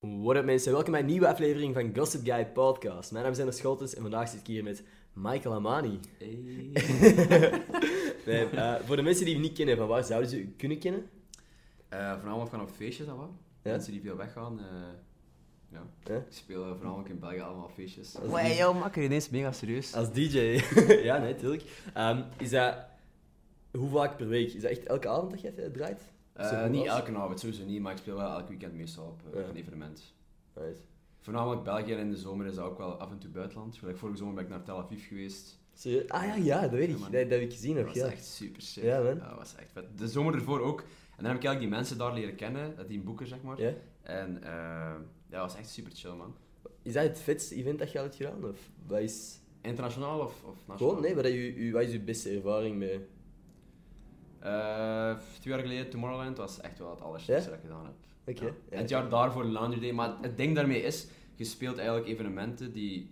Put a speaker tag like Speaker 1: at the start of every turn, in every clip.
Speaker 1: What up mensen, welkom bij een nieuwe aflevering van Gossip Guy Podcast. Mijn naam is Ender Scholtens en vandaag zit ik hier met Michael Amani. Nee, eh, voor de mensen die hem niet kennen, van waar zouden ze u kunnen kennen?
Speaker 2: Eh, voornamelijk van op feestjes en wat.
Speaker 1: Ja.
Speaker 2: Mensen die veel weggaan. eh ja.
Speaker 1: Ja.
Speaker 2: Ik speel eh, voornamelijk in België allemaal feestjes.
Speaker 1: Als
Speaker 2: Wauw,
Speaker 1: die-
Speaker 2: joh, maak je ineens mega serieus.
Speaker 1: Als DJ. ja, nee, tuurlijk. Ehm, is dat... Hoe vaak per week? Is dat echt elke avond dat je het eh, draait?
Speaker 2: Eh,
Speaker 1: Zo goed
Speaker 2: niet
Speaker 1: als?
Speaker 2: elke avond, sowieso niet, maar ik speel wel elk weekend meestal op eh,
Speaker 1: Ja.
Speaker 2: een evenement.
Speaker 1: Nice.
Speaker 2: Voornamelijk België en in de zomer is dat ook wel af en toe buitenland. Gelijk vorige zomer ben ik naar Tel Aviv geweest.
Speaker 1: Serieus? Ah ja, ja, dat weet
Speaker 2: Ja,
Speaker 1: ik.
Speaker 2: man.
Speaker 1: dat, dat heb ik gezien
Speaker 2: Dat
Speaker 1: nog,
Speaker 2: was
Speaker 1: ja.
Speaker 2: echt super sick.
Speaker 1: Ja, man.
Speaker 2: Dat was echt vet. De zomer ervoor ook. En dan heb ik eigenlijk die mensen daar leren kennen, eh, die boeken zeg maar.
Speaker 1: Ja?
Speaker 2: En eh, dat was echt super chill man.
Speaker 1: Is dat het vetste event dat je al hebt gedaan? Of wat is...
Speaker 2: Internationaal of, of nationaal?
Speaker 1: Gewoon, nee, wat, dat je, je- wat is je beste ervaring mee?
Speaker 2: Eh, twee jaar geleden, Tomorrowland was echt wel het allersterkste
Speaker 1: Ja?
Speaker 2: dat ik gedaan heb.
Speaker 1: Oké.
Speaker 2: Ja.
Speaker 1: ja.
Speaker 2: En Het jaar daarvoor Laundry Day, maar het ding daarmee is, je speelt eigenlijk evenementen die...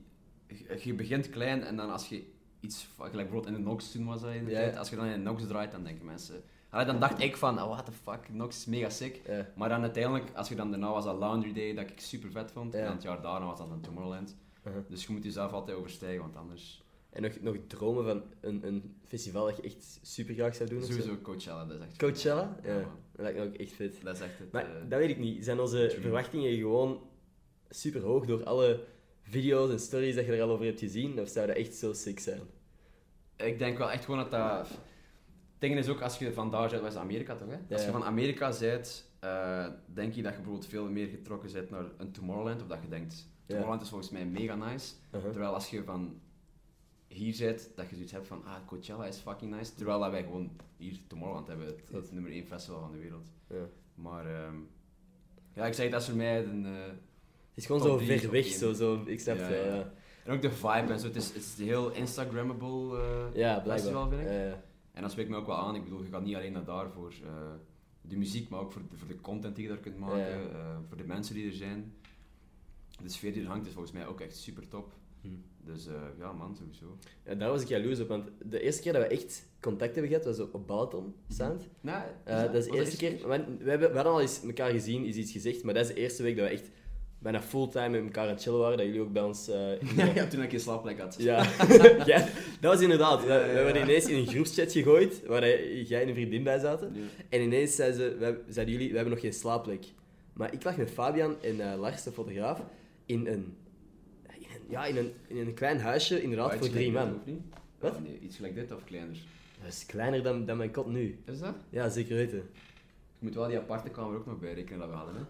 Speaker 2: je- Je begint klein en dan als je iets, gelijk bijvoorbeeld in de Nox toen was dat in de
Speaker 1: Ja.
Speaker 2: tijd, als je dan in de Nox draait, dan denken mensen... Allee, dan dacht ik van, oh, what the fuck, Nox is mega sick.
Speaker 1: Ja.
Speaker 2: Maar dan uiteindelijk, als je dan daarna was dat Laundry Day, dat ik super vet vond,
Speaker 1: Ja.
Speaker 2: en dan het jaar daarna was dat dan Tomorrowland.
Speaker 1: Uh-huh.
Speaker 2: Dus je moet jezelf altijd overstijgen, want anders...
Speaker 1: En nog, nog dromen van een, een festival dat je echt super graag zou doen? of zo?
Speaker 2: Sowieso Coachella, dat is echt...
Speaker 1: Coachella? Ja,
Speaker 2: Ja, man.
Speaker 1: dat lijkt me ook echt vet.
Speaker 2: Dat is echt het...
Speaker 1: Maar
Speaker 2: eh,
Speaker 1: dat weet ik niet. Zijn onze
Speaker 2: dream.
Speaker 1: verwachtingen gewoon super hoog door alle video's en stories dat je er al over hebt gezien? Of zou dat echt zo sick zijn?
Speaker 2: Ik denk wel echt gewoon dat dat... Het ding is ook, als je van daar bent, was het Amerika toch? Hè? Als
Speaker 1: ja.
Speaker 2: je van Amerika bent, eh, denk je dat je bijvoorbeeld veel meer getrokken bent naar een Tomorrowland. Of dat je denkt, Tomorrowland is volgens mij mega nice.
Speaker 1: Uh-huh.
Speaker 2: Terwijl als je van hier zit, dat je zoiets hebt van, ah, Coachella is fucking nice. Terwijl dat wij gewoon hier Tomorrowland hebben, het, het nummer 1 festival van de wereld.
Speaker 1: Ja.
Speaker 2: Maar ehm, ja, ik zeg dat is voor mij een... eh,
Speaker 1: Het is gewoon
Speaker 2: Top
Speaker 1: zo
Speaker 2: drie
Speaker 1: ver
Speaker 2: op
Speaker 1: weg,
Speaker 2: één.
Speaker 1: zo, zo, ik snap
Speaker 2: Ja,
Speaker 1: het wel,
Speaker 2: ja.
Speaker 1: ja.
Speaker 2: en ook de vibe en zo, het is, het is heel Instagrammable eh,
Speaker 1: Ja, blijkbaar.
Speaker 2: festival, vind ik.
Speaker 1: Ja, ja.
Speaker 2: En dat spreekt me ook wel aan. Ik bedoel, je gaat niet alleen naar daar voor eh, de muziek, maar ook voor de, voor de content die je daar kunt maken,
Speaker 1: Ja.
Speaker 2: eh, voor de mensen die er zijn. De sfeer die er hangt is volgens mij ook echt super top.
Speaker 1: Hm.
Speaker 2: Dus eh, ja, man, sowieso.
Speaker 1: Ja, daar was ik jaloers op, want de eerste keer dat we echt contact hebben gehad was op Balaton Sound.
Speaker 2: Nou,
Speaker 1: Eh, dat is de eerste keer. want We, hebben, we hadden al eens elkaar gezien, is iets gezegd, maar dat is de eerste week dat we echt bijna fulltime met elkaar aan het chillen waren. Dat jullie ook bij ons. eh, in de-
Speaker 2: ja, toen ik in slaapplek had.
Speaker 1: ja. ja, dat was inderdaad. We,
Speaker 2: Ja, ja,
Speaker 1: we
Speaker 2: ja.
Speaker 1: werden ineens in een groepschat gegooid waar jij en een vriendin bij zaten.
Speaker 2: Ja.
Speaker 1: En ineens zeiden, ze, we, zeiden jullie: We hebben nog geen slaapplek. Maar ik lag met Fabian en eh, Lars, de fotograaf, in een. in een- Ja, in een, in een klein huisje, inderdaad,
Speaker 2: Ah, iets
Speaker 1: voor drie
Speaker 2: gelijk dit,
Speaker 1: man.
Speaker 2: of niet?
Speaker 1: Wat?
Speaker 2: Ah, nee, iets gelijk dit of kleiner.
Speaker 1: Dat is kleiner dan, dan mijn kot nu.
Speaker 2: Is dat?
Speaker 1: Ja, zeker weten.
Speaker 2: Je moet wel die aparte kamer ook nog bijrekenen dat we hadden. Hè?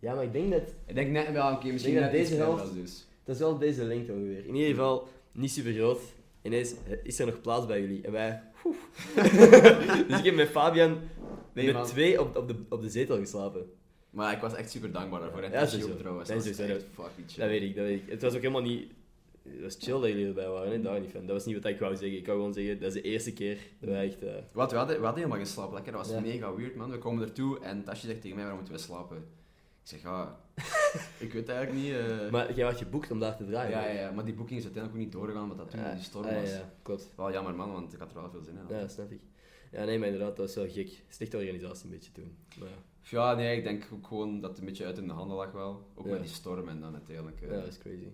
Speaker 1: Ja, maar ik denk dat
Speaker 2: Ik denk net wel, oké, misschien
Speaker 1: dat
Speaker 2: net iets
Speaker 1: deze
Speaker 2: kleiner
Speaker 1: helft-
Speaker 2: als dus.
Speaker 1: Dat is wel deze lengte ongeveer. In ieder geval, niet super groot. Ineens eh, is er nog plaats bij jullie. En wij. oef. dus ik heb met Fabian
Speaker 2: Nee,
Speaker 1: met
Speaker 2: man.
Speaker 1: twee op, op, de, op de zetel geslapen.
Speaker 2: Maar ik was echt super dankbaar daarvoor. hè.
Speaker 1: Ja,
Speaker 2: Dat is
Speaker 1: sowieso.
Speaker 2: ook trouwens.
Speaker 1: Dat
Speaker 2: Dat
Speaker 1: is
Speaker 2: is
Speaker 1: sowieso.
Speaker 2: echt fucking chill.
Speaker 1: Dat weet ik, dat weet ik. Het was ook helemaal niet. Het was chill dat jullie erbij waren, hè? daar niet van. Dat was niet wat ik wou zeggen. Ik wou gewoon zeggen, dat is de eerste keer dat wij echt. eh,
Speaker 2: Wat, we, hadden, we hadden helemaal geen slaapplek, hè. dat was
Speaker 1: Ja.
Speaker 2: mega weird man. We komen ertoe en Tasje zegt tegen mij, waar moeten we slapen? Ik zeg, ja, ik weet eigenlijk niet. eh."
Speaker 1: Maar jij werd geboekt om daar te
Speaker 2: ja,
Speaker 1: draaien.
Speaker 2: ja,
Speaker 1: hè?
Speaker 2: ja, maar die boeking is uiteindelijk ook niet doorgegaan, omdat dat toen
Speaker 1: Ah,
Speaker 2: die storm
Speaker 1: ah,
Speaker 2: was.
Speaker 1: ja, ja, klopt.
Speaker 2: Wel jammer man, want ik had er wel veel zin in.
Speaker 1: Ja, dat snap ik. Ja, nee, maar inderdaad, dat was wel gek. Slechte organisatie een beetje toen. Maar ja,
Speaker 2: Ja, nee, ik denk ook gewoon dat het een beetje uit in de handen lag wel. Ook
Speaker 1: Ja.
Speaker 2: met die storm en dan uiteindelijk. eh,
Speaker 1: ja, dat is crazy.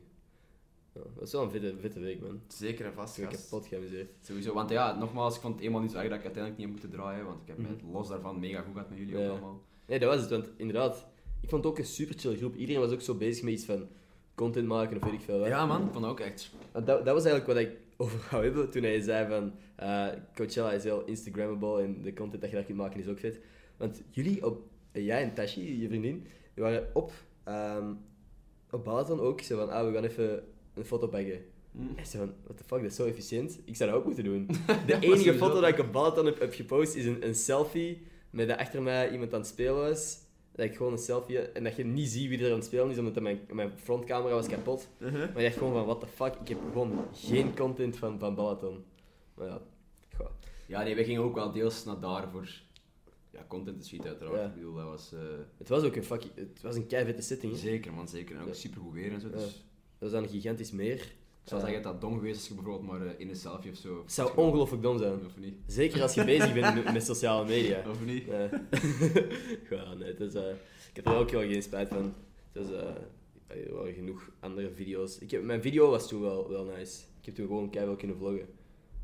Speaker 1: Ja, dat was wel een vette, vette week, man.
Speaker 2: Zeker en vast,
Speaker 1: Ik heb
Speaker 2: gast.
Speaker 1: kapot geamuseerd.
Speaker 2: Sowieso, want ja, nogmaals, ik vond het eenmaal niet zo erg dat ik uiteindelijk niet heb moeten draaien, want ik heb
Speaker 1: Mhm.
Speaker 2: het los daarvan mega goed gehad met jullie
Speaker 1: Ja.
Speaker 2: ook allemaal.
Speaker 1: Nee, dat was het, want inderdaad, ik vond het ook een super chill groep. Iedereen was ook zo bezig met iets van content maken of weet ik veel wat.
Speaker 2: Ja man, ik vond dat ook echt.
Speaker 1: Want dat, dat was eigenlijk wat ik over wou hebben toen hij zei van eh, Coachella is heel Instagrammable en de content dat je daar kunt maken is ook vet. Want jullie, op, eh, jij en Tashi, je vriendin, die waren op, ehm op Balaton ook zo van, ah, we gaan even een foto pakken.
Speaker 2: Mm.
Speaker 1: En zo van, what the fuck, dat is zo efficiënt. Ik zou dat ook moeten doen. De
Speaker 2: maar
Speaker 1: enige
Speaker 2: sowieso.
Speaker 1: foto dat ik op Balaton heb, heb gepost is een, een selfie met dat achter mij iemand aan het spelen was. Dat ik gewoon een selfie en dat je niet ziet wie er aan het spelen is, omdat dat mijn, mijn frontcamera was kapot. Maar je dacht gewoon van, what the fuck, ik heb gewoon geen content van, van Balaton. Maar ja, goh.
Speaker 2: Ja, nee, wij gingen ook wel deels naar daar voor ja, content te schieten, uiteraard.
Speaker 1: Ja.
Speaker 2: Ik bedoel, dat was... eh,
Speaker 1: Het was ook een fucking, het was een keivette setting. hè.
Speaker 2: zeker, man, zeker. En ook
Speaker 1: Mhm. Ja.
Speaker 2: supergoed weer en zo, dus...
Speaker 1: Dat was aan een gigantisch meer.
Speaker 2: Ik zou
Speaker 1: Ja.
Speaker 2: zeggen dat dat dom geweest is als je bijvoorbeeld maar eh, in een selfie of zo.
Speaker 1: Het zou ongelooflijk dom zijn.
Speaker 2: Of niet?
Speaker 1: Zeker als je bezig bent met, met sociale media.
Speaker 2: Of niet?
Speaker 1: Ja. Gewoon, nee, het is, eh, ik heb er ook wel geen spijt van. Het is, eh, ik heb hier wel genoeg andere video's. Ik heb, mijn video was toen wel, wel nice. Ik heb toen gewoon keihard kunnen vloggen.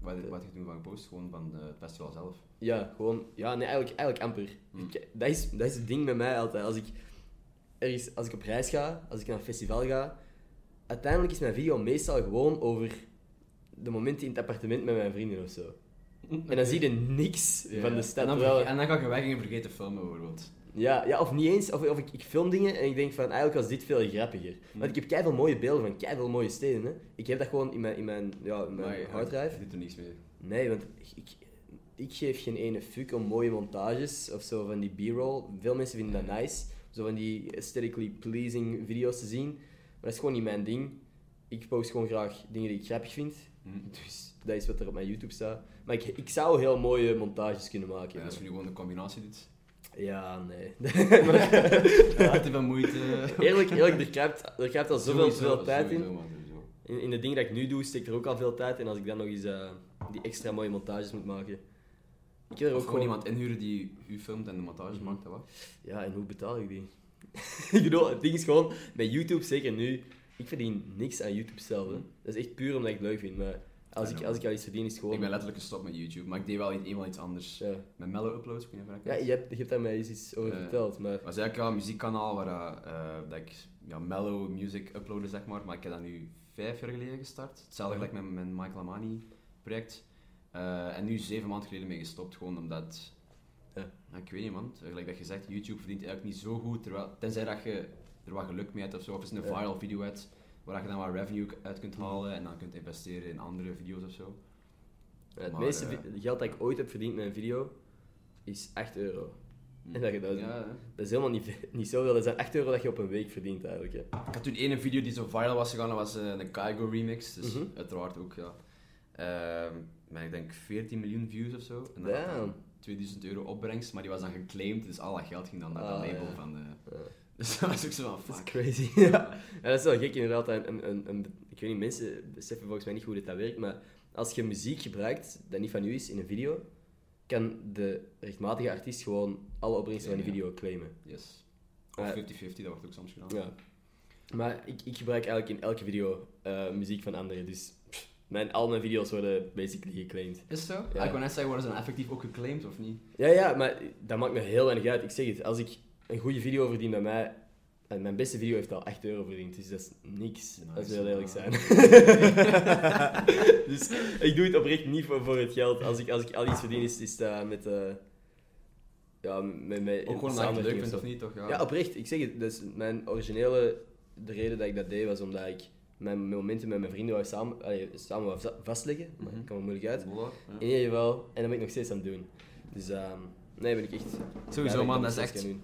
Speaker 2: Wat, wat heb je toen van gepost? Gewoon van eh, het festival zelf.
Speaker 1: Ja, gewoon, ja, nee, eigenlijk, eigenlijk amper.
Speaker 2: Hmm.
Speaker 1: Ik- dat, is, dat is het ding met mij altijd. Als ik, ergens, als ik op reis ga, als ik naar een festival ga, uiteindelijk is mijn video meestal gewoon over de momenten in het appartement met mijn vrienden of zo. En dan zie je niks
Speaker 2: Ja.
Speaker 1: van de stad.
Speaker 2: Hm. En dan,
Speaker 1: terwijl-
Speaker 2: verge- en dan ga je weg en je vergeet te filmen bijvoorbeeld.
Speaker 1: Ja, ja, of niet eens. Of, of ik, ik film dingen en ik denk van, eigenlijk was dit veel grappiger. Want ik heb keiveel mooie beelden van keiveel mooie steden. Hè. Ik heb dat gewoon in mijn, in mijn, ja, in
Speaker 2: Maar
Speaker 1: mijn
Speaker 2: je-
Speaker 1: harddrive.
Speaker 2: Je doet er niks mee.
Speaker 1: Nee, want ik, ik, ik geef geen ene fuck om mooie montages of zo van die b-roll. Veel mensen vinden dat nice. Zo van die aesthetically pleasing video's te zien. Maar dat is gewoon niet mijn ding. Ik post gewoon graag dingen die ik grappig vind.
Speaker 2: Hm.
Speaker 1: Dus dat is wat er op mijn YouTube staat. Maar ik, ik zou heel mooie montages kunnen maken. Dus
Speaker 2: Ja, als je nu gewoon een combinatie doet.
Speaker 1: Ja, nee.
Speaker 2: Ja, te veel moeite.
Speaker 1: Eerlijk, eerlijk er, kruipt, er kruipt al zoveel,
Speaker 2: Sowieso,
Speaker 1: zoveel tijd in.
Speaker 2: sowieso, man, sowieso.
Speaker 1: in. In het ding dat ik nu doe, steekt er ook al veel tijd in. Als ik dan nog eens eh, die extra mooie montages moet maken. Ik heb er
Speaker 2: Of
Speaker 1: ook gewoon Mhm.
Speaker 2: gewoon iemand inhuren die u filmt en de montage maakt, dat wat?
Speaker 1: Ja, en hoe betaal ik die? ik bedoel, het ding is gewoon, met YouTube, zeker nu, ik verdien niks aan YouTube zelf. Hè. Dat is echt puur omdat ik het leuk vind. Maar als,
Speaker 2: Mm. Ja,
Speaker 1: ik,
Speaker 2: ja.
Speaker 1: als ik al iets verdien, is het gewoon...
Speaker 2: Ik ben letterlijk gestopt met YouTube, maar ik deed wel iets- eenmaal iets anders.
Speaker 1: ja.
Speaker 2: Met Mellow Uploads, ik weet niet of je
Speaker 1: ja,
Speaker 2: dat
Speaker 1: je hebt, je hebt daar mij eens iets over
Speaker 2: Eh.
Speaker 1: verteld, maar...
Speaker 2: was eigenlijk wel een muziekkanaal waar eh, eh, dat ik ja, mellow music uploadde, zeg maar. Maar ik heb dat nu vijf jaar geleden gestart. Hetzelfde gelijk met mijn Michael Amani project. Eh, en nu zeven maanden geleden mee gestopt, gewoon omdat... eh,
Speaker 1: Ja.
Speaker 2: Ja, ik weet niet, man. Eh, Gelijk dat je zegt, YouTube verdient eigenlijk niet zo goed, terwijl, tenzij dat je er wat geluk mee hebt of zo. Of eens een
Speaker 1: Ja.
Speaker 2: viral video hebt, waar je dan wat revenue uit kunt halen en dan kunt investeren in andere video's of zo.
Speaker 1: Ja, het
Speaker 2: Maar,
Speaker 1: meeste
Speaker 2: eh,
Speaker 1: vi- geld dat ik ooit heb verdiend met een video is 8 euro. En dat je dat-
Speaker 2: Ja, hè.
Speaker 1: Dat is helemaal niet, ve- niet zoveel. Dat zijn 8 euro dat je op een week verdient eigenlijk. Hè.
Speaker 2: Ik had toen ene video die zo viral was gegaan, dat was eh, een Kaigo remix, dus
Speaker 1: Mhm.
Speaker 2: uiteraard ook, ja. Ehm, met ik denk 14 miljoen views of zo. En dan had
Speaker 1: Damn.
Speaker 2: dan 2000 euro opbrengst, maar die was dan geclaimd, dus al dat geld ging dan naar
Speaker 1: Ah,
Speaker 2: dat label
Speaker 1: ja.
Speaker 2: van de...
Speaker 1: Ja.
Speaker 2: Dus dat was ook zo van,
Speaker 1: Dat is
Speaker 2: fuck.
Speaker 1: crazy. ja. Ja, dat is wel gek inderdaad. Een, een, een, een- ik weet niet, mensen beseffen volgens mij niet hoe dit dat werkt, maar als je muziek gebruikt dat niet van u is in een video, kan de rechtmatige artiest gewoon alle opbrengsten van die
Speaker 2: Claimen, Oh.
Speaker 1: video claimen.
Speaker 2: Yes.
Speaker 1: Ja.
Speaker 2: Of 50-50, dat wordt ook soms gedaan.
Speaker 1: Eh. Ja. Maar ik, ik gebruik eigenlijk in elke video eh, muziek van anderen, dus pff, mijn, al mijn video's worden basically geclaimd.
Speaker 2: Is het zo? Ah,
Speaker 1: Ja.
Speaker 2: Ik wou net zeggen, worden ze dan effectief ook geclaimd of niet?
Speaker 1: Ja, ja, maar dat maakt me heel weinig uit. Ik zeg het, als ik een goede video verdien bij mij, en mijn beste video heeft al 8 euro verdiend, dus dat is niks. Als we heel eerlijk zijn. dus ik doe het oprecht niet voor, voor het geld. Als ik, als ik al iets verdien, is, is dat met... eh ja, met, met
Speaker 2: Ook gewoon omdat je het leuk vindt of niet, toch? Ja.
Speaker 1: Ja, oprecht. Ik zeg het, dus mijn originele... De reden dat ik dat deed, was omdat ik mijn momenten met mijn vrienden wou samen, allee, samen wou va- vastleggen. Maar
Speaker 2: Mhm.
Speaker 1: ik kwam er moeilijk uit.
Speaker 2: Voilà, ja.
Speaker 1: In ieder geval, en dat ben ik nog steeds aan het doen. Dus ehm, nee, ben ik echt. blij ik
Speaker 2: man,
Speaker 1: nog
Speaker 2: dat is
Speaker 1: steeds
Speaker 2: echt-
Speaker 1: kan doen.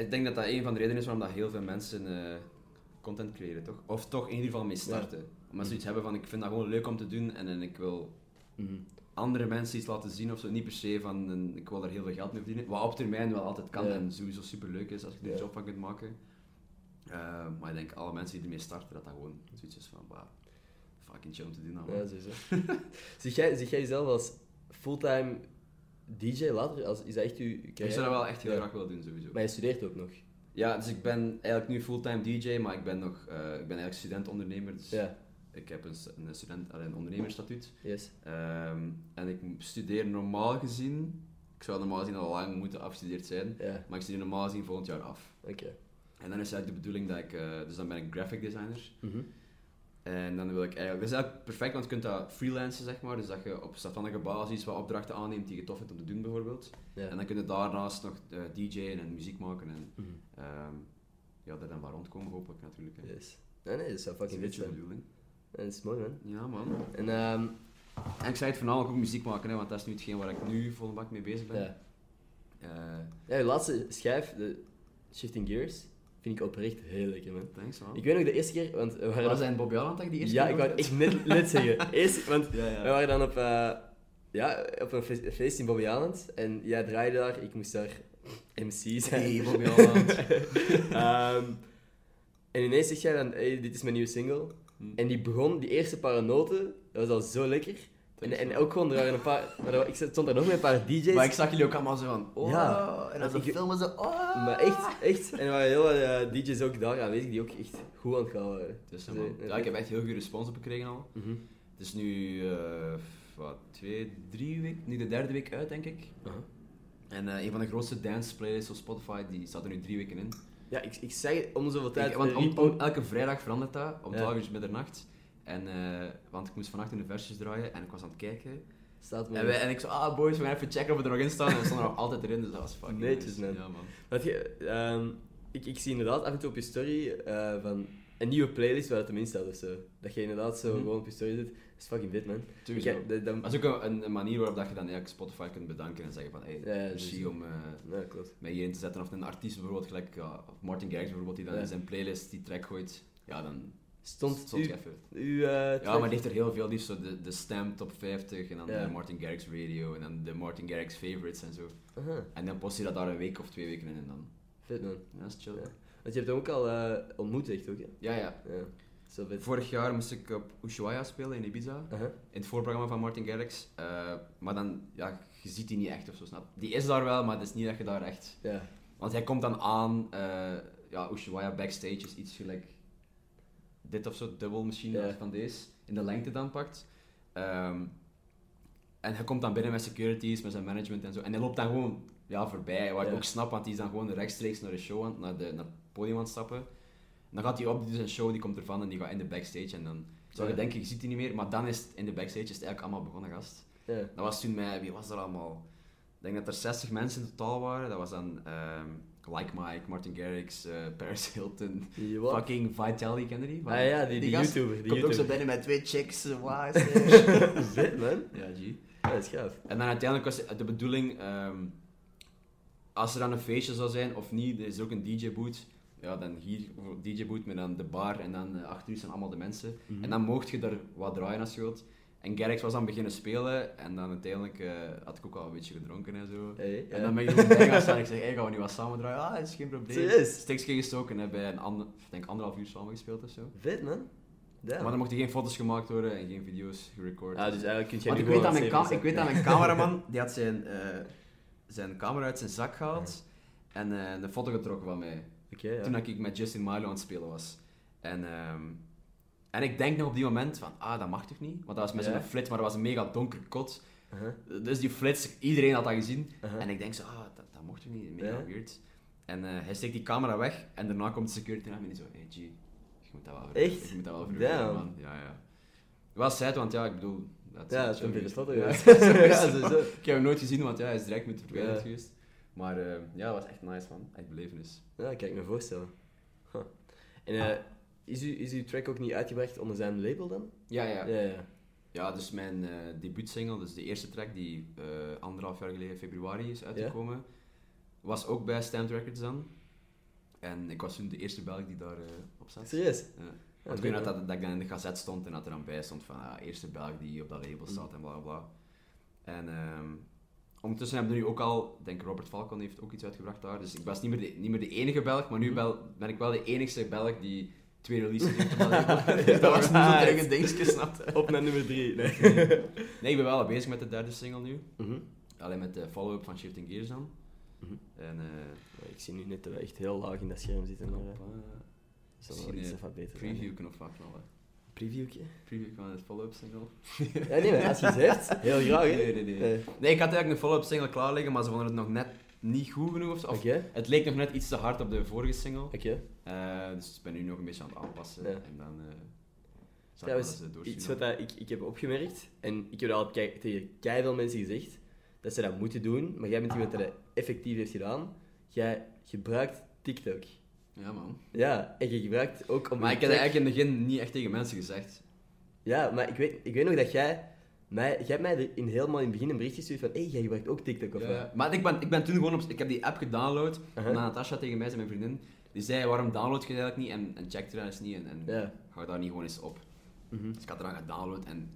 Speaker 2: Ik denk dat dat een van de redenen is waarom dat heel veel mensen eh, content creëren, toch? Of toch in ieder geval mee starten. Omdat
Speaker 1: Mm.
Speaker 2: ze iets hebben van, ik vind dat gewoon leuk om te doen en, en ik wil
Speaker 1: Mhm.
Speaker 2: andere mensen iets laten zien of zo. Niet per se van, en ik wil daar heel veel geld mee verdienen. Wat op termijn wel altijd kan
Speaker 1: Ja.
Speaker 2: en sowieso super leuk is als je er
Speaker 1: Ja.
Speaker 2: een job van kunt maken. Eh, maar ik denk, alle mensen die ermee starten, dat dat gewoon zoiets is van, bah, fucking chill om te doen. dan, Oh, man.
Speaker 1: Ja, sowieso. zie, jij, zie jij jezelf als fulltime DJ later? Als, is dat echt uw
Speaker 2: ik
Speaker 1: carrière?
Speaker 2: zou dat wel echt heel
Speaker 1: Ja.
Speaker 2: graag willen doen, sowieso.
Speaker 1: Maar je studeert ook nog.
Speaker 2: Ja, dus ik ben eigenlijk nu fulltime DJ, maar ik ben nog, eh, ik ben eigenlijk student-ondernemer, dus
Speaker 1: Ja,
Speaker 2: ik heb een, s- een student, allee, een ondernemersstatuut.
Speaker 1: yes.
Speaker 2: Ehm, en ik m- studeer normaal gezien, ik zou normaal gezien al lang moeten afgestudeerd zijn,
Speaker 1: Ja,
Speaker 2: maar ik studeer normaal gezien volgend jaar af.
Speaker 1: oké.
Speaker 2: En dan is eigenlijk de bedoeling dat ik, eh, dus dan ben ik graphic designer.
Speaker 1: Mhm.
Speaker 2: En dan wil ik eigenlijk, dat is eigenlijk perfect, want je kunt dat freelancen zeg maar, dus dat je op zelfstandige basis wat opdrachten aanneemt die je tof vindt om te doen bijvoorbeeld.
Speaker 1: Ja.
Speaker 2: En dan kun je daarnaast nog eh DJ'en en muziek maken en
Speaker 1: Mhm.
Speaker 2: ehm, ja, daar dan maar rondkomen hopelijk natuurlijk. hè.
Speaker 1: Yes. Nee, nee, dat zou
Speaker 2: Dat
Speaker 1: fucking
Speaker 2: is
Speaker 1: wit
Speaker 2: een beetje de
Speaker 1: zijn.
Speaker 2: bedoeling.
Speaker 1: Ja, Dat is mooi, man.
Speaker 2: Ja man.
Speaker 1: En, ehm
Speaker 2: En ik zei het voornamelijk ook muziek maken, hè, want dat is nu hetgeen waar ik nu volle bak mee bezig ben.
Speaker 1: ja.
Speaker 2: Eh,
Speaker 1: ja, je laatste schijf, de Shifting Gears, vind ik oprecht heel lekker, man.
Speaker 2: thanks man.
Speaker 1: Ik weet nog de eerste keer, want we waren...
Speaker 2: Waar zijn Bobby Allen dat ik die eerste
Speaker 1: ja,
Speaker 2: keer
Speaker 1: ik wou
Speaker 2: hoorde?
Speaker 1: echt net, net zeggen. Eerst, want
Speaker 2: Ja,
Speaker 1: We
Speaker 2: ja.
Speaker 1: waren dan op, eh, ja, op een fe- feest in Bobby Island. En jij draaide daar, ik moest daar MC zijn.
Speaker 2: Hey, Bobby Allen.
Speaker 1: Ehm, en ineens zeg jij dan, hey, dit is mijn nieuwe single.
Speaker 2: Hm.
Speaker 1: En die begon, die eerste paar noten, dat was al zo lekker. En, en ook gewoon, er waren een paar, maar er- ik stond daar nog met een paar DJ's.
Speaker 2: Maar ik zag jullie ook allemaal zo van, oh,
Speaker 1: Ja.
Speaker 2: en als
Speaker 1: Ik-
Speaker 2: ze filmen ze, oh.
Speaker 1: Maar echt, echt. En er waren heel wat eh, DJ's ook daar aanwezig die ook echt goed aan het gaan waren.
Speaker 2: Dus, ja, man.
Speaker 1: Zo,
Speaker 2: Ja, ik heb echt heel goede respons op gekregen al.
Speaker 1: Mhm.
Speaker 2: Het is nu, eh, wat, twee, drie weken, nu de derde week uit, denk ik.
Speaker 1: Aha.
Speaker 2: En eh, een van de grootste dance playlists op Spotify, die staat er nu drie weken in.
Speaker 1: Ja, ik, ik zeg het om de zoveel tijd.
Speaker 2: Ik- want
Speaker 1: eh,
Speaker 2: om,
Speaker 1: repo-
Speaker 2: om- elke vrijdag verandert dat, om
Speaker 1: Ja.
Speaker 2: 12 uur is middernacht. En, eh, want ik moest vannacht in de versjes draaien en ik was aan het kijken.
Speaker 1: staat
Speaker 2: En,
Speaker 1: maar.
Speaker 2: wij- en ik zo, ah boys, we gaan even checken of we er nog in staan. En we stonden er nog altijd erin, dus dat was fucking
Speaker 1: Netjes,
Speaker 2: nice.
Speaker 1: man.
Speaker 2: Ja, man.
Speaker 1: Dat je, ehm, ik, ik zie inderdaad af en toe op je story eh, van een nieuwe playlist waar het hem in staat of zo. Dat je inderdaad zo
Speaker 2: Mhm.
Speaker 1: gewoon op je story zit. Dat is fucking vet, man. Ik
Speaker 2: Sowieso.
Speaker 1: heb- dat- dat-
Speaker 2: Maar het is ook een, een manier waarop dat je dan eigenlijk Spotify kunt bedanken en zeggen van, hey,
Speaker 1: Ja, ja,
Speaker 2: merci
Speaker 1: sowieso.
Speaker 2: om eh,
Speaker 1: Ja, klopt.
Speaker 2: mij hierin te zetten. Of een artiest bijvoorbeeld, gelijk ja, of Martin Garrix bijvoorbeeld, die dan
Speaker 1: Ja.
Speaker 2: in zijn playlist die track gooit. Ja, dan
Speaker 1: Stond,
Speaker 2: stond
Speaker 1: u,
Speaker 2: je even.
Speaker 1: uw, eh,
Speaker 2: Ja,
Speaker 1: track-
Speaker 2: maar die heeft er heel veel. Die heeft zo de, de Stam Top 50 en dan
Speaker 1: Ja.
Speaker 2: de Martin Garrix Radio en dan de Martin Garrix Favorites en zo.
Speaker 1: Aha,
Speaker 2: En dan post je dat daar een week of twee weken in en dan...
Speaker 1: vet, man.
Speaker 2: Ja, dat is chill.
Speaker 1: Ja. Want je hebt hem ook al eh, ontmoet, echt ook, hè?
Speaker 2: Ja, ja.
Speaker 1: Ja, zo vet.
Speaker 2: Vorig jaar moest ik op Ushuaia spelen in Ibiza.
Speaker 1: Aha.
Speaker 2: in het voorprogramma van Martin Garrix. eh, maar dan, ja, je ziet die niet echt of zo, snap je? Die is daar wel, maar het is niet dat je daar echt...
Speaker 1: Ja,
Speaker 2: Want hij komt dan aan, eh ja, Ushuaia backstage is iets gelijk dit of zo, dubbel misschien,
Speaker 1: Ja.
Speaker 2: als van deze, in de lengte dan pakt. Ehm, en hij komt dan binnen met securities, met zijn management en zo. En hij loopt dan gewoon ja, voorbij, wat
Speaker 1: Ja.
Speaker 2: ik ook snap, want die is dan gewoon rechtstreeks naar de show, aan, naar, de, naar het podium aan het stappen. En dan gaat hij op, die doet zijn show, die komt ervan en die gaat in de backstage. En dan zou je
Speaker 1: Ja.
Speaker 2: denken, je ziet die niet meer, maar dan is het in de backstage is het eigenlijk allemaal begonnen, gast.
Speaker 1: ja.
Speaker 2: Dat was toen met, wie was er allemaal? Ik denk dat er 60 mensen in totaal waren. Dat was dan ehm, Like Mike, Martin Garrix, eh, Paris Hilton,
Speaker 1: Die wat?
Speaker 2: fucking Vitaly, ken je die? Van-
Speaker 1: Ah ja, die, die,
Speaker 2: gast
Speaker 1: YouTuber. Die
Speaker 2: komt ook zo
Speaker 1: YouTuber.
Speaker 2: binnen met twee chicks, eh, why,
Speaker 1: vet, man.
Speaker 2: Ja, G.
Speaker 1: Ja, dat is gaaf.
Speaker 2: En dan uiteindelijk was de bedoeling, ehm, als er dan een feestje zou zijn of niet, er is ook een DJ-boot. Ja, dan hier voor DJ-boot met dan de bar en dan eh, achter u zijn allemaal de mensen.
Speaker 1: Mhm.
Speaker 2: En dan mocht je er wat draaien als je wilt. En Garrix was dan beginnen spelen en dan uiteindelijk eh, had ik ook al een beetje gedronken en zo.
Speaker 1: Hey,
Speaker 2: En
Speaker 1: ja.
Speaker 2: dan ben ik er ook bij gaan staan en ik zeg, hey, gaan we nu wat samen draaien? Ah, is geen probleem.
Speaker 1: Serieus?
Speaker 2: Stikje gestoken, hebben bij een ander, ik denk anderhalf uur samen gespeeld of zo.
Speaker 1: Vet, man. Ja.
Speaker 2: Maar er mochten geen foto's gemaakt worden en geen video's gerecord.
Speaker 1: Ah, dus eigenlijk kun jij
Speaker 2: Want
Speaker 1: nu
Speaker 2: ik weet,
Speaker 1: gewoon
Speaker 2: dat mijn
Speaker 1: aan het
Speaker 2: cam- ik weet dat mijn cameraman, die had zijn, eh, zijn camera uit zijn zak gehaald en eh, een foto getrokken van mij.
Speaker 1: zeven zijn. Oké,
Speaker 2: Toen dat ik met Justin Milo aan het spelen was. En, ehm, en ik denk nog op die moment van, ah, dat mag toch niet? Want dat was met
Speaker 1: Ja.
Speaker 2: zo'n flits, maar dat was een mega donker kot.
Speaker 1: ja. Aha,
Speaker 2: Dus die flits, iedereen had dat gezien.
Speaker 1: aha.
Speaker 2: En ik denk zo, ah, dat, dat mocht toch niet? Mega
Speaker 1: Ja.
Speaker 2: weird. En eh, hij steekt die camera weg en daarna komt de security naar me en die zo, hey G, je moet dat wel verwerken.
Speaker 1: Echt?
Speaker 2: Je moet dat wel verwerken,
Speaker 1: Damn.
Speaker 2: man. Ja, ja. Wel sad, want ja, ik bedoel... Dat
Speaker 1: Ja, het is
Speaker 2: zo
Speaker 1: een beetje stad
Speaker 2: Ja,
Speaker 1: geweest. Ja,
Speaker 2: sowieso.
Speaker 1: sowieso.
Speaker 2: Ik heb hem nooit gezien, want ja, hij is direct met de
Speaker 1: Ja.
Speaker 2: verwijderd geweest. Maar eh, ja, dat was echt nice, man. Echt belevenis.
Speaker 1: Ja, dat kan ik me voorstellen. Huh. En eh, is, u, is uw track ook niet uitgebracht onder zijn label dan?
Speaker 2: Ja, ja.
Speaker 1: Ja, ja.
Speaker 2: Ja, dus mijn eh debuutsingle, dus de eerste track die eh, anderhalf jaar geleden februari is uitgekomen, was ook bij Stamped Records dan. En ik was toen de eerste Belg die daar eh, op zat.
Speaker 1: Serieus?
Speaker 2: Ja.
Speaker 1: Ja,
Speaker 2: Want ik weet nog
Speaker 1: vet,
Speaker 2: dat, dat ik dan in de gazet stond en dat er dan bij stond van ah, eerste Belg die op dat label staat en bla bla, bla. En ehm, ondertussen hebben we nu ook al, ik denk Robert Falcon heeft ook iets uitgebracht daar. Dus ik was niet meer de, niet meer de enige Belg, maar nu wel- ben ik wel de enigste Belg die twee releases heeft op dat label. Dus dat was niet zo terug een dingetje, snap je?
Speaker 1: man. Op naar nummer 3. Nee.
Speaker 2: Nee, ik ben wel al bezig met de derde single nu.
Speaker 1: Mhm.
Speaker 2: Alleen met de follow-up van Shifting Gears dan.
Speaker 1: Mhm.
Speaker 2: En eh
Speaker 1: Ja, Ik zie nu net dat we echt heel laag in dat scherm zitten, maar eh,
Speaker 2: op, eh,
Speaker 1: ik zal wel
Speaker 2: misschien,
Speaker 1: iets
Speaker 2: eh,
Speaker 1: even beter zijn.
Speaker 2: preview kunnen afknallen.
Speaker 1: Previewtje?
Speaker 2: Preview van de follow-up single.
Speaker 1: Ja, nee, maar als je het hebt, heel graag hè.
Speaker 2: Nee, nee, nee.
Speaker 1: Eh,
Speaker 2: Nee, ik had eigenlijk een follow-up single klaar liggen, maar ze vonden het nog net niet goed genoeg of zo. Of
Speaker 1: Oké,
Speaker 2: Het leek nog net iets te hard op de vorige single.
Speaker 1: oké.
Speaker 2: Eh, dus ik ben nu nog een beetje aan het aanpassen.
Speaker 1: Ja.
Speaker 2: En dan eh zal ik wel eens
Speaker 1: Trouwens,
Speaker 2: eh, doorsturen.
Speaker 1: iets wat dat ik, ik heb opgemerkt, en ik heb dat al kei- tegen keihard veel mensen gezegd, dat ze dat moeten doen, maar jij bent iemand die dat effectief heeft gedaan. Jij gebruikt TikTok.
Speaker 2: Ja, man.
Speaker 1: Ja, en je gebruikt ook om...
Speaker 2: Maar
Speaker 1: je
Speaker 2: ik heb dat
Speaker 1: track-
Speaker 2: eigenlijk in het begin niet echt tegen mensen gezegd.
Speaker 1: Ja, maar ik weet, ik weet nog dat jij... Mij, jij hebt mij er in helemaal in het begin een bericht gestuurd van... Hé, hey, jij gebruikt ook TikTok of
Speaker 2: Ja,
Speaker 1: wat?
Speaker 2: ja. Maar ik ben, ik ben toen gewoon op... Ik heb die app gedownload.
Speaker 1: Aha.
Speaker 2: En Natasha tegen mij, zijn mijn vriendin, die zei, waarom download je dat eigenlijk niet? En, en check er dan eens niet. En, en
Speaker 1: Ja.
Speaker 2: ga daar niet gewoon eens op.
Speaker 1: Mhm.
Speaker 2: Dus ik had eraan gedownload. En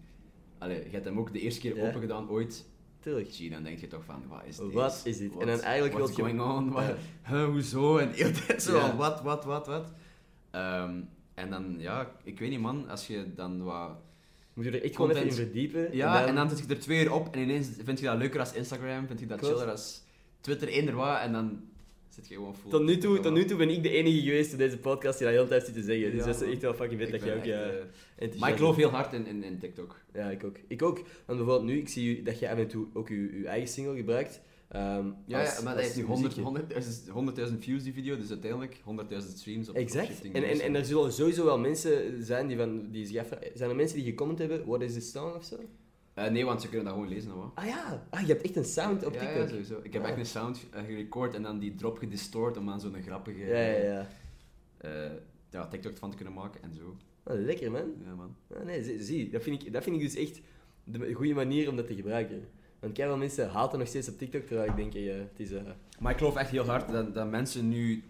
Speaker 2: allee, je hebt hem ook de eerste keer
Speaker 1: Ja.
Speaker 2: open gedaan ooit.
Speaker 1: Tuurlijk.
Speaker 2: Gee, dan denk je toch van, wat is dit?
Speaker 1: Wat is dit? En dan eigenlijk
Speaker 2: what's
Speaker 1: wil je-
Speaker 2: going on? Wat,
Speaker 1: Ja.
Speaker 2: huh, hoezo? En heel dit zo,
Speaker 1: Ja.
Speaker 2: wat, wat, wat, wat. Ehm, En dan, ja, ik weet niet man, als je dan wat...
Speaker 1: Moet je er echt gewoon even in
Speaker 2: Content.
Speaker 1: verdiepen.
Speaker 2: Ja, en dan zit je er twee uur op en ineens vind je dat leuker als Instagram, vind je dat
Speaker 1: Klopt.
Speaker 2: chiller als Twitter, eender wat, en dan zit je gewoon full.
Speaker 1: Tot nu, toe, tot nu toe ben ik de enige geweest in deze podcast die dat heel de tijd zit te zeggen. Dus
Speaker 2: Ja,
Speaker 1: dat is
Speaker 2: man.
Speaker 1: echt wel fucking vet
Speaker 2: Ik
Speaker 1: dat
Speaker 2: ben
Speaker 1: jij ook
Speaker 2: echt,
Speaker 1: ja,
Speaker 2: eh,
Speaker 1: enthousiast
Speaker 2: Maar ik
Speaker 1: bent.
Speaker 2: geloof heel hard in, in, in TikTok.
Speaker 1: Ja, ik ook. Ik ook. Want bijvoorbeeld nu, ik zie u- dat jij af en toe ook je, je eigen single gebruikt. ehm,
Speaker 2: Ja,
Speaker 1: als-
Speaker 2: ja maar
Speaker 1: als
Speaker 2: dat heeft nu 100
Speaker 1: muziekje.
Speaker 2: 100 100.000 views die video, dus uiteindelijk 100.000 streams op op
Speaker 1: Exact.
Speaker 2: shifting
Speaker 1: En, en,
Speaker 2: views.
Speaker 1: en er zullen sowieso wel mensen zijn die, van, die zich afvragen... Zijn er mensen die gecomment hebben, what is this song of zo?
Speaker 2: Eh, nee, want ze kunnen dat gewoon lezen, hoor.
Speaker 1: Ah ja, ah, je hebt echt een sound op
Speaker 2: ja,
Speaker 1: TikTok.
Speaker 2: Ja, sowieso. Ik heb
Speaker 1: Ah.
Speaker 2: echt een sound eh, gerecord en dan die drop gedistort om aan zo'n grappige
Speaker 1: ja, ja, ja.
Speaker 2: eh, ja, TikTok van te kunnen maken en zo.
Speaker 1: Ah, lekker, man.
Speaker 2: Ja, man.
Speaker 1: Ah, nee, zie, zie, dat vind, ik, dat vind ik dus echt de goede manier om dat te gebruiken. Want kijk, wel mensen haten nog steeds op TikTok, terwijl ik denk, eh, het is... eh,
Speaker 2: Maar ik geloof echt heel hard dat, dat mensen nu...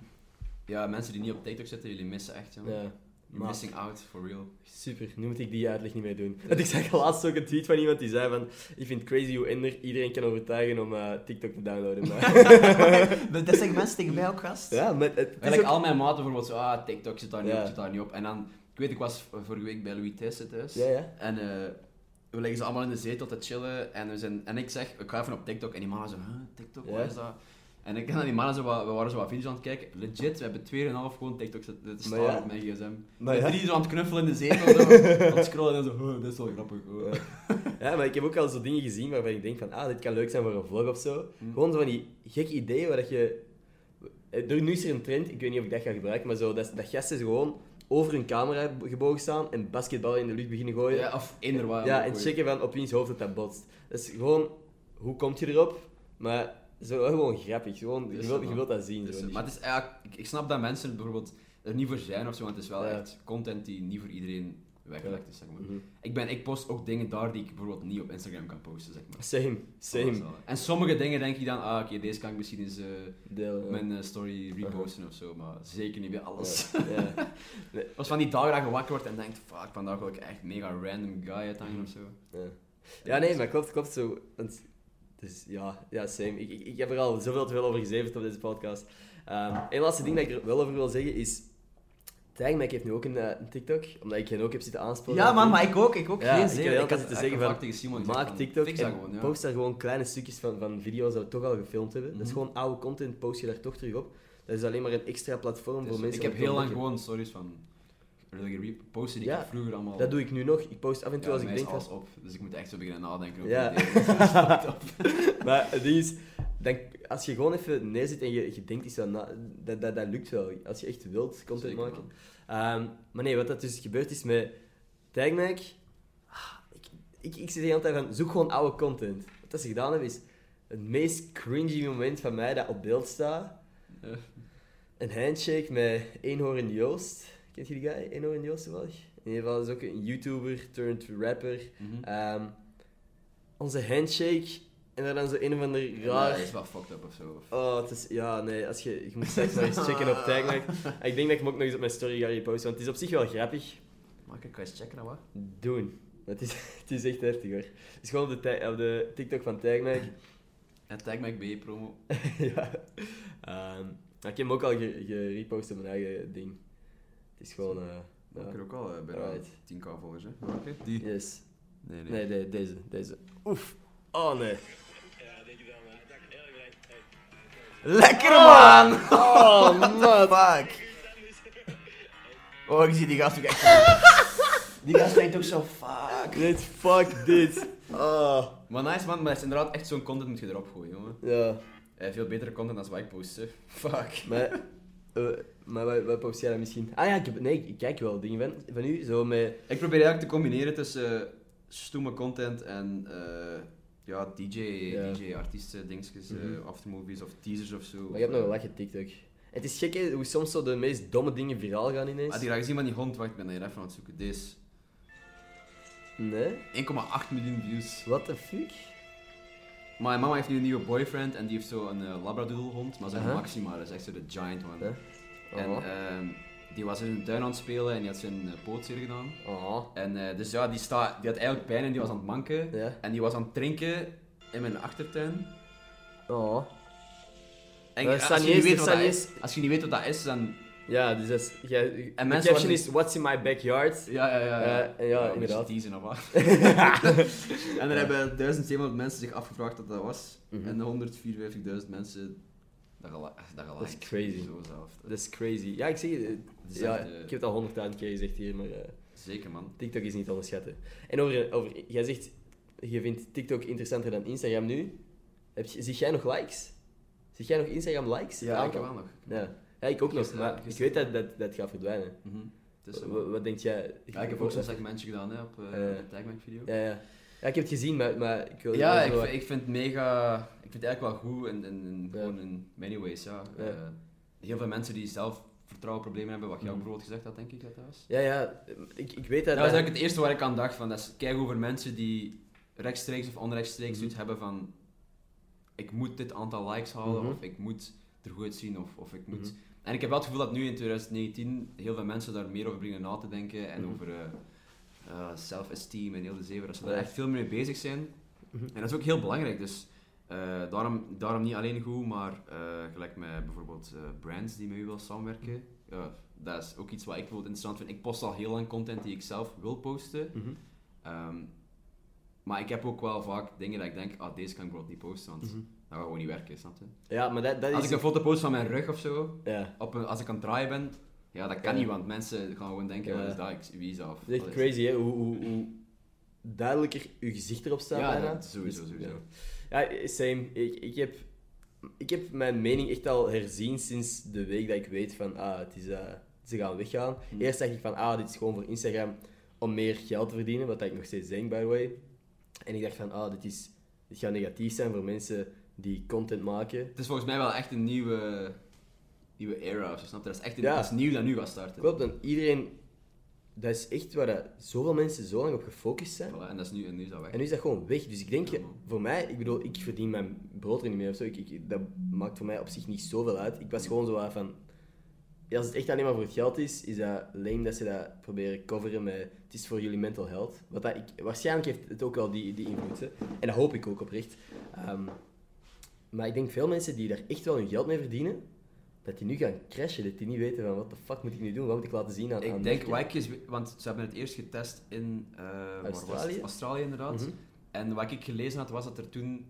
Speaker 2: Ja, mensen die niet op TikTok zitten, jullie missen echt, jongen.
Speaker 1: ja.
Speaker 2: You're missing out, for real.
Speaker 1: Super, nu moet ik die uitleg niet meer doen. Want ik zag laatst ook een tweet van iemand die zei van... Ik vind het crazy hoe Ender iedereen kan overtuigen om eh, TikTok te downloaden. Maar...
Speaker 2: dat zeggen mensen tegen mij ook, gast.
Speaker 1: ja, maar het, het is
Speaker 2: Eigenlijk
Speaker 1: ook-
Speaker 2: al mijn maten bijvoorbeeld zo, ah, TikTok zit daar niet
Speaker 1: Ja.
Speaker 2: op, zit daar niet op. En dan, ik weet, ik was vorige week bij Louis Thijssen thuis.
Speaker 1: Ja, ja.
Speaker 2: En eh, we liggen ze allemaal in de zetel te chillen. En, we zijn, en ik zeg, ik ga even op TikTok. En die mannen zo, huh, TikTok, wat
Speaker 1: Ja.
Speaker 2: is dat? En ik en dan die mannen zo, wat- we waren zo wat video's aan het kijken. Legit, we hebben 2,5 gewoon TikTok te staan
Speaker 1: Maar ja.
Speaker 2: op mijn gsm.
Speaker 1: Maar
Speaker 2: Met
Speaker 1: ja.
Speaker 2: drie zo aan het knuffelen in de zetel, zo, aan het scrollen en zo, huh, dit is wel grappig. huh.
Speaker 1: Ja. Ja, maar ik heb ook al zo dingen gezien waarvan ik denk van... Ah, dit kan leuk zijn voor een vlog of zo.
Speaker 2: Hm.
Speaker 1: Gewoon zo van die gekke ideeën waar dat je... Eh, Er, nu is er een trend, ik weet niet of ik dat ga gebruiken, maar zo, dat, dat gasten zo gewoon over hun camera gebogen staan en basketballen in de lucht beginnen gooien.
Speaker 2: Ja, of eender wat.
Speaker 1: Ja,
Speaker 2: ook,
Speaker 1: en
Speaker 2: hoor.
Speaker 1: checken van op wiens hoofd dat dat botst. Dat is gewoon, hoe komt je erop? Maar zo wel gewoon grappig. Gewoon, je,
Speaker 2: Dus,
Speaker 1: wilt, je
Speaker 2: man.
Speaker 1: wilt dat zien.
Speaker 2: Dus,
Speaker 1: zo, die
Speaker 2: maar het is, ja, ik, ik snap dat mensen bijvoorbeeld er niet voor zijn of zo, want het is wel
Speaker 1: Ja.
Speaker 2: echt content die niet voor iedereen weggelegd is, zeg maar.
Speaker 1: shit. Mhm.
Speaker 2: Ik, ben, ik post ook dingen daar die ik bijvoorbeeld niet op Instagram kan posten, zeg maar.
Speaker 1: Same,
Speaker 2: Dat is
Speaker 1: same.
Speaker 2: wel, hè. En sommige dingen denk je dan, ah oké, deze kan ik misschien eens eh,
Speaker 1: Deel,
Speaker 2: op
Speaker 1: ja.
Speaker 2: mijn eh, story reposten of zo, maar zeker niet bij alles.
Speaker 1: Ja.
Speaker 2: Als van die dagen dat je wakker wordt en denkt, fuck, vandaag wil ik echt mega random guy uithangen of zo.
Speaker 1: Ja. ja, nee, maar klopt, klopt zo. Want, dus ja, ja same. Ik, ik, ik heb er al zoveel te veel over gezeverd op deze podcast. Ehm een laatste ding dat ik er wel over wil zeggen is... Tag Mac heeft nu ook een, eh, een TikTok, omdat ik hen ook heb zitten aansporen.
Speaker 2: ik ook, ik ook.
Speaker 1: Ja, ik
Speaker 2: zin.
Speaker 1: heb heel
Speaker 2: had
Speaker 1: veel te
Speaker 2: echt
Speaker 1: zeggen
Speaker 2: vaak
Speaker 1: van,
Speaker 2: tegen Simon gezegd
Speaker 1: Maak
Speaker 2: van,
Speaker 1: TikTok
Speaker 2: fix dat
Speaker 1: en
Speaker 2: gewoon, ja.
Speaker 1: post daar gewoon kleine stukjes van, van video's dat we toch al gefilmd hebben. Dat is
Speaker 2: Mhm.
Speaker 1: gewoon oude content, post je daar toch terug op. Dat is alleen maar een extra platform
Speaker 2: Dus
Speaker 1: voor mensen
Speaker 2: ik heb
Speaker 1: om te
Speaker 2: heel lang
Speaker 1: ontdekken.
Speaker 2: gewoon stories van really reposten die
Speaker 1: Ja,
Speaker 2: ik vroeger allemaal...
Speaker 1: Dat doe ik nu nog. Ik post af en toe
Speaker 2: Ja,
Speaker 1: als ik
Speaker 2: mij is
Speaker 1: denk... van-
Speaker 2: alles op, dus ik moet echt zo beginnen nadenken over
Speaker 1: Ja.
Speaker 2: die dingen. Dat is fucked up.
Speaker 1: maar het ding is, dan, als je gewoon even neerzit en je, je denkt iets aan na, dat, dat, dat lukt wel. Als je echt wilt content
Speaker 2: Zeker,
Speaker 1: maken.
Speaker 2: man.
Speaker 1: Ehm, maar nee, wat dat dus gebeurd is met Tagmac. ah, Ik, ik, ik zit de hele tijd van, zoek gewoon oude content. Wat dat ze gedaan hebben is, het meest cringy moment van mij dat op beeld staat.
Speaker 2: Ja.
Speaker 1: Een handshake met Eenhoorn Joost. Kent je die guy? Eenhoorn Joost toevallig? In ieder geval is ook een YouTuber turned rapper.
Speaker 2: Mhm.
Speaker 1: Ehm, onze handshake en daar dan zo een of ander
Speaker 2: Ja,
Speaker 1: raar.
Speaker 2: dat is wel fucked up of zo.
Speaker 1: Oh, het is, ja, nee, als je, je moet straks maar eens checken op TagMac. Ik denk dat ik hem ook nog eens op mijn story ga reposten, want het is op zich wel grappig.
Speaker 2: Maak ik eens checken, wat?
Speaker 1: Doen. Maar Het is, het is echt heftig hoor. Het is gewoon op de, tag- op de TikTok van TagMac.
Speaker 2: En tag me bij E promo.
Speaker 1: ja. Ehm, maar ik heb hem ook al ge- gerepost op mijn eigen ding. Het is gewoon. eh,
Speaker 2: Ik heb
Speaker 1: ja.
Speaker 2: ook al eh, bijna
Speaker 1: Alright.
Speaker 2: 10k volgers, hè? Oké, die.
Speaker 1: Yes.
Speaker 2: Nee, nee.
Speaker 1: Nee, nee, deze, deze. Oef. Oh nee.
Speaker 3: Ja, denk je dan, man. Dank, heel erg bedankt. Hey.
Speaker 2: Lekker man!
Speaker 1: Oh man.
Speaker 3: Hier staan dus.
Speaker 2: Oh, ik zie die gast ook echt. die gast denkt ook zo fuck.
Speaker 1: Dit, fuck dit. Oh.
Speaker 2: Maar nice man, maar het is inderdaad echt zo'n content moet je erop gooien, jongen.
Speaker 1: Ja,
Speaker 2: Eh, veel betere content dan wat ik post, hè. Fuck.
Speaker 1: maar, eh, maar wat, wat post jij dan misschien? Ah ja, ik, heb- nee, ik kijk wel dingen van, van u, zo met...
Speaker 2: Ik probeer eigenlijk te combineren tussen eh, stoeme content en eh, ja, DJ,
Speaker 1: Ja.
Speaker 2: DJ artiesten, dingetjes, eh,
Speaker 1: Mhm.
Speaker 2: aftermovies of teasers of zo. Ah,
Speaker 1: Maar je hebt nog wel lachen TikTok. Het is gek hè, hoe soms zo de meest domme dingen viraal gaan ineens.
Speaker 2: Had je graag gezien van Ah, die hond? Wacht, ik ben hier even aan het zoeken. Deze.
Speaker 1: Nee?
Speaker 2: 1,8 miljoen views.
Speaker 1: What the fuck?
Speaker 2: Mijn mama heeft nu een nieuwe boyfriend en die heeft zo een eh, labradoodlehond, maar zo'n
Speaker 1: Aha.
Speaker 2: maxima, dat is echt zo de giant one.
Speaker 1: Huh?
Speaker 2: En
Speaker 1: Oh.
Speaker 2: ehm, die was in zijn tuin aan het spelen en die had zijn eh, poot zeer gedaan.
Speaker 1: Oh.
Speaker 2: En eh, dus ja, die, sta, die had eigenlijk pijn en die was aan het manken.
Speaker 1: Ja.
Speaker 2: En die was aan het drinken in mijn achtertuin.
Speaker 1: Oh.
Speaker 2: En
Speaker 1: Dat
Speaker 2: als,
Speaker 1: staat
Speaker 2: je
Speaker 1: niet eens-
Speaker 2: niet weet
Speaker 1: dat
Speaker 2: wat
Speaker 1: staat
Speaker 2: dat
Speaker 1: niet
Speaker 2: is, als je niet weet wat dat is, dan
Speaker 1: Ja, dus dat is... jij- de
Speaker 2: mensen
Speaker 1: caption
Speaker 2: worden-
Speaker 1: is What's in my backyard?
Speaker 2: Ja, ja, ja.
Speaker 1: Eh, ja,
Speaker 2: een beetje
Speaker 1: inderdaad.
Speaker 2: Teasen of wat.
Speaker 4: En er hebben 1700 mensen zich afgevraagd wat dat was.
Speaker 1: Mhm.
Speaker 4: En 154.000 mensen.
Speaker 2: Dat gelijk. Dat,
Speaker 1: Dat is crazy.
Speaker 2: Zo zelf.
Speaker 1: Dat is crazy. Ja, ik zeg het. eh,
Speaker 2: Dat is
Speaker 1: Ja,
Speaker 2: echt, eh,
Speaker 1: ik heb het al honderdduizend keer gezegd hier, maar eh,
Speaker 2: Zeker, man.
Speaker 1: TikTok is niet te onderschatten. En over, eh, over... Jij zegt, je vindt TikTok interessanter dan Instagram nu. Heb je, ziet jij nog likes? Ziet jij nog Instagram likes? Het
Speaker 2: ik
Speaker 1: aantal?
Speaker 2: heb wel nog.
Speaker 1: Ja. ja, ik ook nog.
Speaker 2: Gisteren-
Speaker 1: Maar ik
Speaker 2: gisteren.
Speaker 1: weet dat dat, dat gaat verdwijnen.
Speaker 2: Mhm. Het is zo,
Speaker 1: Wa-
Speaker 2: man.
Speaker 1: Wat, denk jij?
Speaker 2: Ja, ik heb ook zo'n segmentje gedaan hè, op eh
Speaker 1: Eh.
Speaker 2: de Tagmac-video.
Speaker 1: Ja, ja. ja, ik heb het gezien, maar, maar ik wil...
Speaker 2: Ja,
Speaker 1: wel
Speaker 2: ik,
Speaker 1: zo-
Speaker 2: vind- ik vind het mega. Ik vind het eigenlijk wel goed in, in, in,
Speaker 1: Ja.
Speaker 2: gewoon in many ways. Ja.
Speaker 1: Ja.
Speaker 2: Eh, heel veel mensen die zelf vertrouwenproblemen hebben, wat jij
Speaker 1: Mhm.
Speaker 2: bijvoorbeeld gezegd had, denk ik dat dat was.
Speaker 1: Ja, ja. Ik, ik weet dat...
Speaker 2: Dat was eigenlijk het eerste waar ik aan dacht: van, dat is kijken over mensen die rechtstreeks of onrechtstreeks
Speaker 1: Mhm.
Speaker 2: iets hebben van. Ik moet dit aantal likes halen,
Speaker 1: Mhm.
Speaker 2: of ik moet er goed uitzien, of, of ik moet.
Speaker 1: Mhm.
Speaker 2: En ik heb wel het gevoel dat nu in 2019 heel veel mensen daar meer over beginnen na te denken en
Speaker 1: Mhm.
Speaker 2: over eh, eh, self-esteem en heel de zeven, dat ze daar
Speaker 1: Ja.
Speaker 2: echt veel meer mee bezig zijn.
Speaker 1: Mhm.
Speaker 2: En dat is ook heel belangrijk, dus eh, daarom, daarom niet alleen goed, maar eh, gelijk met bijvoorbeeld eh, brands die met u willen samenwerken. Ja, dat is ook iets wat ik bijvoorbeeld interessant vind. Ik post al heel lang content die ik zelf wil posten.
Speaker 1: Mhm.
Speaker 2: Ehm, maar ik heb ook wel vaak dingen dat ik denk, ah, deze kan ik bijvoorbeeld niet posten, want
Speaker 1: Mhm.
Speaker 2: dat gaat gewoon niet werken, snap je?
Speaker 1: Ja, maar dat, dat
Speaker 2: Als
Speaker 1: is...
Speaker 2: ik een foto post van mijn rug of zo,
Speaker 1: Ja.
Speaker 2: op een- als ik aan het draaien ben, ja, dat kan
Speaker 1: Ja.
Speaker 2: niet, want mensen gaan gewoon denken,
Speaker 1: Ja.
Speaker 2: wat is dat, Ik- wie is dat? Of
Speaker 1: Het is echt
Speaker 2: wat is-
Speaker 1: crazy, hè? Hoe, hoe, hoe duidelijker je gezicht erop staat
Speaker 2: Ja,
Speaker 1: bijna.
Speaker 2: dat- sowieso,
Speaker 1: Dus,
Speaker 2: sowieso.
Speaker 1: Ja, Ja, same. Ik, ik, heb, ik heb mijn mening echt al herzien sinds de week dat ik weet van, ah, het is, eh, ze gaan weggaan.
Speaker 2: Hm.
Speaker 1: Eerst dacht ik van, ah, dit is gewoon voor Instagram om meer geld te verdienen, wat ik nog steeds denk, by the way. En ik dacht van, ah, dit, is, dit gaat negatief zijn voor mensen die content maken.
Speaker 2: Het is volgens mij wel echt een nieuwe, nieuwe era, of zo, snap je? Dat is echt een,
Speaker 1: Ja.
Speaker 2: dat is nieuw dat nu gaat starten.
Speaker 1: Klopt, en iedereen... Dat is echt waar dat zoveel mensen zo lang op gefocust zijn.
Speaker 2: Voilà, en dat is nu, en nu is dat weg.
Speaker 1: En nu is dat gewoon weg. Dus ik denk,
Speaker 2: Ja, man.
Speaker 1: voor mij, ik bedoel, ik verdien mijn brood er niet meer of zo. Ik, ik- dat maakt voor mij op zich niet zoveel uit. Ik was gewoon zo wat van... ja, Als het echt alleen maar voor het geld is, is dat lame dat ze dat proberen coveren met... Het is voor jullie mental health. Wat dat ik, waarschijnlijk heeft het ook wel die, die invloed. Hè. En dat hoop ik ook oprecht. Ehm, maar ik denk veel mensen die daar echt wel hun geld mee verdienen, dat die nu gaan crashen. Dat die niet weten van, wat de fuck moet ik nu doen? Wat moet ik laten zien aan aan
Speaker 2: Ik denk,
Speaker 1: merken?
Speaker 2: wat ik eens- want ze hebben het eerst getest in eh, waar was het?
Speaker 1: Australië?
Speaker 2: Australië, inderdaad.
Speaker 1: Mhm.
Speaker 2: En wat ik gelezen had, was dat er toen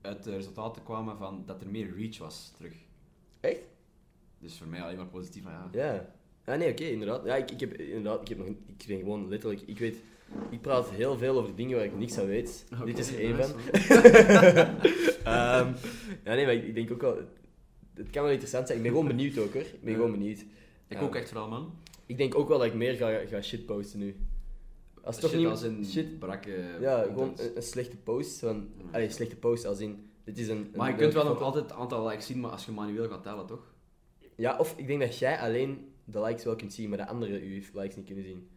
Speaker 2: uit de resultaten kwamen van dat er meer reach was terug.
Speaker 1: Echt?
Speaker 2: Dus voor mij alleen maar positief, maar ja.
Speaker 1: Ja. Ja, nee, oké, inderdaad. Ja, ik, ik heb inderdaad, ik heb nog, ik ben gewoon letterlijk, ik weet, ik praat heel veel over dingen waar ik niks aan weet.
Speaker 2: Oké,
Speaker 1: Dit is er één
Speaker 2: nice,
Speaker 1: van.
Speaker 2: man.
Speaker 1: Ehm, ja, nee, maar ik, ik denk ook wel, het kan wel interessant zijn. Ik ben gewoon benieuwd ook hoor. Ik ben
Speaker 2: Ja.
Speaker 1: gewoon benieuwd.
Speaker 2: Ik
Speaker 1: Ja.
Speaker 2: ook echt vooral, man.
Speaker 1: Ik denk ook wel dat ik meer ga, ga shit posten nu. Als
Speaker 2: shit
Speaker 1: toch niet,
Speaker 2: als een
Speaker 1: shit,
Speaker 2: brakke
Speaker 1: ja,
Speaker 2: content.
Speaker 1: gewoon eh, een, een slechte post van,
Speaker 2: Ja.
Speaker 1: allee, slechte post als in, dit is een... een
Speaker 2: Maar je kunt
Speaker 1: leuke
Speaker 2: wel nog
Speaker 1: foto.
Speaker 2: altijd het aantal likes zien, maar als je manueel gaat tellen, toch?
Speaker 1: Ja, of ik denk dat jij alleen de likes wel kunt zien, maar de anderen je likes niet kunnen zien.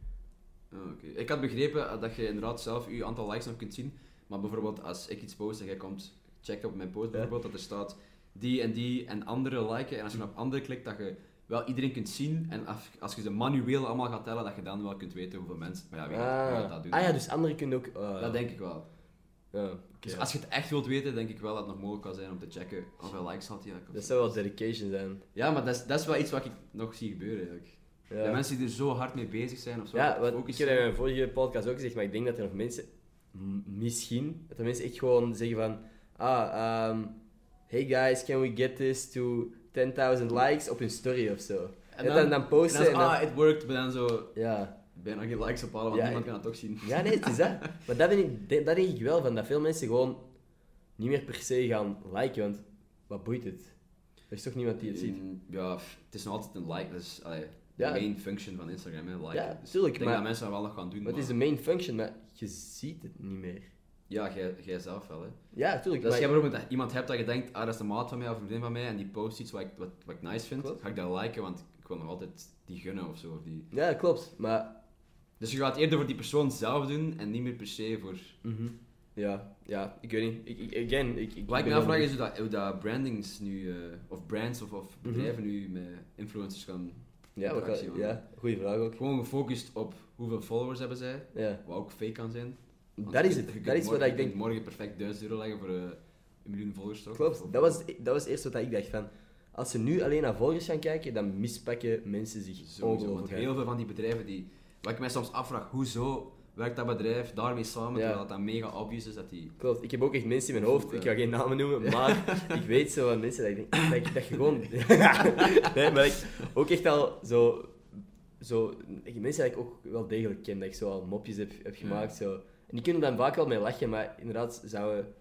Speaker 2: Ah, Oké. Ik had begrepen eh, dat je inderdaad zelf je aantal likes nog kunt zien, maar bijvoorbeeld als ik iets post en jij komt checken op mijn post, bijvoorbeeld, dat er staat die en die en andere liken, en als je op andere klikt, dat je wel iedereen kunt zien, en af- als je ze manueel allemaal gaat tellen, dat je dan wel kunt weten hoeveel mensen... Maar ja, wie gaat, wie gaat dat
Speaker 1: Ah,
Speaker 2: doen?
Speaker 1: ah ja, dus anderen kunnen ook... eh,
Speaker 2: Dat denk ik wel.
Speaker 1: Ja, oké.
Speaker 2: Dus als je het echt wilt weten, denk ik wel dat het nog mogelijk kan zijn om te checken hoeveel likes had hij. eigenlijk.
Speaker 1: Dat zou wel dedication zijn.
Speaker 2: Ja, maar dat is, dat is wel iets wat ik nog zie gebeuren eigenlijk.
Speaker 1: Ja,
Speaker 2: De mensen die er zo hard mee bezig zijn of zo.
Speaker 1: ja wat,
Speaker 2: ook
Speaker 1: ik
Speaker 2: eens-
Speaker 1: heb dat in mijn vorige podcast ook gezegd, maar ik denk dat er nog mensen, m- misschien, dat er mensen echt gewoon zeggen van, ah, ehm, hey guys, can we get this to 10.000 likes op hun story of zo. En dan, dan, posten
Speaker 2: en
Speaker 1: en
Speaker 2: dan,
Speaker 1: dan-
Speaker 2: Ah, it worked, maar dan zo
Speaker 1: ja.
Speaker 2: bijna geen likes ophalen, want
Speaker 1: Ja,
Speaker 2: niemand kan dat toch zien.
Speaker 1: ja, nee, het is dat. Maar dat, ben ik, de- dat denk ik wel van, dat veel mensen gewoon niet meer per se gaan liken, want wat boeit het? Er is toch niemand die het ziet.
Speaker 2: Mm, Ja, pff, het is nog altijd een like, dat is allee,
Speaker 1: Ja.
Speaker 2: de main function van Instagram, hè, liken.
Speaker 1: Ja,
Speaker 2: Dus
Speaker 1: tuurlijk,
Speaker 2: Ik denk
Speaker 1: maar-
Speaker 2: dat mensen dat wel nog gaan doen,
Speaker 1: Maar
Speaker 2: maar...
Speaker 1: het is de main function, maar je ziet het niet meer.
Speaker 2: Ja, jij- jij zelf wel, hè.
Speaker 1: Ja, tuurlijk.
Speaker 2: Dus als
Speaker 1: maar-
Speaker 2: jij bijvoorbeeld iemand hebt dat je denkt, ah, dat is de maat van mij of een vriendin van mij, en die post iets wat ik, wat, wat ik nice vind,
Speaker 1: Klopt.
Speaker 2: ga ik dat liken, want ik wil nog altijd die gunnen of zo. Of die...
Speaker 1: Ja, klopt. Maar
Speaker 2: Dus je gaat het eerder voor die persoon zelf doen, en niet meer per se voor...
Speaker 1: Mhm. Ja, ja, ik weet niet. Ik, ik, again, ik, ik nou
Speaker 2: Wat
Speaker 1: ben
Speaker 2: ik me
Speaker 1: dan-
Speaker 2: afvraag is hoe dat, hoe dat brandings nu, eh, of brands of, of
Speaker 1: Mhm.
Speaker 2: bedrijven nu met influencers gaan.
Speaker 1: Ja, wat
Speaker 2: interactie,
Speaker 1: kan-
Speaker 2: man.
Speaker 1: ja goede vraag ook.
Speaker 2: Gewoon gefocust op hoeveel followers hebben zij,
Speaker 1: Ja.
Speaker 2: wat ook fake kan zijn. Want
Speaker 1: Dat
Speaker 2: je
Speaker 1: is
Speaker 2: kunt-
Speaker 1: het.
Speaker 2: je
Speaker 1: Dat
Speaker 2: kunt
Speaker 1: is wat ik
Speaker 2: morgen- je
Speaker 1: denk.
Speaker 2: kunt morgen perfect 1000 euro leggen voor eh, een miljoen volgers toch? Of-
Speaker 1: Klopt. Dat was, dat was eerst wat ik dacht van. Als ze nu alleen naar volgers gaan kijken, dan mispakken mensen zich
Speaker 2: Sowieso, want
Speaker 1: ongelooflijk hard.
Speaker 2: heel veel van die bedrijven die... Wat ik mij soms afvraag, hoezo werkt dat bedrijf daarmee samen,
Speaker 1: Ja.
Speaker 2: terwijl dat mega obvious is dat die...
Speaker 1: Klopt, ik heb ook echt mensen in mijn hoofd, ik ga geen namen noemen, maar ik weet zo van mensen dat ik denk, dat, ik- dat je gewoon... nee, maar ik ook echt al zo... zo mensen die ik ook wel degelijk ken, dat ik zo al mopjes heb, heb gemaakt, zo. En die kunnen dan vaak wel mee lachen, maar inderdaad zouden...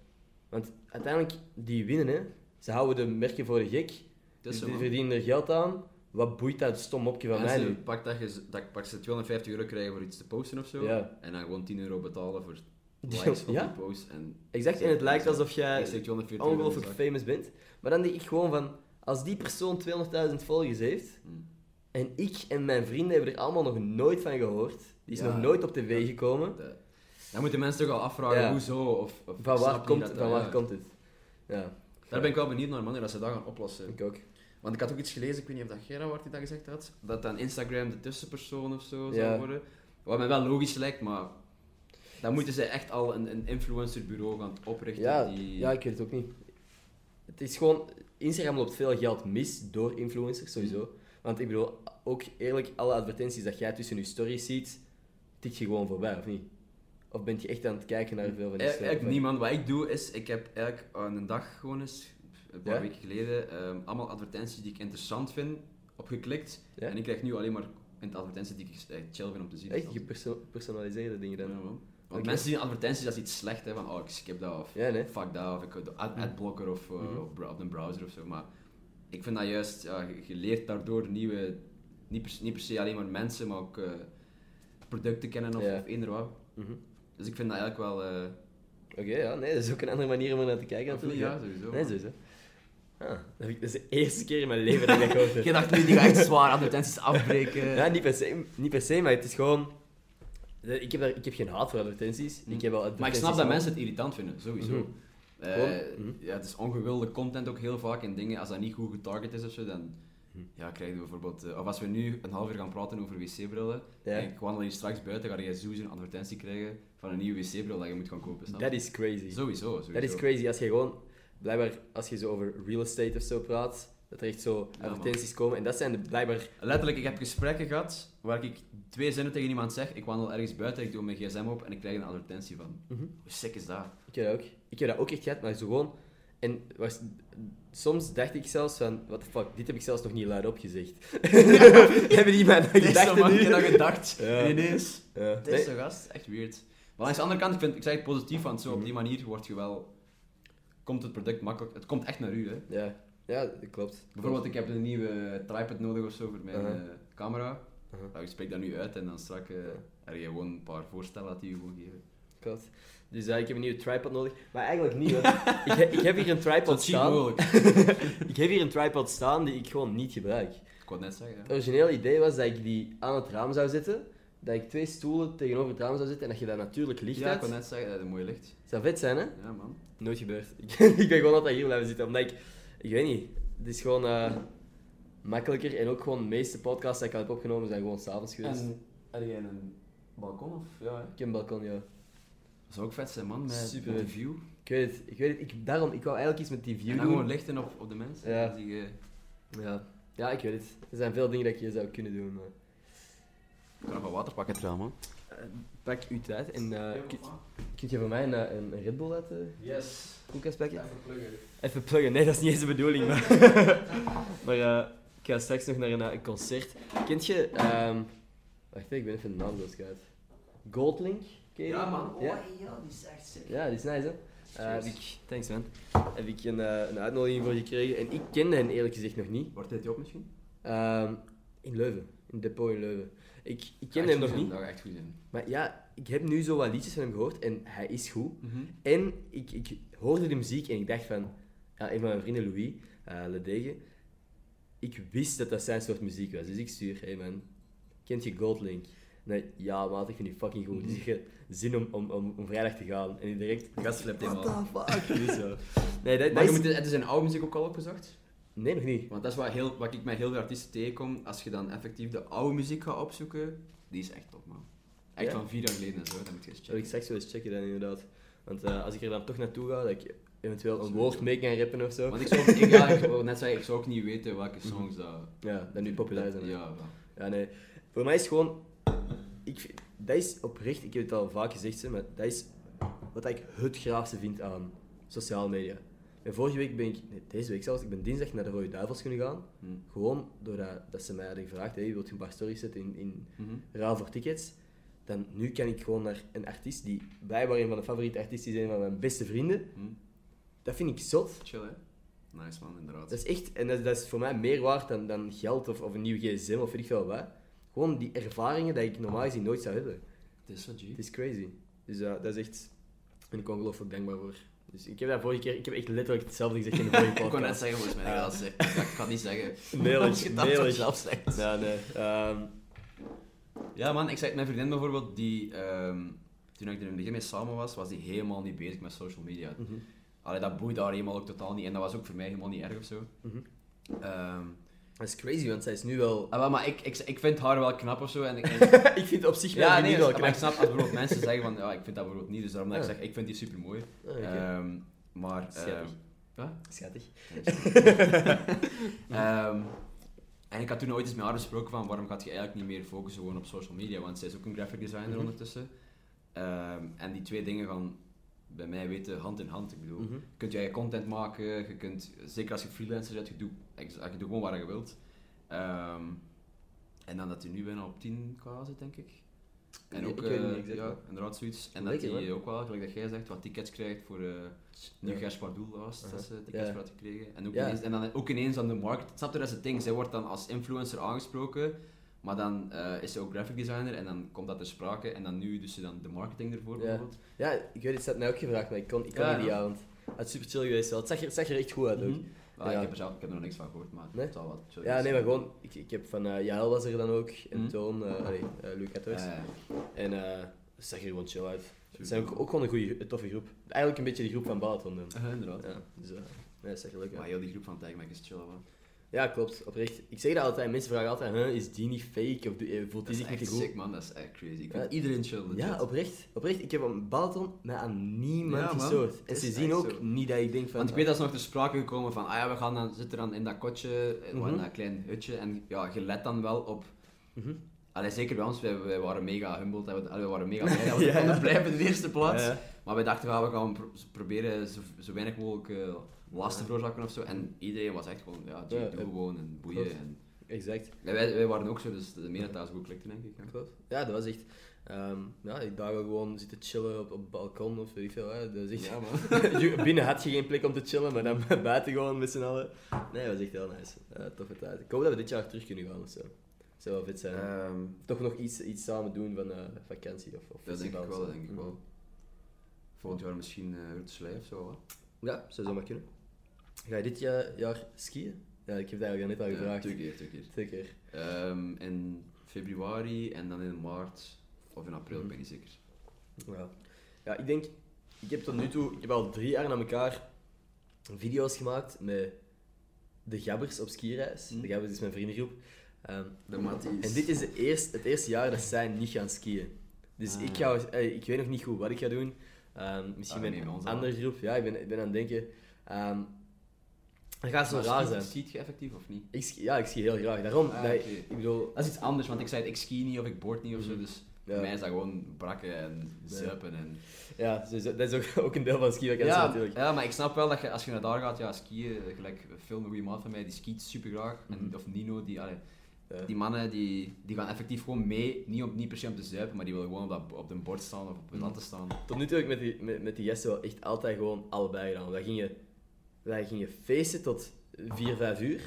Speaker 1: Want uiteindelijk, die winnen, hè. Ze houden de merken voor de gek, Dus
Speaker 2: Dat is zo,
Speaker 1: die
Speaker 2: man.
Speaker 1: verdienen er geld aan. Wat boeit dat stom mopje van
Speaker 2: en
Speaker 1: mij
Speaker 2: ze
Speaker 1: nu?
Speaker 2: pakt dat, je, dat pak ze 250 euro krijgen voor iets te posten of zo.
Speaker 1: Ja.
Speaker 2: En dan gewoon 10 euro betalen voor
Speaker 1: Ja.
Speaker 2: likes op
Speaker 1: Ja.
Speaker 2: die post. En
Speaker 1: Exact, en het lijkt alsof jij...
Speaker 2: ik steek 240 euro in mijn
Speaker 1: ongelooflijk
Speaker 2: zak.
Speaker 1: famous bent. Maar dan denk ik gewoon van, als die persoon 200.000 volgers heeft,
Speaker 2: Hmm.
Speaker 1: en ik en mijn vrienden hebben er allemaal nog nooit van gehoord, die is
Speaker 2: Ja.
Speaker 1: nog nooit op tv gekomen,
Speaker 2: Dat- Dan moeten mensen toch al afvragen
Speaker 1: Ja.
Speaker 2: hoezo of, of
Speaker 1: van
Speaker 2: snap
Speaker 1: waar,
Speaker 2: niet
Speaker 1: komt,
Speaker 2: dat dat-
Speaker 1: van waar
Speaker 2: ja.
Speaker 1: komt het? Ja,
Speaker 2: Daar ben ik wel benieuwd naar, man, hoe dat ze dat gaan oplossen.
Speaker 1: ik ook.
Speaker 2: Want ik had ook iets gelezen, ik weet niet of dat Gerard die dat gezegd had, dat dan Instagram de tussenpersoon of zo
Speaker 1: Ja.
Speaker 2: zou worden. Wat mij wel logisch lijkt, maar dan moeten ze echt al een, een influencerbureau gaan oprichten.
Speaker 1: Ja,
Speaker 2: die...
Speaker 1: ja, ik weet het ook niet. Het is gewoon, Instagram loopt veel geld mis door influencers sowieso.
Speaker 2: Mm.
Speaker 1: Want ik bedoel, ook eerlijk, alle advertenties dat jij tussen je stories ziet, tik je gewoon voorbij, of niet? Of ben je echt aan het kijken naar veel van die
Speaker 2: Eigenlijk- Mm. Eigenlijk
Speaker 1: stories?
Speaker 2: niet, man. Wat ik doe is, ik heb eigenlijk aan een dag gewoon eens, een paar
Speaker 1: Ja?
Speaker 2: weken geleden, ehm, allemaal advertenties die ik interessant vind, opgeklikt.
Speaker 1: Ja?
Speaker 2: En ik krijg nu alleen maar in de advertenties die ik echt chill vind om te zien.
Speaker 1: Echt gepersonaliseerde dingen
Speaker 2: Ja,
Speaker 1: dan?
Speaker 2: man. Want
Speaker 1: Oké.
Speaker 2: mensen zien advertenties als iets slecht, hè, van oh, ik skip dat of
Speaker 1: Ja, nee.
Speaker 2: fuck dat, of ik doe ad adblocker of, eh,
Speaker 1: Mhm.
Speaker 2: of bra- op een browser of zo. Maar ik vind dat juist, ja, je- je leert daardoor nieuwe, niet per, niet per se alleen maar mensen, maar ook eh, producten kennen of,
Speaker 1: Ja.
Speaker 2: of eender wat.
Speaker 1: Mhm.
Speaker 2: Dus ik vind dat eigenlijk wel... eh,
Speaker 1: Oké, ja, nee, dat is ook een andere manier om er naar te kijken natuurlijk.
Speaker 2: ja,
Speaker 1: hè.
Speaker 2: sowieso.
Speaker 1: Nee, sowieso. Ah, dat, heb ik- dat is de eerste keer in mijn leven dat ik dat gehoord heb.
Speaker 2: Ik dacht nu, die gaat echt eh. zwaar advertenties afbreken.
Speaker 1: Ja, niet per, se, niet per se, maar het is gewoon... eh, Ik heb, daar, ik heb geen haat voor advertenties. Ik heb wel
Speaker 2: Maar ik
Speaker 1: advertenties
Speaker 2: snap dat
Speaker 1: van-
Speaker 2: mensen het irritant vinden, sowieso.
Speaker 1: Mhm.
Speaker 2: Eh,
Speaker 1: Gewoon, mhm.
Speaker 2: ja, het is ongewilde content ook heel vaak in dingen. Als dat niet goed getarget is of zo, dan
Speaker 1: Mhm.
Speaker 2: ja, krijgen we bijvoorbeeld. eh, of als we nu een half uur gaan praten over wc-brillen.
Speaker 1: Ja.
Speaker 2: En ik wandel hier straks buiten, ga je sowieso een advertentie krijgen van een nieuwe wc-bril dat je moet gaan kopen. Snap? je?
Speaker 1: Dat is crazy.
Speaker 2: Sowieso, sowieso.
Speaker 1: Dat is crazy als je gewoon... Blijkbaar, als je zo over real estate of zo praat, dat er echt zo
Speaker 2: man.
Speaker 1: advertenties komen. En dat zijn de, blijkbaar...
Speaker 2: Letterlijk, ik heb gesprekken gehad waar ik twee zinnen tegen iemand zeg. Ik wandel ergens buiten, ik doe mijn gsm op en ik krijg een advertentie van.
Speaker 1: Mhm.
Speaker 2: Hoe sick is dat?
Speaker 1: Ik heb dat ook. Ik heb dat ook echt gehad, maar zo gewoon... En was, soms dacht ik zelfs van, what the fuck, dit heb ik zelfs nog niet luid opgezegd. Hebben die mij
Speaker 2: Ik
Speaker 1: gedacht
Speaker 2: dacht niet dat gedacht.
Speaker 1: Ja.
Speaker 2: En Ineens.
Speaker 1: Ja.
Speaker 2: Het is zo gast, echt weird. Maar langs de andere kant, ik, vind, ik zeg het positief, want zo op die manier word je wel... Komt het product makkelijk... Het komt echt naar u, hè.
Speaker 1: Ja, ja dat klopt.
Speaker 2: Bijvoorbeeld, ik heb een nieuwe tripod nodig of zo voor mijn
Speaker 1: Uh-huh.
Speaker 2: eh, camera.
Speaker 1: Uh-huh.
Speaker 2: Nou, ik spreek dat nu uit en dan straks eh heb je gewoon een paar voorstellen dat die je gewoon geven.
Speaker 1: Klopt. Dus eh, ik heb een nieuwe tripod nodig. Maar eigenlijk niet, want ik, he- ik heb hier een tripod
Speaker 2: Tot cheap
Speaker 1: staan.
Speaker 2: mogelijk.
Speaker 1: Ik heb hier een tripod staan die ik gewoon niet gebruik.
Speaker 2: ik wou het net zeggen,
Speaker 1: Het
Speaker 2: ja.
Speaker 1: originele idee was dat ik die aan het raam zou zetten. Dat ik twee stoelen tegenover het raam zou zetten en dat je daar natuurlijk licht
Speaker 2: Ja, ik
Speaker 1: uit.
Speaker 2: wou net zeggen, dat is een mooi licht.
Speaker 1: Zou vet zijn, hè?
Speaker 2: Ja, man.
Speaker 1: Nooit gebeurd. Ik, ik ben gewoon altijd hier blijven zitten, omdat ik... Ik weet niet. Het is gewoon eh, makkelijker en ook gewoon de meeste podcasts die ik al heb opgenomen zijn gewoon s'avonds geweest.
Speaker 2: heb jij een balkon of... Ja,
Speaker 1: Ik heb een balkon, ja.
Speaker 2: Dat zou ook vet zijn, man, met,
Speaker 1: Super.
Speaker 2: met de view.
Speaker 1: Ik weet het, ik weet het. Ik, daarom, ik wou eigenlijk iets met die view
Speaker 2: en dan
Speaker 1: doen.
Speaker 2: gewoon lichten op, op de mensen.
Speaker 1: Ja.
Speaker 2: Die, je-
Speaker 1: Ja. ja, ik weet het. Er zijn veel dingen dat ik hier zou kunnen doen. Maar...
Speaker 2: Ik kan nog wat water pakken, trouwens, man. Eh,
Speaker 1: pak uw tijd en eh, kun, je voor mij een, eh, een, een Red Bull uit de
Speaker 2: Yes.
Speaker 1: koelkast pakken?
Speaker 2: Even pluggen.
Speaker 1: Even pluggen, nee, dat is niet eens de bedoeling. Maar, maar eh, ik ga straks nog naar een, eh, een concert. Kent je, ehm, wacht ik ben even de naam kwijt. Goldlink? Ken je die? Ja?
Speaker 2: die is echt sick.
Speaker 1: Ja, die is nice, hè? Eh,
Speaker 2: Cheers.
Speaker 1: heb ik, thanks man. Heb ik een, eh, een uitnodiging voor gekregen en ik kende hen eerlijk gezegd nog niet.
Speaker 2: Wordt dit die op misschien?
Speaker 1: Ehm, in Leuven, in het depot in Leuven. Ik, Ah, ik
Speaker 2: Echt
Speaker 1: kende hem
Speaker 2: goed
Speaker 1: nog
Speaker 2: zijn,
Speaker 1: niet.
Speaker 2: Dat gaat echt goed zijn.
Speaker 1: Maar ja, ik heb nu zo wat liedjes van hem gehoord en hij is goed. En ik, ik hoorde de muziek en ik dacht van... Ja, een van mijn vrienden, Louis eh Ledege... Ik wist dat dat zijn soort muziek was. Dus ik stuur... Hey man, kent je Goldlink? Nee, ja maat, ik vind die fucking goed. Dus ik heb zin om, om, om, om vrijdag te gaan. En die direct...
Speaker 2: Gasflip
Speaker 1: What
Speaker 2: helemaal.
Speaker 1: the fuck? Dus zo. Nee, dat, dat
Speaker 2: Maar je
Speaker 1: is...
Speaker 2: moet, het is een oude muziek ook al opgezocht.
Speaker 1: Nee, nog niet.
Speaker 2: Want dat is wat, heel, wat ik met heel veel artiesten tegenkom. Als je dan effectief de oude muziek gaat opzoeken, die is echt top, man. Echt
Speaker 1: Ja?
Speaker 2: van vier jaar geleden en zo, dat moet je eens
Speaker 1: Zal ik
Speaker 2: checken.
Speaker 1: straks wel eens checken dan, inderdaad. Want eh, als ik er dan toch naartoe ga, dat ik eventueel een
Speaker 2: Sowieso.
Speaker 1: woord mee kan rappen of zo.
Speaker 2: Want ik zou, ik, ja, ik, wou net zei, ik zou ook niet weten welke songs dat...
Speaker 1: Ja, Mhm. dat nu populair zijn.
Speaker 2: Ja, wel.
Speaker 1: Ja, nee. Voor mij is het gewoon... Ik, vind- dat is oprecht, ik heb het al vaak gezegd, hè, maar dat is wat ik het graafste vind aan sociale media. En vorige week ben ik, nee, deze week zelfs, ik ben dinsdag naar de Rode Duivels kunnen gaan.
Speaker 2: Hmm.
Speaker 1: Gewoon doordat dat ze mij hadden gevraagd, hey, wilt je een paar stories zetten in, in
Speaker 2: Mhm.
Speaker 1: ruil voor tickets? Dan nu kan ik gewoon naar een artiest die blijkbaar een van de favoriete artiesten is, een van mijn beste vrienden.
Speaker 2: Mhm.
Speaker 1: Dat vind ik zot.
Speaker 2: Chill, hè? Nice, man, inderdaad.
Speaker 1: Dat is echt, en dat, dat is voor mij meer waard dan, dan geld of, of een nieuw gsm of weet ik veel wat. Gewoon die ervaringen die ik normaal gezien nooit zou hebben.
Speaker 2: Het is zo, G.
Speaker 1: Het is crazy. Dus eh, dat is echt, daar ben ik ongelooflijk dankbaar voor. Dus ik heb dat vorige keer, ik heb echt letterlijk hetzelfde gezegd in de vorige
Speaker 2: Ik kon net
Speaker 1: podcast.
Speaker 2: zeggen, volgens mij. dat is- Ik kan het niet zeggen.
Speaker 1: Mailig,
Speaker 2: Als je dat
Speaker 1: mailig.
Speaker 2: zelf zegt.
Speaker 1: Ja, nee. ehm,
Speaker 2: Ja, man, ik zei het mijn vriendin bijvoorbeeld, die, ehm, toen ik er in het begin mee samen was, was die helemaal niet bezig met social media.
Speaker 1: Mhm.
Speaker 2: Allee, dat boeide haar helemaal ook totaal niet en dat was ook voor mij helemaal niet erg of zo.
Speaker 1: Mhm.
Speaker 2: Ehm,
Speaker 1: dat is crazy, want zij is nu wel...
Speaker 2: ah, wel, maar ik, ik, ik vind haar wel knap of zo. En ik,
Speaker 1: ik vind op zich
Speaker 2: ja,
Speaker 1: mijn
Speaker 2: nee,
Speaker 1: vriendin wel
Speaker 2: maar
Speaker 1: knap.
Speaker 2: ik snap als bijvoorbeeld mensen zeggen van, ja, ik vind dat bijvoorbeeld niet, dus daarom dat ik
Speaker 1: Ja.
Speaker 2: zeg, ik vind die super mooi.
Speaker 1: Ah,
Speaker 2: Eh,
Speaker 1: oké.
Speaker 2: maar, ehm
Speaker 1: Schattig. Schattig.
Speaker 2: Ehm, en ik had toen ooit eens met haar besproken van waarom gaat je eigenlijk niet meer focussen gewoon op social media, want zij is ook een graphic designer
Speaker 1: Mhm.
Speaker 2: ondertussen. Ehm, en die twee dingen gaan bij mij weten hand in hand. Ik bedoel,
Speaker 1: Mhm.
Speaker 2: je kunt je eigen content maken, je kunt, zeker als je freelancer bent, je doet, ex- ah, je doet gewoon waar je wilt. Ehm, en dan dat hij nu bijna op 10k zit, denk ik. En
Speaker 1: Ik-
Speaker 2: ook,
Speaker 1: ik weet het
Speaker 2: eh,
Speaker 1: niet exact,
Speaker 2: ja,
Speaker 1: maar-
Speaker 2: inderdaad zoiets. En dat
Speaker 1: Lekker,
Speaker 2: hij
Speaker 1: hoor.
Speaker 2: ook wel, gelijk dat jij zegt, wat tickets krijgt voor eh nu
Speaker 1: Ja. Uh-huh.
Speaker 2: Gerspardoel was, dat ze tickets
Speaker 1: Ja.
Speaker 2: voor had gekregen. En ook,
Speaker 1: Ja.
Speaker 2: ineens, en dan ook ineens aan de markt. Snap je, dat is het ding. Zij wordt dan als influencer aangesproken, maar dan eh, is ze ook graphic designer en dan komt dat ter sprake. En dan nu dus ze dan de marketing ervoor
Speaker 1: Ja.
Speaker 2: bijvoorbeeld.
Speaker 1: Ja, ik weet het, ze had mij ook gevraagd, maar ik kon, ik kon
Speaker 2: Ja,
Speaker 1: niet die
Speaker 2: ja.
Speaker 1: avond. Het is super chill geweest wel. Het zag er, het zag er echt goed uit ook.
Speaker 2: Mhm. Ah,
Speaker 1: Ja.
Speaker 2: Ik, heb er zelf, ik heb er nog niks van gehoord, maar
Speaker 1: Nee?
Speaker 2: het zal wel chill
Speaker 1: Ja,
Speaker 2: zijn.
Speaker 1: nee, maar gewoon, ik, ik heb van eh Jael was er dan ook, en
Speaker 2: Mhm.
Speaker 1: Toon, eh allee, eh, Luca thuis.
Speaker 2: Eh,
Speaker 1: En eh het zag er gewoon chill uit.
Speaker 2: super.
Speaker 1: Het zijn ook, ook gewoon een goede, een toffe groep. Eigenlijk een beetje de groep van Balaton doen.
Speaker 2: Eh, inderdaad.
Speaker 1: Ja, dus eh, nee, dat zag er leuk
Speaker 2: Maar
Speaker 1: uit.
Speaker 2: heel die groep van Tagmac is chill, man.
Speaker 1: Ja, klopt, oprecht. Ik zeg dat altijd, mensen vragen altijd, huh, is die niet fake? Of doe- eh, voelt
Speaker 2: Dat
Speaker 1: die
Speaker 2: is
Speaker 1: zich niet
Speaker 2: echt
Speaker 1: te goed?
Speaker 2: sick, man. Dat is echt crazy. Ik vind
Speaker 1: Ja.
Speaker 2: iedereen chill. legit.
Speaker 1: Ja, oprecht. Oprecht, ik heb een Balaton mij aan
Speaker 4: Ja,
Speaker 1: niemand
Speaker 4: man.
Speaker 1: gestoord. En
Speaker 2: Het
Speaker 1: ze
Speaker 2: is
Speaker 1: zien
Speaker 2: echt
Speaker 1: ook
Speaker 2: zo.
Speaker 1: niet dat ik denk van...
Speaker 2: Want ik weet dat is nog ter sprake gekomen van, ah ja, we gaan dan, zitten dan in dat kotje, eh,
Speaker 1: Mhm.
Speaker 2: in dat klein hutje. En ja, je let dan wel op.
Speaker 1: Mhm.
Speaker 2: Allee, zeker bij ons, wij, wij waren mega humbled, en we, allee, we waren mega blij dat we
Speaker 1: Ja, ja.
Speaker 2: konden blijven in de eerste plaats.
Speaker 1: Ja, ja.
Speaker 2: Maar wij dachten, ja, we gaan pro- proberen zo, zo weinig mogelijk eh, last te veroorzaken of zo. En iedereen was echt gewoon, ja, doe
Speaker 1: Ja,
Speaker 2: doe
Speaker 1: eh,
Speaker 2: gewoon en boeien.
Speaker 1: klopt.
Speaker 2: En,
Speaker 1: Exact.
Speaker 2: en wij, wij waren ook zo, dus de meer dat dat zo goed klikte, denk ik. ja.
Speaker 1: Klopt. Ja, dat was echt... ehm, ja, ik daar ook gewoon zitten chillen op, op het balkon of weet ik veel. Hè. Dat is echt...
Speaker 2: Ja, man.
Speaker 1: Je- Binnen had je geen plek om te chillen, maar dan buiten gewoon met z'n allen. Nee, dat was echt heel nice. Eh, toffe tijd. Ik hoop dat we dit jaar terug kunnen gaan of zo. Zou wel vet zijn.
Speaker 2: Ehm,
Speaker 1: Of toch nog iets, iets samen doen van eh, vakantie of, Mhm. of
Speaker 2: dat denk ik
Speaker 1: festival of
Speaker 2: wel,
Speaker 1: zo.
Speaker 2: dat denk ik wel. Volgend jaar misschien uh, Rutte of zo, hoor.
Speaker 1: Ja, zou zo maar kunnen. Ga je dit jaar, jaar skiën? Ja, ik heb dat eigenlijk net al
Speaker 2: Ja,
Speaker 1: gevraagd.
Speaker 2: twee keer, twee keer.
Speaker 1: Zeker.
Speaker 2: Ehm, in februari en dan in maart of in april,
Speaker 1: Mhm.
Speaker 2: ik ben niet zeker.
Speaker 1: Ja. ja, ik denk, ik heb tot nu toe, ik heb al drie jaar na elkaar video's gemaakt met de gabbers op skireis.
Speaker 2: Mhm.
Speaker 1: De gabbers is mijn vriendengroep. Ehm,
Speaker 4: De Matties.
Speaker 1: En dit is de eerste, het eerste jaar dat zij niet gaan skiën. Dus
Speaker 2: Ah.
Speaker 1: ik, ga, eh, ik weet nog niet goed wat ik ga doen. Ehm, misschien
Speaker 2: Ah,
Speaker 1: met
Speaker 2: nee,
Speaker 1: een
Speaker 2: bij ons al.
Speaker 1: andere groep. Ja, ik ben, ik ben aan het denken. Ehm dat gaat zo raar zijn.
Speaker 2: Skiet je effectief of niet?
Speaker 1: Ik ski- ja, ik ski heel graag. Daarom,
Speaker 2: Ah,
Speaker 1: dat-
Speaker 2: oké.
Speaker 1: ik bedoel...
Speaker 2: Dat is iets anders, want ik zei het, ik ski niet of ik board niet of zo,
Speaker 1: Mhm.
Speaker 2: dus
Speaker 1: Ja.
Speaker 2: voor mij is dat gewoon brakken en zuipen en...
Speaker 1: Ja, dus dat is ook, ook een deel van skivakantie
Speaker 2: Ja,
Speaker 1: natuurlijk.
Speaker 2: ja, maar ik snap wel dat je, als je naar daar gaat, ja, skiën, eh, gelijk een film, een goede maat van mij, die skiet super graag, en,
Speaker 1: Mhm.
Speaker 2: of Nino, die, allee,
Speaker 1: Ja.
Speaker 2: die mannen, die, die gaan effectief gewoon mee, niet, om, niet per se om te zuipen, maar die willen gewoon op, dat, op een bord staan of op
Speaker 1: Mm.
Speaker 2: een latten staan.
Speaker 1: Tot nu toe heb ik met die, met, met die gasten wel echt altijd gewoon allebei gedaan. Wij gingen, wij gingen feesten tot 4, 5 uur.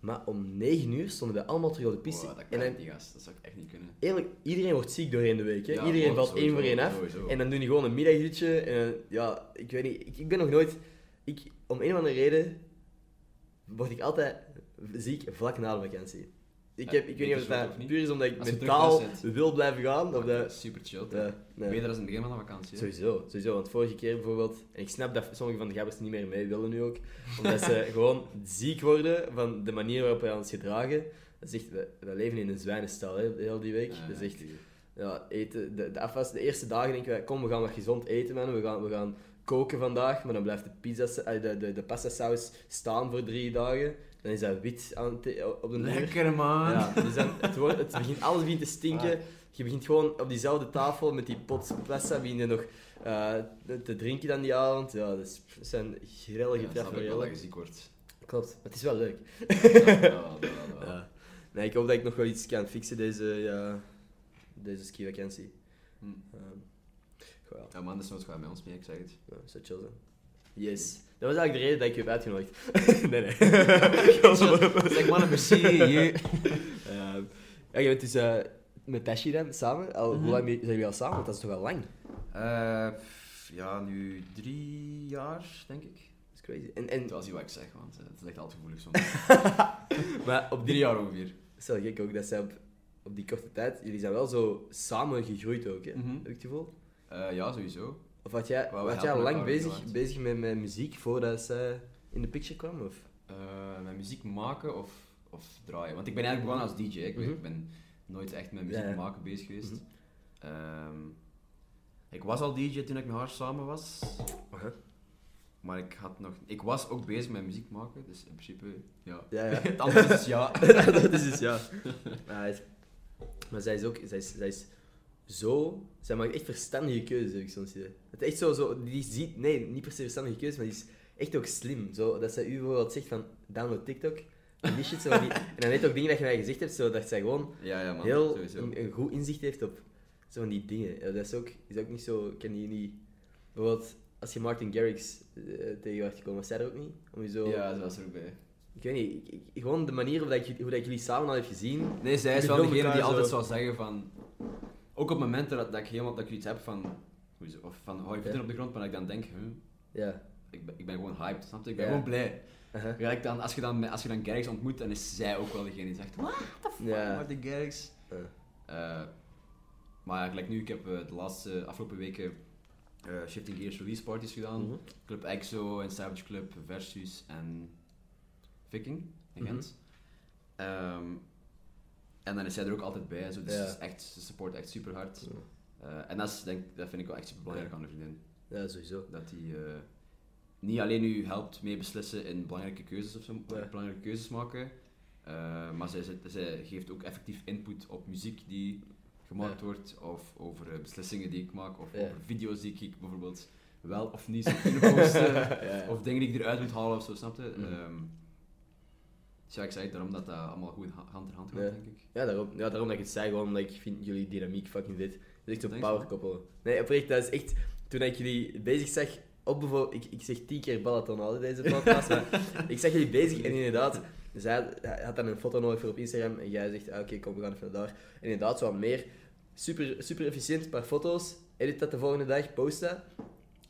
Speaker 1: Maar om 9 uur stonden wij allemaal terug op de piste.
Speaker 2: Wow, dat
Speaker 1: en
Speaker 2: kan
Speaker 1: dan
Speaker 2: ik niet, gast. Dat zou ik echt niet kunnen.
Speaker 1: Eerlijk, iedereen wordt ziek doorheen de week. Hè?
Speaker 2: Ja,
Speaker 1: iedereen
Speaker 2: klopt,
Speaker 1: valt één voor
Speaker 2: sowieso,
Speaker 1: één af.
Speaker 2: sowieso.
Speaker 1: En dan doen die gewoon een middagdutje. En eh, ja, ik weet niet, ik, ik ben nog nooit. Ik, om een of andere reden word ik altijd ziek vlak na de vakantie. Ik,
Speaker 2: Ja,
Speaker 1: heb, ik weet niet of
Speaker 2: beter zo,
Speaker 1: dat
Speaker 2: of niet?
Speaker 1: puur is omdat ik
Speaker 2: Als je terug
Speaker 1: mentaal
Speaker 2: thuis zit.
Speaker 1: wil blijven gaan. Of
Speaker 2: Dat
Speaker 1: dat,
Speaker 2: is Super chill. toch?
Speaker 1: ja, nee.
Speaker 2: Beter als in het begin van de vakantie. hè?
Speaker 1: Sowieso, sowieso. Want vorige keer bijvoorbeeld, en ik snap dat sommige van de gabbers niet meer mee willen nu ook, omdat ze gewoon ziek worden van de manier waarop wij ons gedragen. Dat is echt, we, we leven in een zwijnenstal hè, heel die week.
Speaker 2: Ah,
Speaker 1: dat is echt,
Speaker 2: oké.
Speaker 1: ja, eten, de, de afwas, de eerste dagen denken wij, kom, we gaan wat gezond eten, man. We gaan, we gaan koken vandaag, maar dan blijft de, pizza, eh, de, de, de pastasaus staan voor drie dagen. Dan is dat wit aan het- op de deur.
Speaker 2: Lekker man. Ah.
Speaker 1: Ja, dus dan, het, wordt, het begint, alles begint te stinken. Je begint gewoon op diezelfde tafel met die pot pasta begin je nog eh, te drinken dan die avond. Ja, dat is- dat zijn grellige
Speaker 2: Ja, snap ik wel dat
Speaker 1: tafereelen.
Speaker 2: je ziek wordt.
Speaker 1: Klopt, maar het is wel leuk.
Speaker 2: Ja, ja, ja, ja.
Speaker 1: Ja. Nee, ik hoop dat ik nog wel iets kan fixen deze, ja, deze skivakantie.
Speaker 2: Hm.
Speaker 1: Ehm, goh, ja,
Speaker 2: Ja man, dat is nooit gewoon bij ons mee, ik zeg het.
Speaker 1: ja, zou chill zijn. Yes. Dat was eigenlijk de reden dat ik je heb uitgenodigd. nee, nee.
Speaker 2: Zeg man, merci. je.
Speaker 1: Ehm, ja, je bent dus eh, met Tashi dan samen. Al,
Speaker 2: Mhm.
Speaker 1: Hoe lang zijn jullie al samen? Want dat is toch wel lang.
Speaker 2: Eh, ja, nu drie jaar, denk ik.
Speaker 1: Dat is crazy. En, en,
Speaker 2: Het was niet wat ik zeg, want eh, het ligt altijd gevoelig soms.
Speaker 1: maar op
Speaker 2: Drie
Speaker 1: die...
Speaker 2: jaar ongeveer.
Speaker 1: Dat is wel gek ook, dat zij op, op die korte tijd... Jullie zijn wel zo samen gegroeid ook, hè?
Speaker 2: Mhm.
Speaker 1: Heb ik het gevoel?
Speaker 2: Eh, ja, sowieso.
Speaker 1: Of was jij,
Speaker 2: Wel, we
Speaker 1: was jij
Speaker 2: helpen
Speaker 1: lang
Speaker 2: elkaar heel
Speaker 1: bezig,
Speaker 2: hard.
Speaker 1: bezig met, met muziek voordat zij in de picture kwam? Of?
Speaker 2: Eh, met muziek maken of, of draaien. Want ik ben eigenlijk begonnen als DJ. Ik weet-
Speaker 1: Mhm.
Speaker 2: ik ben nooit echt met muziek
Speaker 1: Ja, ja.
Speaker 2: maken bezig geweest.
Speaker 1: Mhm.
Speaker 2: Ehm, ik was al DJ toen ik met haar samen was. Maar ik had nog... Ik was ook bezig met muziek maken, dus in principe, ja.
Speaker 1: Ja, ja.
Speaker 2: Het antwoord is ja.
Speaker 1: dat is dus, ja. Maar, hij is- maar zij is ook... Zij is, zij is zo... Zij maakt echt verstandige keuzes, heb ik soms idee. Het is echt zo... zo die ziet... Nee, niet per se verstandige keuzes, maar die is echt ook slim. Zo, dat zij u bijvoorbeeld zegt van... Download TikTok. En die shit, zo, van die, en dan weet ook dingen dat je mij gezegd hebt, zo, dat zij gewoon
Speaker 2: Ja, ja man,
Speaker 1: heel
Speaker 2: sowieso.
Speaker 1: een, een goed inzicht heeft op zo van die dingen. Ja, dat is ook, is ook niet zo, ken je niet. Bijvoorbeeld, als je Martin Garrix eh, tegen je was gekomen, was zij er ook niet? Om je zo,
Speaker 2: Ja, ze was er ook bij.
Speaker 1: Ik weet niet, ik- ik- gewoon de manier hoe, dat ik, hoe dat ik jullie samen al heb gezien.
Speaker 2: Nee, zij is
Speaker 1: Die
Speaker 2: wel
Speaker 1: filmen
Speaker 2: degene die
Speaker 1: elkaar
Speaker 2: altijd
Speaker 1: zo.
Speaker 2: zou zeggen van... Ook op momenten dat, dat ik helemaal dat ik iets heb van... hoe is het, Of van, hou je voeten
Speaker 1: Ja.
Speaker 2: op de grond, maar dat ik dan denk, huh,
Speaker 1: Ja.
Speaker 2: ik, ben, ik ben gewoon hyped, snap je? Ik ben
Speaker 1: Ja. Uh-huh.
Speaker 2: gewoon blij.
Speaker 1: Aha.
Speaker 2: Gelijk dan, als je dan, als je dan Garrix ontmoet, dan is zij ook wel degene die zegt, what the fuck,
Speaker 1: Ja.
Speaker 2: Martin Garrix.
Speaker 1: Eh.
Speaker 2: Eh, maar gelijk nu, ik heb eh, de laatste, afgelopen weken eh, Shifting Gears release parties gedaan.
Speaker 1: Mhm.
Speaker 2: Club EXO en Savage Club versus en Viking in
Speaker 1: Mhm.
Speaker 2: Gent. Ehm, en dan is zij er ook altijd bij, zo, dus
Speaker 1: Ja.
Speaker 2: ze, is echt, ze support echt super hard.
Speaker 1: Ja.
Speaker 2: en dat, is, denk, dat vind ik wel echt super belangrijk aan een vriendin.
Speaker 1: Ja, sowieso.
Speaker 2: Dat die eh, niet alleen u helpt mee beslissen in belangrijke keuzes of zo,
Speaker 1: Ja.
Speaker 2: belangrijke keuzes maken, eh, maar zij, zet- zij geeft ook effectief input op muziek die gemaakt
Speaker 1: Ja.
Speaker 2: wordt, of over eh, beslissingen die ik maak, of
Speaker 1: Ja.
Speaker 2: over video's die ik bijvoorbeeld wel of niet zou kunnen posten.
Speaker 1: Ja.
Speaker 2: Of dingen die ik eruit moet halen of zo, snap je?
Speaker 1: Mm.
Speaker 2: Ehm, dus ja, ik zei het daarom dat dat allemaal goed ha- hand in hand gaat,
Speaker 1: Ja.
Speaker 2: denk ik.
Speaker 1: Ja, daarom, ja, daarom dat ik het zei, gewoon omdat ik vind jullie dynamiek fucking vet. Dat is echt zo'n
Speaker 2: Thanks,
Speaker 1: power
Speaker 2: man.
Speaker 1: koppel. Nee, oprecht, dat is echt... Toen ik jullie bezig zag, op bijvoorbeeld... Ik, ik zeg tien keer Balaton al in deze podcast, maar ik zag jullie bezig en inderdaad... Zij hij had dan een foto nodig voor op Instagram en jij zegt, ah, oké, kom, we gaan even naar daar. En inderdaad, zo wat meer. Super, super efficiënt, een paar foto's. Edit dat de volgende dag, post dat.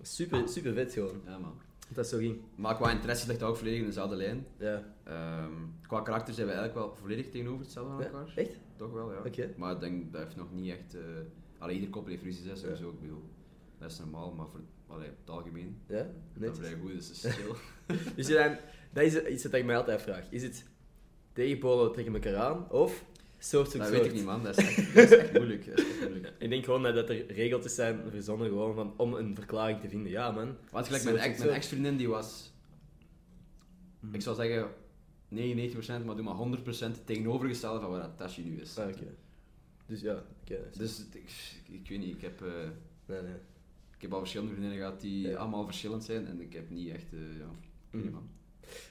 Speaker 1: Super, super vet gewoon.
Speaker 2: Ja, man.
Speaker 1: Dat dat zo ging.
Speaker 2: Maar qua interesse ligt dat ook volledig in dezelfde lijn.
Speaker 1: Ja.
Speaker 2: Ehm, qua karakter zijn we eigenlijk wel volledig tegenover hetzelfde aan
Speaker 1: Ja,
Speaker 2: elkaar.
Speaker 1: Echt?
Speaker 2: Toch wel, ja.
Speaker 1: Oké.
Speaker 2: Maar ik denk dat heeft nog niet echt... eh allee, ieder koppel heeft ruzies, hè, sowieso. Ik bedoel, dat is normaal, maar voor allee, op het algemeen...
Speaker 1: Ja?
Speaker 2: Dat
Speaker 1: Net.
Speaker 2: vrij goed, dus dat is chill.
Speaker 1: Dus je dan, dat is iets dat ik mij altijd vraag. Is het tegenpolen trekken elkaar aan of soort zoekt
Speaker 2: dat
Speaker 1: soort?
Speaker 2: weet ik niet, man. Dat is echt, dat is echt moeilijk. Dat is echt moeilijk.
Speaker 1: Ik denk gewoon dat dat er regeltjes zijn verzonnen gewoon van, om een verklaring te vinden. Ja, man.
Speaker 2: Want gelijk
Speaker 1: Zo,
Speaker 2: mijn,
Speaker 1: zo,
Speaker 2: ex,
Speaker 1: zo. Mhm.
Speaker 2: mijn ex-vriendin die was, ik zou zeggen 99%, maar doe maar 100% het tegenovergestelde van waar Tashi nu is.
Speaker 1: Ah, oké. Dus ja, oké. dat is-
Speaker 2: Dus het- ik, ik weet niet, ik heb, eh,
Speaker 1: nee, nee.
Speaker 2: ik heb al verschillende vriendinnen gehad die
Speaker 1: Ja.
Speaker 2: allemaal verschillend zijn en ik heb niet echt, eh, ja,
Speaker 1: Mhm.
Speaker 2: nee, man.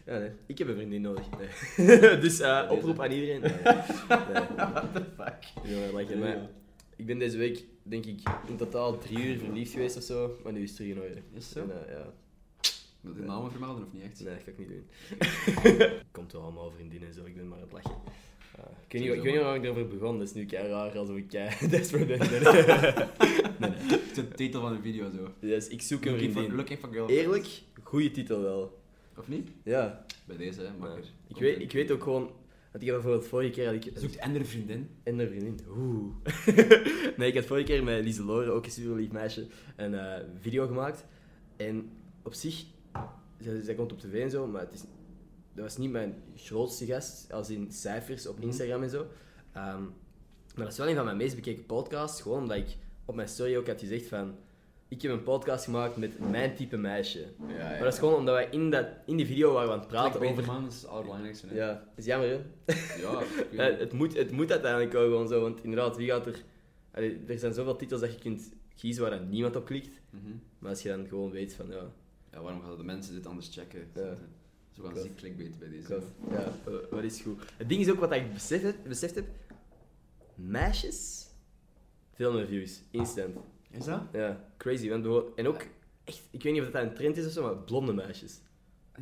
Speaker 1: Ja, nee. Ik heb een vriendin nodig. Nee. dus eh, oproep aan iedereen. Nee. What the fuck? Ja, like, maar ik ben deze week, denk ik, in totaal drie uur verliefd geweest of zo. Maar nu is het drie in orde.
Speaker 2: Is het zo?
Speaker 1: En, eh, ja.
Speaker 2: Wil je de namen vermelden of niet echt?
Speaker 1: Nee, dat ga ik niet doen. Komt wel allemaal vriendinnen en zo, ik ben maar aan het lachen. Eh, ik weet niet, ik
Speaker 2: Ah, Sowieso,
Speaker 1: weet niet
Speaker 2: man.
Speaker 1: waarom ik erover begon, dat is nu kei raar alsof ik kei desperate ben. Nee, nee.
Speaker 2: Het is de titel van de video zo.
Speaker 1: Dus ik zoek een
Speaker 2: Looking for,
Speaker 1: vriendin.
Speaker 2: looking for girlfriend.
Speaker 1: Eerlijk, goede titel wel.
Speaker 2: Of niet?
Speaker 1: Ja,
Speaker 2: Bij deze, hè, makker.
Speaker 1: Ja. ik, weet, ik weet ook gewoon. Want ik had bijvoorbeeld vorige keer had ik
Speaker 2: Zoekt en een vriendin.
Speaker 1: en een vriendin. Oeh. nee, ik had vorige keer met Lise Loren, ook een super lief meisje, een eh, video gemaakt. En op zich, zij, zij komt op tv en zo, maar het is, dat was niet mijn grootste gast, als in cijfers op Instagram en zo. Ehm, maar dat is wel een van mijn meest bekeken podcasts, gewoon omdat ik op mijn story ook had gezegd van... ik heb een podcast gemaakt met mijn type meisje.
Speaker 4: Ja, ja.
Speaker 1: Maar dat is gewoon omdat wij in, dat, in die video waren we aan het praten
Speaker 2: Beter
Speaker 1: over...
Speaker 2: man is het allerbelangrijkste. hè.
Speaker 1: Ja, dat is jammer, hè?
Speaker 2: Ja, ik weet
Speaker 1: Ja,
Speaker 2: niet.
Speaker 1: Eh, het, moet, het moet uiteindelijk wel gewoon zo, want inderdaad, wie gaat er... Allee, er zijn zoveel titels dat je kunt kiezen waar dan niemand op klikt.
Speaker 2: Mhm.
Speaker 1: Maar als je dan gewoon weet van, ja,
Speaker 2: Ja, waarom gaan de mensen dit anders checken?
Speaker 1: Ja.
Speaker 2: Zo gaan
Speaker 1: Klopt.
Speaker 2: ziek clickbait bij deze.
Speaker 1: klopt. Ja, eh, wat is goed. Het ding is ook wat ik beseft heb, beseft heb. Meisjes? Veel meer views. Instant.
Speaker 2: Is dat?
Speaker 1: Ja, crazy. Want bijvoorbeeld- en ook echt, ik weet niet of dat een trend is of zo, maar blonde meisjes.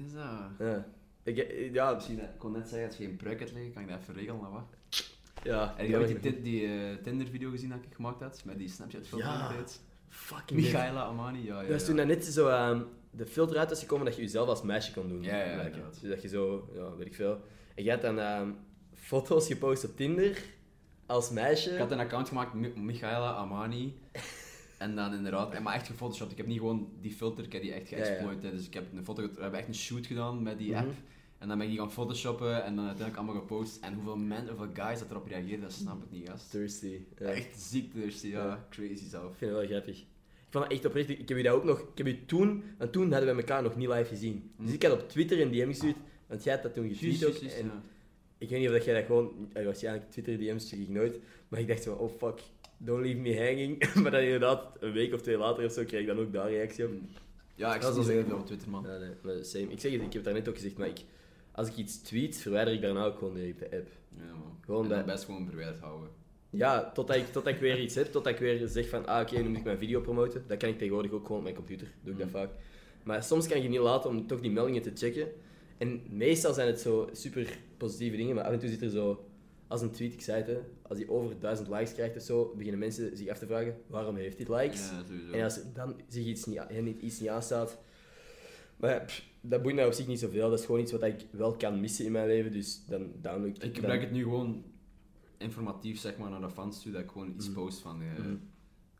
Speaker 2: Is dat?
Speaker 1: Ja. Ik, eh, ja,
Speaker 2: Misschien, ik kon net zeggen dat je geen pruik hebt liggen, kan ik dat even regelen of wat?
Speaker 1: ja.
Speaker 2: Heb je ooit die, ti- die eh, Tinder-video gezien dat ik gemaakt had? Met die Snapchat-filter
Speaker 1: Ja.
Speaker 2: die ik deed?
Speaker 1: Fucking
Speaker 2: Michaela Amani, ja, ja.
Speaker 1: Dat is Dus toen
Speaker 2: ja.
Speaker 1: dan net zo ehm, de filter uit was gekomen dat je jezelf als meisje kon doen.
Speaker 2: Ja, ja, ja,
Speaker 1: blijkbaar.
Speaker 2: inderdaad.
Speaker 1: Dus dat je zo, ja, weet ik veel. En jij had dan ehm, foto's gepost op Tinder als meisje.
Speaker 2: Ik had een account gemaakt, Mi- Michaela Amani. en dan inderdaad, en maar echt gefotoshopt. Ik heb niet gewoon die filter, ik heb die echt
Speaker 1: Ja, ja.
Speaker 2: geëxploit. hè. Dus ik heb een foto, get- we hebben echt een shoot gedaan met die
Speaker 1: Mhm.
Speaker 2: app. En dan ben ik die gaan photoshoppen en dan uiteindelijk allemaal gepost. En hoeveel mensen, hoeveel guys dat erop reageerden, dat snap ik niet, gast.
Speaker 1: Thirsty. Mhm. Ja.
Speaker 2: Echt ziek thirsty, ja.
Speaker 1: Ja.
Speaker 2: Crazy zelf.
Speaker 1: Ik vind het wel grappig. Ik vond het echt oprecht. Ik heb je dat ook nog. Ik heb je toen, want toen hadden we elkaar nog niet live gezien. Dus ik had op Twitter een DM gestuurd, want jij had dat toen
Speaker 2: Hm. Juist,
Speaker 1: getweet ook.
Speaker 2: juist, juist,
Speaker 1: en
Speaker 2: ja.
Speaker 1: ik weet niet of dat jij dat gewoon. eh, Waarschijnlijk Twitter DM's stuur ik nooit. Maar ik dacht zo, oh fuck, don't leave me hanging. maar dan inderdaad, een week of twee later of zo, kreeg ik dan ook daar reactie op.
Speaker 2: Mm. Ja, ik
Speaker 1: Dat
Speaker 2: zie
Speaker 1: is wel
Speaker 2: niet zeker
Speaker 1: heel-
Speaker 2: op Twitter, man.
Speaker 1: Ja, nee, maar same. Ik zeg het, ik heb het daarnet ook gezegd, maar ik, als ik iets tweet, verwijder ik daarna ook gewoon direct de app.
Speaker 2: Ja, man.
Speaker 1: Gewoon
Speaker 2: en dan
Speaker 1: dat-
Speaker 2: best gewoon verwijderd houden.
Speaker 1: Ja, totdat ik, totdat ik weer iets heb, totdat ik weer zeg van, ah oké, nu moet ik mijn video promoten. Dat kan ik tegenwoordig ook gewoon op mijn computer, doe ik dat
Speaker 2: Mm.
Speaker 1: vaak. Maar soms kan je niet laten om toch die meldingen te checken. En meestal zijn het zo super positieve dingen, maar af en toe zit er zo, als een tweet, ik zei het, hè, als die over duizend likes krijgt of zo, beginnen mensen zich af te vragen, waarom heeft dit likes?
Speaker 2: Ja, sowieso.
Speaker 1: En als er dan zich iets niet, hen niet- iets niet aanstaat. Maar ja, pff, dat boeit mij op zich niet zoveel. Dat is gewoon iets wat ik wel kan missen in mijn leven. Dus dan download
Speaker 2: Ik
Speaker 1: dan-
Speaker 2: gebruik het nu gewoon informatief zeg maar, naar de fans toe, dat ik gewoon iets
Speaker 1: Mhm.
Speaker 2: post van... eh,
Speaker 1: Mhm.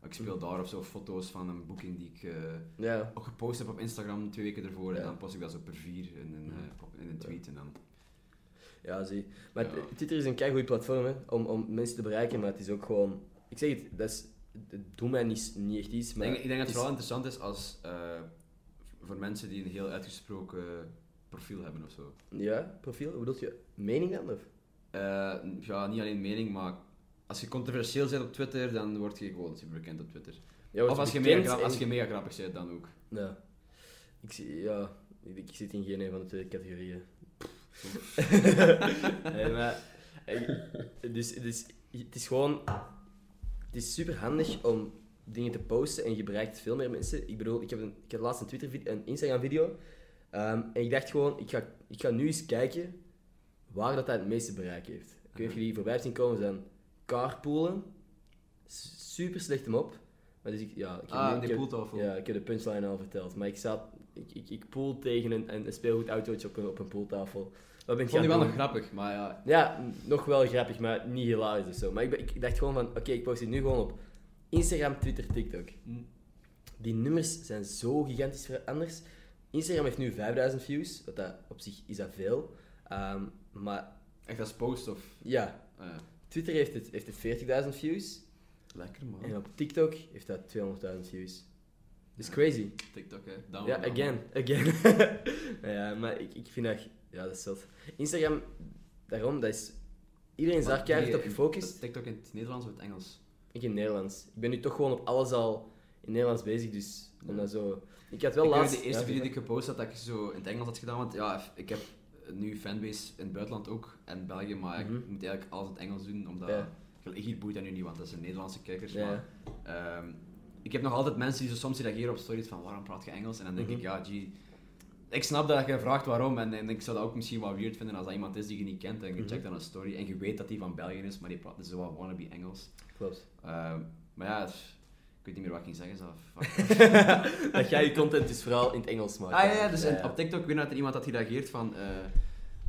Speaker 2: Ik speel daar of zo foto's van een boeking die ik eh,
Speaker 1: Ja.
Speaker 2: ook gepost heb op Instagram twee weken ervoor. En
Speaker 1: Ja.
Speaker 2: dan post ik dat zo per vier in een, eh, op- in een tweet. En dan...
Speaker 1: ja, zie. Maar
Speaker 2: Ja.
Speaker 1: t- Twitter is een keigoed platform hè, om, om mensen te bereiken. Maar het is ook gewoon... Ik zeg het, dat is, het doet mij niet, niet echt iets.
Speaker 2: ik,
Speaker 1: Maar
Speaker 2: denk, ik denk dat het
Speaker 1: is-
Speaker 2: vooral interessant is als, eh, voor mensen die een heel uitgesproken profiel hebben of zo.
Speaker 1: Ja, profiel? Hoe bedoel je? Mening dan? Of?
Speaker 2: Eh, ja, niet alleen mening, maar als je controversieel bent op Twitter, dan word je gewoon super bekend op Twitter.
Speaker 1: Ja, wordt
Speaker 2: Of als je,
Speaker 1: bekend
Speaker 2: mega, grap-
Speaker 1: en-
Speaker 2: als je mega grappig bent, dan ook.
Speaker 1: Ja. Ik, zie- ja, ik, ik zit in geen een van de twee categorieën. nee, maar, ik- dus, dus het is gewoon... Het is super handig om dingen te posten en je bereikt veel meer mensen. Ik bedoel, ik heb, een, ik had laatst een, Twitter vid- een Instagram video ehm, en ik dacht gewoon, ik ga, ik ga nu eens kijken waar dat, dat het meeste bereik heeft. Ik weet niet of jullie voorbij hebben zien komen, zijn carpoolen. S- Super slecht hem op. Maar dus ik, ja, ik heb nu-
Speaker 2: Ah,
Speaker 1: ik
Speaker 2: die
Speaker 1: heb-
Speaker 2: poeltafel.
Speaker 1: ja, ik heb de punchline al verteld. Maar ik zat... Ik, ik, ik pool tegen een, een een speelgoedautootje op een, op een pooltafel. Wat ben
Speaker 2: Ik
Speaker 1: ik
Speaker 2: vond die wel
Speaker 1: gaan
Speaker 2: nog
Speaker 1: doen?
Speaker 2: grappig, maar ja.
Speaker 1: Ja, n- nog wel grappig, maar niet hilarisch of zo. Maar ik, ben- ik dacht gewoon van... Oké, ik post dit nu gewoon op Instagram, Twitter, TikTok.
Speaker 2: Hm.
Speaker 1: Die nummers zijn zo gigantisch ver- anders. Instagram heeft nu 5000 views. Wat dat, op zich is dat veel. Ehm, maar
Speaker 2: Echt als post of...
Speaker 1: ja,
Speaker 2: eh,
Speaker 1: Twitter heeft het, heeft het 40.000 views.
Speaker 2: Lekker man.
Speaker 1: En op TikTok heeft dat 200.000 views. Dat is crazy.
Speaker 2: TikTok hè. Download
Speaker 1: Ja,
Speaker 2: dat,
Speaker 1: again, again. ja, maar ik, ik vind dat... Ja, dat is zot. Instagram, daarom, dat is... Iedereen is
Speaker 2: man.
Speaker 1: daar keihard
Speaker 2: Nee,
Speaker 1: op
Speaker 2: in-
Speaker 1: gefocust.
Speaker 2: TikTok in het Nederlands of het Engels?
Speaker 1: Ik in Nederlands. Ik ben nu toch gewoon op alles al in Nederlands bezig, dus... Om dat zo... Ik had wel
Speaker 2: ik weet
Speaker 1: laatst...
Speaker 2: de eerste
Speaker 1: ja,
Speaker 2: video die ik gepost had, dat ik zo in het Engels had gedaan, want ja, ik heb nu fanbase in het buitenland ook, en België, maar ik
Speaker 1: Mhm.
Speaker 2: moet eigenlijk alles in het Engels doen, omdat...
Speaker 1: Ja.
Speaker 2: ik wil- Hier boeit dat nu niet, want dat zijn Nederlandse kijkers,
Speaker 1: Ja.
Speaker 2: maar... ehm, ik heb nog altijd mensen die zo soms reageren op stories van waarom praat je Engels? En dan denk
Speaker 1: Mhm.
Speaker 2: ik, ja, gee, ik snap dat je vraagt waarom en, en ik zou dat ook misschien wel weird vinden als dat iemand is die je niet kent en je
Speaker 1: Mhm.
Speaker 2: checkt dan een story en je weet dat die van België is, maar die praat dus zo wat wannabe Engels.
Speaker 1: Klopt.
Speaker 2: Ehm, maar ja, het- ik weet niet meer wat ik ging zeggen zelf. Fuck.
Speaker 1: Dat jij je content dus vooral in het Engels maakt.
Speaker 2: ah ja, ja, dus en op TikTok weer dat er iemand had gereageerd van... eh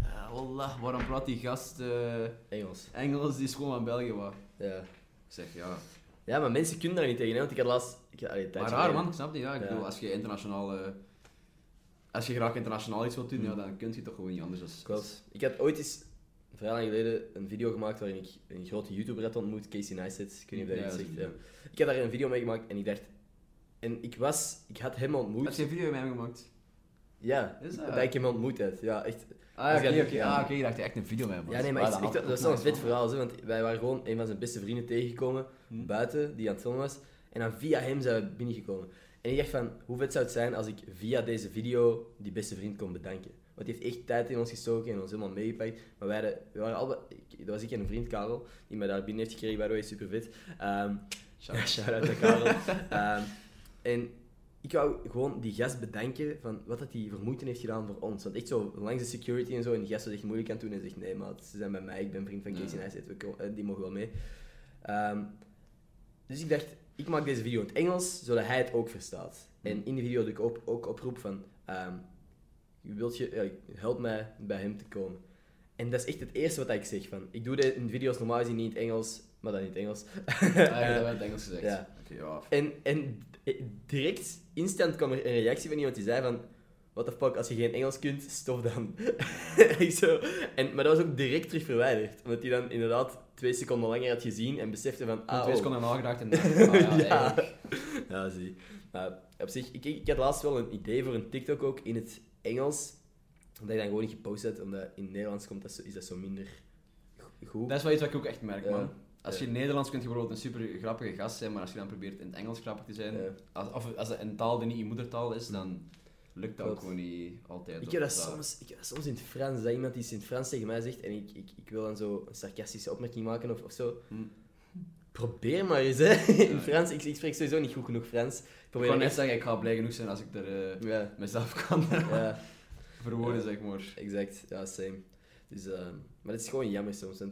Speaker 2: eh, wallah, waarom praat die gast eh,
Speaker 1: Engels.
Speaker 2: Engels? Die is gewoon van België, wat?
Speaker 1: Ja.
Speaker 2: Ik zeg, ja...
Speaker 1: Ja, maar mensen kunnen daar niet tegen, hè, want ik had laatst... Ik, had- allee, een
Speaker 2: Maar
Speaker 1: tijdje
Speaker 2: raar
Speaker 1: geleden-
Speaker 2: man, ik snap die, ja. Ik
Speaker 1: Ja.
Speaker 2: bedoel, als je internationaal... eh, als je graag internationaal iets wilt doen, ja, dan kun je toch gewoon niet anders als...
Speaker 1: Hmm. Klopt. Ik had ooit eens, vrij lang geleden, een video gemaakt waarin ik een grote YouTuber had ontmoet, Casey Neistat. Ik weet niet of dat je
Speaker 2: Ja,
Speaker 1: het
Speaker 2: dat
Speaker 1: zegt.
Speaker 2: is
Speaker 1: ja. Ik had daar een video mee gemaakt en ik dacht, En ik was... Ik had hem
Speaker 2: Heb je
Speaker 1: ontmoet.
Speaker 2: een video met hem gemaakt?
Speaker 1: Ja,
Speaker 2: Is dat?
Speaker 1: dat ik hem ontmoet had. Ja, echt.
Speaker 2: Ah, oké,
Speaker 1: Dus ja,
Speaker 2: oké.
Speaker 1: ja.
Speaker 2: Ah, oké, je dacht echt een video met hem.
Speaker 1: Ja, nee, maar
Speaker 2: Ah,
Speaker 1: echt, echt,
Speaker 2: had
Speaker 1: dat
Speaker 2: ik
Speaker 1: was
Speaker 2: ook
Speaker 1: wel een
Speaker 2: nice,
Speaker 1: vet
Speaker 2: man.
Speaker 1: verhaal. Zo, want wij waren gewoon een van zijn beste vrienden tegengekomen,
Speaker 2: Hmm. Hm.
Speaker 1: buiten, die aan het filmen was. En dan via hem zijn we binnengekomen. En ik dacht van, hoe vet zou het zijn als ik via deze video die beste vriend kon bedanken. Want die heeft echt tijd in ons gestoken en ons helemaal meegepakt. Maar wij hadden- we waren allebei... ik- Dat was ik en een vriend, Karel, die mij daar binnen heeft gekregen, by the way, super vet. Ehm, ja,
Speaker 2: Ah,
Speaker 1: shout-out aan Karel. Ehm, en ik wou gewoon die gast bedanken van wat dat die vermoeiten heeft gedaan voor ons. Want echt zo langs de security en zo, en die gast was echt moeilijk aan het doen en zegt, nee maat, ze zijn bij mij, ik ben vriend van Casey
Speaker 2: Ja.
Speaker 1: Neistat, we ko- eh, die mogen wel mee. Ehm, dus ik dacht, ik maak deze video in het Engels, zodat hij het ook verstaat. En in de video doe ik ook, ook oproep van, ehm, wilt je, ja, help mij bij hem te komen. En dat is echt het eerste wat ik zeg. Van, ik doe dit in video's normaal gezien niet in het Engels, maar dan in het Engels.
Speaker 2: Ah, ja, dat werd in het Engels gezegd.
Speaker 1: Ja.
Speaker 2: Oké, ja.
Speaker 1: En, en eh, direct, instant kwam er een reactie van iemand die zei van... What the fuck, als je geen Engels kunt, stof dan. Ik zo. En, maar dat was ook direct terug verwijderd. Omdat hij dan inderdaad twee seconden langer had gezien en besefte van... Ah,
Speaker 2: Ah,
Speaker 1: oh.
Speaker 2: Twee seconden nagedacht en dacht, ah, ja,
Speaker 1: Ja.
Speaker 2: eigenlijk.
Speaker 1: Ja, zie. Maar op zich, ik, ik had laatst wel een idee voor een TikTok ook in het Engels. Dat ik dan gewoon niet gepost had, omdat in het Nederlands komt dat zo, is dat zo minder go- goed. Eh,
Speaker 2: Dat is wel iets wat ik ook echt merk,
Speaker 1: Ja.
Speaker 2: man. Als je in Nederlands kunt je bijvoorbeeld een super grappige gast zijn, maar als je dan probeert in het Engels grappig te zijn,
Speaker 1: Ja.
Speaker 2: als, of als het een taal die niet je moedertaal is, dan lukt dat ook
Speaker 1: Klopt.
Speaker 2: gewoon niet altijd.
Speaker 1: Ik
Speaker 2: Of
Speaker 1: heb dat
Speaker 2: dat-
Speaker 1: soms, ik heb dat soms in het Frans, dat iemand iets in het Frans tegen mij zegt en ik, ik, ik wil dan zo een sarcastische opmerking maken of, of zo.
Speaker 2: Hm.
Speaker 1: Probeer maar eens, hè.
Speaker 2: Ja, ja.
Speaker 1: In Frans, ik, ik spreek sowieso niet goed genoeg Frans. Ik
Speaker 2: Ik
Speaker 1: Probeer
Speaker 2: wou
Speaker 1: dan
Speaker 2: net
Speaker 1: echt...
Speaker 2: zeggen, ik ga blij genoeg zijn als ik er eh,
Speaker 1: Ja,
Speaker 2: mezelf kan
Speaker 1: ja,
Speaker 2: verwoorden,
Speaker 1: Ja.
Speaker 2: zeg maar.
Speaker 1: exact. Ja, same. Dus, ehm, maar het is gewoon jammer soms, want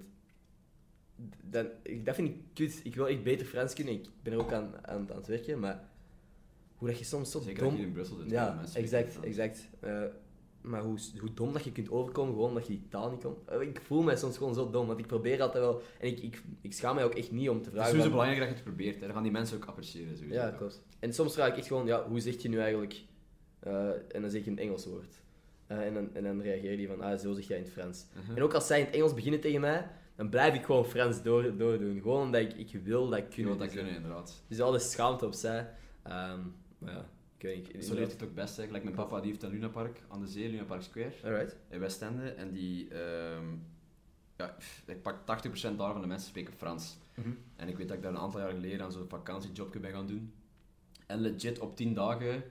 Speaker 1: dan, ik, dat vind ik kut. Ik wil echt beter Frans kunnen, ik ben er ook aan, aan, aan het werken, maar hoe dat je soms zo
Speaker 2: Zeker
Speaker 1: dom...
Speaker 2: als je hier in Brussel zit. waar
Speaker 1: Ja,
Speaker 2: mensen spreken
Speaker 1: exact,
Speaker 2: Frans.
Speaker 1: exact. Eh, maar hoe, hoe dom dat je kunt overkomen, gewoon omdat je die taal niet kan... Eh, Ik voel mij soms gewoon zo dom, want ik probeer altijd wel... En ik, ik, ik schaam mij ook echt niet om te
Speaker 2: Het is
Speaker 1: vragen...
Speaker 2: sowieso
Speaker 1: van-
Speaker 2: belangrijk dat je het probeert, hè. dan gaan die mensen ook appreciëren. Sowieso.
Speaker 1: Ja, klopt. En soms vraag ik echt gewoon, ja, hoe zeg je nu eigenlijk... Eh, en dan zeg ik een Engels woord. Eh, en, dan, en dan reageer die van, ah, zo zeg jij in het Frans.
Speaker 2: Mhm.
Speaker 1: En ook als zij in het Engels beginnen tegen mij, dan blijf ik gewoon Frans door, doordoen. Gewoon omdat ik, ik wil dat
Speaker 2: Je
Speaker 1: kunnen.
Speaker 2: wilt dat
Speaker 1: Dus-
Speaker 2: kunnen, inderdaad.
Speaker 1: Dus al de schaamte opzij. Ehm maar ja, ik weet niet.
Speaker 2: Zo leert het ook best, eigenlijk. Mijn papa die heeft een lunapark aan de zee, Lunapark Square.
Speaker 1: Alright.
Speaker 2: in Westende en die, ehm, ja, pff, ik pak 80% daarvan de mensen spreken Frans.
Speaker 1: Mhm.
Speaker 2: En ik weet dat ik daar een aantal jaar geleden aan zo'n vakantiejobje ben gaan doen. En legit op 10 dagen,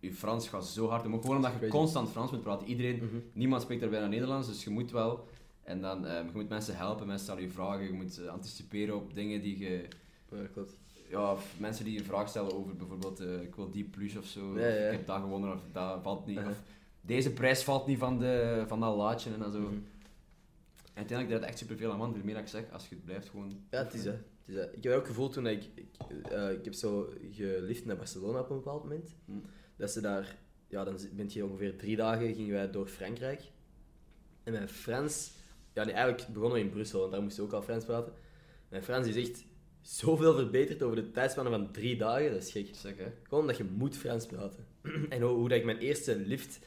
Speaker 2: je Frans gaat zo hard omhoog. Gewoon omdat je
Speaker 1: Crazy.
Speaker 2: constant Frans moet praten. Iedereen,
Speaker 1: Mhm.
Speaker 2: niemand spreekt er bijna Nederlands, dus je moet wel. En dan, ehm, je moet mensen helpen, mensen stellen je vragen, je moet eh, anticiperen op dingen die je...
Speaker 1: Ja, klopt.
Speaker 2: Ja, of mensen die je vraag stellen over bijvoorbeeld, eh, ik wil die pluche of zo,
Speaker 1: Ja,
Speaker 2: of
Speaker 1: ja.
Speaker 2: ik heb dat gewonnen of dat valt niet.
Speaker 1: Uh-huh.
Speaker 2: Of deze prijs valt niet van, de, van dat laadje en dan zo.
Speaker 1: Mhm.
Speaker 2: En uiteindelijk draait echt superveel aan man, meer dat ik zeg, als je het blijft gewoon...
Speaker 1: Ja, het is hè. Het is, hè. Ik heb dat ook gevoeld toen ik... Ik, eh, ik heb zo gelift naar Barcelona op een bepaald moment.
Speaker 2: Hmm.
Speaker 1: Dat ze daar... Ja, dan zi- bent je ongeveer drie dagen gingen wij door Frankrijk. En mijn Frans... Ja, nee, eigenlijk begonnen we in Brussel, want daar moesten we ook al Frans praten. Mijn Frans is echt zoveel verbeterd over de tijdspanne van drie dagen. Dat is gek.
Speaker 2: Zeg hè.
Speaker 1: Gewoon dat je moet Frans praten. en hoe, hoe dat ik mijn eerste lift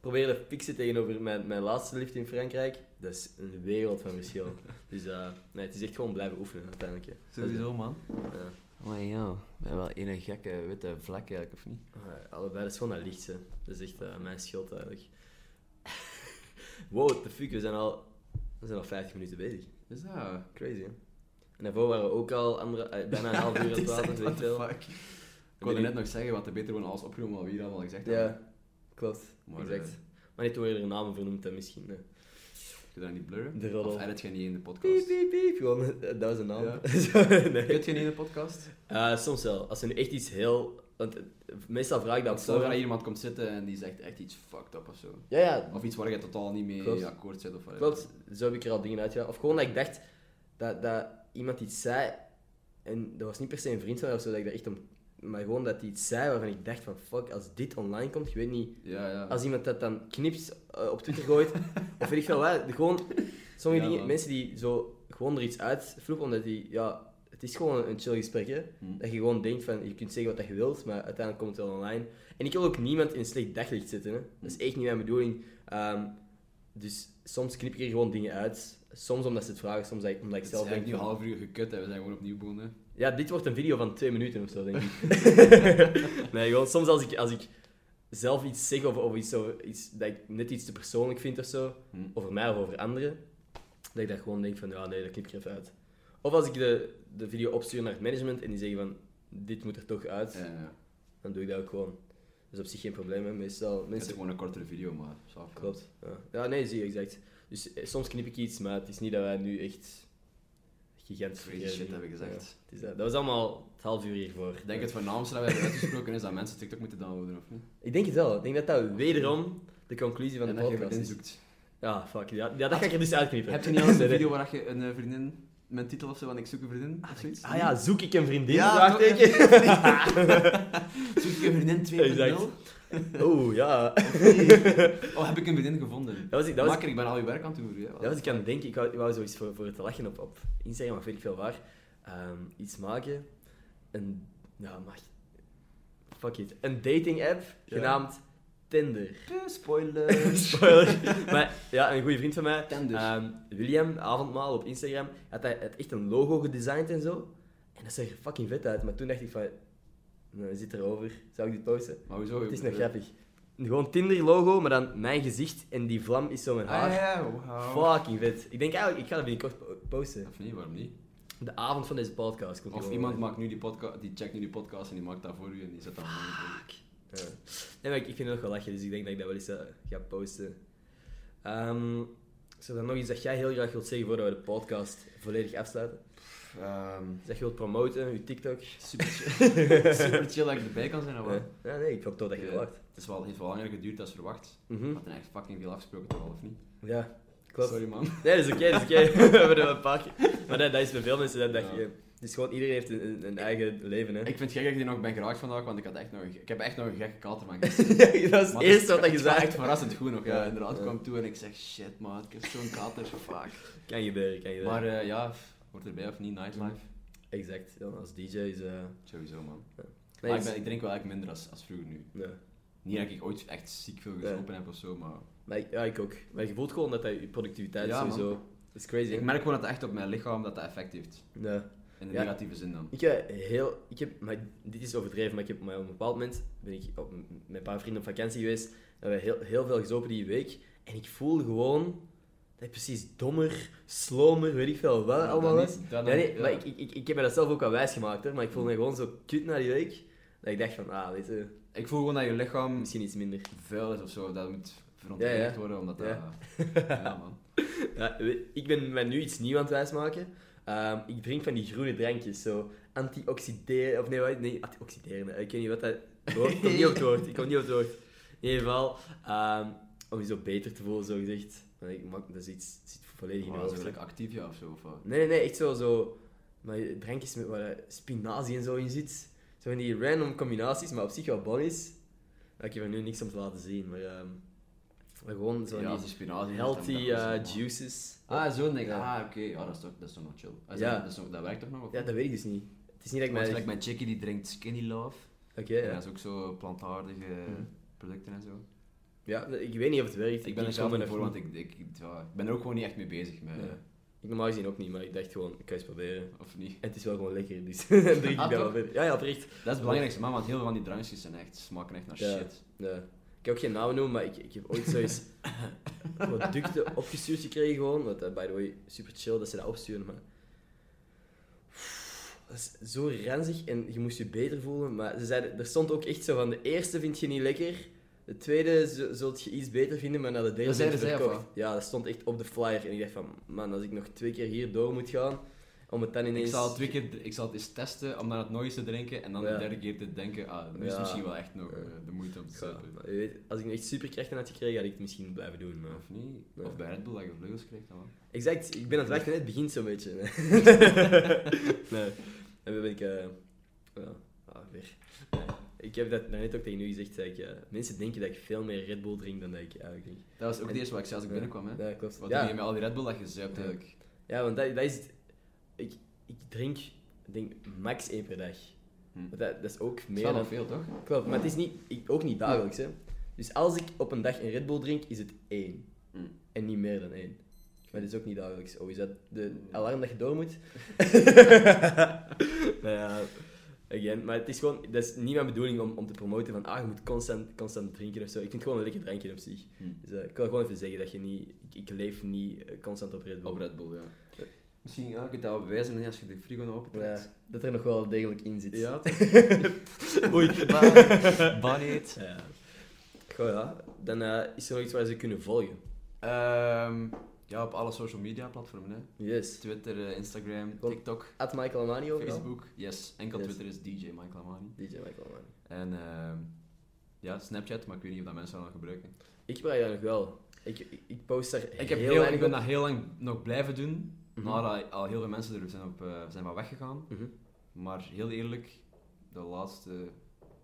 Speaker 1: probeerde te fixen tegenover mijn, mijn laatste lift in Frankrijk, dat is een wereld van verschil. dus eh, nee, het is echt gewoon blijven oefenen uiteindelijk. hè.
Speaker 2: man.
Speaker 1: Dat is- ja.
Speaker 2: Maar ja, we hebben wel een gekke witte vlek eigenlijk, of niet?
Speaker 1: Ah, allebei, dat is gewoon dat licht. hè. Dat is echt eh, mijn schuld eigenlijk. wow, what the fuck, we zijn, al, we zijn al 50 minuten bezig.
Speaker 2: Is dat...
Speaker 1: Crazy hè? En daarvoor waren we ook al andere, eh, bijna een half uur aan het praten. dat is echt veel.
Speaker 2: fuck? Ik wilde net nog zeggen, wat de beter gewoon alles opgenomen wat we hier allemaal gezegd hebben.
Speaker 1: Ja, klopt.
Speaker 2: Maar,
Speaker 1: exact.
Speaker 2: eh,
Speaker 1: Maar niet toen we er namen vernoemd hebben misschien. hè.
Speaker 2: Kun je dat niet blurren?
Speaker 1: De roddel.
Speaker 2: Of edit je niet in de
Speaker 1: Piep,
Speaker 2: podcast?
Speaker 1: piep, piep. Gewoon, eh, dat was een naam.
Speaker 2: Ja.
Speaker 1: Zo, nee.
Speaker 2: Kut je niet in de podcast?
Speaker 1: Eh, soms wel. Als er nu echt iets heel... Want eh, meestal vraag ik dat op
Speaker 2: Stel dat
Speaker 1: voorhand.
Speaker 2: hier iemand komt zitten en die zegt echt iets fucked up of zo.
Speaker 1: Ja, ja.
Speaker 2: Of iets waar je totaal niet mee
Speaker 1: Klopt.
Speaker 2: akkoord zit of whatever.
Speaker 1: Klopt. Zo heb ik er al dingen uitgehaald. Of gewoon dat ik dacht dat, dat iemand iets zei... En dat was niet per se een vriend van mij of zo, dat ik daar echt om... Maar gewoon dat hij iets zei waarvan ik dacht van... Fuck, als dit online komt, ik weet niet...
Speaker 2: Ja, ja.
Speaker 1: Als iemand dat dan knipt, eh, op Twitter gooit... of weet ik veel wat. Gewoon... Sommige
Speaker 2: Ja,
Speaker 1: dingen,
Speaker 2: man.
Speaker 1: mensen die zo gewoon er iets uit vloepen, omdat die... Ja, het is gewoon een chill gesprek, hè.
Speaker 2: Hm.
Speaker 1: Dat je gewoon denkt van, je kunt zeggen wat dat je wilt, maar uiteindelijk komt het wel online. En ik wil ook niemand in een slecht daglicht zetten. Hè. Dat is echt niet mijn bedoeling. Ehm, dus soms knip ik er gewoon dingen uit. Soms omdat ze het vragen, soms dat ik- omdat ik
Speaker 2: Het is
Speaker 1: zelf denk...
Speaker 2: eigenlijk nu een
Speaker 1: van-
Speaker 2: half uur gekut en we zijn gewoon opnieuw begonnen.
Speaker 1: Ja, dit wordt een video van twee minuten of zo, denk ik. nee, gewoon soms als ik, als ik zelf iets zeg of, of iets, zo, iets dat ik net iets te persoonlijk vind of zo,
Speaker 2: Hm.
Speaker 1: over mij of over anderen, dat ik daar gewoon denk van, ja, nee, dat knip ik er even uit. Of als ik de, de video opstuur naar het management en die zeggen van, dit moet er toch uit,
Speaker 2: Ja, ja.
Speaker 1: dan doe ik dat ook gewoon. Dus op zich geen probleem, hè. Meestal,
Speaker 2: Het is
Speaker 1: mensen...
Speaker 2: gewoon een kortere video, maar zo.
Speaker 1: Klopt. Ja. ja, nee, zie je, exact. Dus eh, soms knip ik iets, maar het is niet dat wij nu echt gigantisch...
Speaker 2: Crazy shit hebben gezegd.
Speaker 1: Het is dat. dat was allemaal het half uur hiervoor.
Speaker 2: Ik denk het voornaamste dat we hebben uitgesproken is dat mensen TikTok moeten downloaden, of niet?
Speaker 1: Ik denk het wel. Ik denk dat dat wederom de conclusie van de
Speaker 2: en dat je
Speaker 1: podcast
Speaker 2: vriendin
Speaker 1: is.
Speaker 2: zoekt.
Speaker 1: Ja, fuck. Ja, ja, dat ga ik er dus uitknippen.
Speaker 2: Heb je niet al eens
Speaker 1: Nee,
Speaker 2: een
Speaker 1: nee.
Speaker 2: video waar je een eh, vriendin, mijn titel of zo, van ik zoek een vriendin, of zoiets? Hm?
Speaker 1: Ah ja, zoek ik een vriendin?
Speaker 2: Ja,
Speaker 1: Vraagteken.
Speaker 2: Zoek ik een vriendin 2.0?
Speaker 1: Exact. Oeh, ja.
Speaker 2: Oh, heb ik een vriendin gevonden?
Speaker 1: Dat was ik, dat was,
Speaker 2: Makker, ik ben al je werk aan het doen. hè.
Speaker 1: dat was ik aan het denken. Ik wou, ik wou zoiets voor, voor te lachen op, op Instagram, maar weet ik veel waar. Ehm, iets maken. Een... Ja, mag... Fuck it. Een dating app
Speaker 2: Ja.
Speaker 1: genaamd Tinder.
Speaker 2: Eh, Spoiler.
Speaker 1: Spoiler. maar ja, een goede vriend van mij,
Speaker 2: Tenders.
Speaker 1: ehm, William, avondmaal op Instagram, had hij had echt een logo gedesigned en zo. En dat zag er fucking vet uit. Maar toen dacht ik van, nou, zit erover. Zou ik dit posten?
Speaker 2: maar hoezo? Eh,
Speaker 1: Het is nog grappig. Gewoon Tinder logo, maar dan mijn gezicht en die vlam is zo mijn
Speaker 2: Ah
Speaker 1: haar.
Speaker 2: ja, wauw.
Speaker 1: Fucking vet. Ik denk eigenlijk, ik ga dat binnenkort po- posten.
Speaker 2: Of niet, waarom niet?
Speaker 1: De avond van deze podcast. komt
Speaker 2: Of
Speaker 1: gewoon
Speaker 2: iemand
Speaker 1: uit.
Speaker 2: maakt nu die podcast, die checkt nu die podcast en die maakt dat voor u en die zet dat
Speaker 1: Ah,
Speaker 2: voor u.
Speaker 1: Ja. Nee, maar ik, ik vind het nog wel lachen, dus ik denk dat ik dat wel eens eh, ga posten. Ehm is er dan nog iets dat jij heel graag wilt zeggen voordat we de podcast volledig afsluiten?
Speaker 2: Ehm,
Speaker 1: Iets Dat je wilt promoten, je TikTok?
Speaker 2: super, chill. super chill dat ik erbij kan zijn.
Speaker 1: Ja,
Speaker 2: maar
Speaker 1: Ja, nee, ik hoop toch dat je
Speaker 2: Ja.
Speaker 1: dat wacht.
Speaker 2: Het is wel, heeft wel langer geduurd dan verwacht. We
Speaker 1: Mhm.
Speaker 2: hadden echt fucking veel afgesproken toch al, of niet?
Speaker 1: Ja, klopt.
Speaker 2: Sorry man.
Speaker 1: Nee, dat is oké, dat is oké. we hebben er wel een paar keer. Maar dat, dat is bij veel mensen dat, dat
Speaker 2: Ja.
Speaker 1: je... Dus gewoon iedereen heeft een, een- een eigen leven, hè.
Speaker 2: Ik vind het gek dat ik die nog ben geraakt vandaag, want ik, had echt nog, ik heb echt nog een gekke kater van gisteren.
Speaker 1: Ja, dat is het
Speaker 2: Maar
Speaker 1: eerste wat
Speaker 2: het
Speaker 1: dat je
Speaker 2: is wel
Speaker 1: zei.
Speaker 2: echt verrassend goed nog. Ja,
Speaker 1: Ja,
Speaker 2: inderdaad.
Speaker 1: ja.
Speaker 2: Ik kwam toe en ik zeg, shit man, ik heb zo'n kater, fuck.
Speaker 1: Kan gebeuren, kan gebeuren.
Speaker 2: Maar eh, ja, f- hoort erbij of niet, nightlife.
Speaker 1: Exact, dan als DJ is... eh,
Speaker 2: Sowieso man.
Speaker 1: nee,
Speaker 2: Maar ik,
Speaker 1: is-
Speaker 2: ben, ik drink wel eigenlijk minder als, als vroeger nu.
Speaker 1: ja.
Speaker 2: Niet dat ik ooit echt ziek veel geslopen heb of zo, maar...
Speaker 1: Maar ik, ja, ik ook. Maar je voelt gewoon dat dat je productiviteit
Speaker 2: Ja, man.
Speaker 1: sowieso... Dat is crazy, hè?
Speaker 2: Ik merk gewoon dat het echt op mijn lichaam dat dat effect heeft.
Speaker 1: Ja.
Speaker 2: In de
Speaker 1: Ja.
Speaker 2: negatieve zin dan.
Speaker 1: Ik heb heel, ik heb, maar dit is overdreven, maar ik heb maar op een bepaald moment ben ik op, m- met een paar vrienden op vakantie geweest. We hebben heel, heel veel gezopen die week. En ik voel gewoon dat ik precies dommer, slomer, weet ik veel wat
Speaker 2: Ja,
Speaker 1: allemaal
Speaker 2: dat
Speaker 1: was.
Speaker 2: niet, dat
Speaker 1: Nee, nee,
Speaker 2: niet, ja.
Speaker 1: maar ik, ik, ik, ik heb me dat zelf ook al wijs gemaakt, hè, maar ik voelde me gewoon zo kut na die week. Dat ik dacht van, ah, weet je,
Speaker 2: Ik voel gewoon dat je lichaam
Speaker 1: misschien iets minder.
Speaker 2: vuil is of zo. Dat moet verontreinigd
Speaker 1: Ja, ja.
Speaker 2: worden, omdat dat...
Speaker 1: Ja.
Speaker 2: Ja, man.
Speaker 1: Ja, we- ik ben mij nu iets nieuws aan het wijsmaken. Ehm, ik drink van die groene drankjes, zo antioxideren, of nee, wat, nee, antioxideren, ik weet niet wat dat woord, ik kom niet op het woord, ik kom niet op het woord. In ieder geval, ehm, om je zo beter te voelen, zo gezegd. Maar ik maak, dat is iets, het zit volledig in
Speaker 2: Maar
Speaker 1: de
Speaker 2: Oh, dat is
Speaker 1: hoofd,
Speaker 2: gelijk actief, ja, of zo. Of, wat.
Speaker 1: hè. Nee, nee, nee, echt zo, zo, maar je- drankjes met waar eh, spinazie en zo in zit. Zo van die random combinaties, maar op zich wel bon is. Ik heb er nu niks om te laten zien, maar, ehm, maar gewoon zo van
Speaker 2: ja,
Speaker 1: die
Speaker 2: die spinazie.
Speaker 1: healthy
Speaker 2: dat moet dat
Speaker 1: eh,
Speaker 2: goed zijn, man.
Speaker 1: juices.
Speaker 2: Ah, zo'n ding.
Speaker 1: Ja.
Speaker 2: Ah, oké. Ja, dat is toch, dat is toch nog chill. Ah, is
Speaker 1: Ja.
Speaker 2: dat, dat, is nog- dat werkt toch nog? of
Speaker 1: Ja,
Speaker 2: niet?
Speaker 1: dat weet ik dus niet. Het is niet dat ik
Speaker 2: Want
Speaker 1: mij...
Speaker 2: gelijk mijn chickie die drinkt Skinny Love.
Speaker 1: Oké,
Speaker 2: En
Speaker 1: ja.
Speaker 2: dat is ook zo plantaardige
Speaker 1: Mhm.
Speaker 2: producten en zo.
Speaker 1: ja. Ik weet niet of het werkt.
Speaker 2: Ik ben
Speaker 1: zou
Speaker 2: er zelf
Speaker 1: me
Speaker 2: niet
Speaker 1: nog
Speaker 2: voor,
Speaker 1: niet-
Speaker 2: want ik, ik, ja, ik ben er ook gewoon niet echt mee bezig. Met,
Speaker 1: Ja. Ik normaal gezien ook niet, maar ik dacht gewoon, ik ga eens proberen.
Speaker 2: Of niet.
Speaker 1: En het is wel gewoon lekker, dus dan drink ik dat
Speaker 2: Ah,
Speaker 1: wel
Speaker 2: toch?
Speaker 1: verder. Ja, ja, oprecht.
Speaker 2: Dat is het belangrijkste, man, want heel veel van die drankjes zijn echt, smaken echt naar
Speaker 1: Ja.
Speaker 2: shit.
Speaker 1: Ja. Ik heb ook geen namen noemen, maar ik, ik heb ooit zoiets producten opgestuurd gekregen gewoon. Wat, eh, by the way, super chill dat ze dat opsturen, maar... Dat is zo ranzig en je moest je beter voelen. Maar ze zeiden, er stond ook echt zo van, de eerste vind je niet lekker. De tweede z- zult je iets beter vinden, maar na de derde
Speaker 2: Dat
Speaker 1: vind je
Speaker 2: zeiden zij, of
Speaker 1: verkocht. Ja, dat stond echt op de flyer. En ik dacht van, man, als ik nog twee keer hier door moet gaan, om het dan ineens...
Speaker 2: Ik zal, het twee keer, ik zal het eens testen om dan het nooit te drinken en dan
Speaker 1: Ja.
Speaker 2: de derde keer te denken, ah, nu is
Speaker 1: Ja.
Speaker 2: het misschien wel echt nog
Speaker 1: Ja.
Speaker 2: eh, de moeite om te
Speaker 1: Ja,
Speaker 2: zetten.
Speaker 1: maar je weet, als ik nog echt superkrachten had gekregen, had ik het misschien blijven doen. Maar...
Speaker 2: Of niet?
Speaker 1: Ja.
Speaker 2: Of bij Red Bull dat je vleugels krijgt dan wel.
Speaker 1: Exact, ik ben aan het wachten, hè. het begint zo'n beetje. hè. nee, en dan ben ik. eh, ja, ah, weer. Nee. Ik heb dat net ook tegen u gezegd. Dat ik, eh, mensen denken dat ik veel meer Red Bull drink dan dat ik eigenlijk drink.
Speaker 2: Dat was ook
Speaker 1: En-
Speaker 2: het eerste wat ik zei als ik
Speaker 1: Ja.
Speaker 2: binnenkwam, hè.
Speaker 1: Ja, klopt.
Speaker 2: Wat doe je
Speaker 1: Ja,
Speaker 2: met al die Red Bull dat je zuipt
Speaker 1: Ja.
Speaker 2: eigenlijk?
Speaker 1: ja, want dat, dat is het. Ik, ik drink ik denk, max één per dag.
Speaker 2: Hm.
Speaker 1: Want Dat, dat is ook
Speaker 2: Dat is
Speaker 1: meer
Speaker 2: wel
Speaker 1: dan.
Speaker 2: nog veel, toch?
Speaker 1: Klopt, maar het is niet, ik, ook niet dagelijks.
Speaker 2: Hm.
Speaker 1: Hè. Dus als ik op een dag een Red Bull drink, is het één.
Speaker 2: Mm.
Speaker 1: En niet meer dan één.
Speaker 2: Oké.
Speaker 1: Maar dat is ook niet dagelijks. Oh, is dat de alarm dat je door moet? nou ja, again. Maar het is gewoon, dat is niet mijn bedoeling om, om te promoten van, ah, je moet constant, constant drinken of zo. Ik vind het gewoon een lekker drankje op zich.
Speaker 2: Hmm.
Speaker 1: Dus eh, ik wil gewoon even zeggen dat je niet, ik, ik leef niet eh, constant op Red Bull.
Speaker 2: Op Red Bull, ja. Misschien ja, je kunt dat bewijzen als je de frigo nou
Speaker 1: Ja,
Speaker 2: opentrekt.
Speaker 1: dat er nog wel degelijk in zit.
Speaker 2: Ja,
Speaker 1: Oei.
Speaker 2: Ba- Bonnet.
Speaker 1: Ja. Goh, ja. Dan eh, is er nog iets waar ze kunnen volgen.
Speaker 2: Ehm, ja, op alle social media platformen. Hè.
Speaker 1: Yes.
Speaker 2: Twitter, eh, Instagram,
Speaker 1: Kom.
Speaker 2: TikTok,
Speaker 1: At Michael Amani overal.
Speaker 2: Facebook. Yes, enkel
Speaker 1: Yes.
Speaker 2: Twitter is DJ Michael Amani.
Speaker 1: DJ Michael Amani.
Speaker 2: En ehm, ja, Snapchat, maar ik weet niet of dat mensen dat nog gebruiken.
Speaker 1: Ik gebruik dat nog wel. Ik, ik, ik post daar
Speaker 2: Ik,
Speaker 1: heel
Speaker 2: heb heel, ik
Speaker 1: weinig
Speaker 2: ben
Speaker 1: op.
Speaker 2: dat heel lang nog blijven doen,
Speaker 1: Mhm.
Speaker 2: nadat al heel veel mensen er zijn, op, eh, zijn van weggegaan.
Speaker 1: Mhm.
Speaker 2: Maar heel eerlijk, de laatste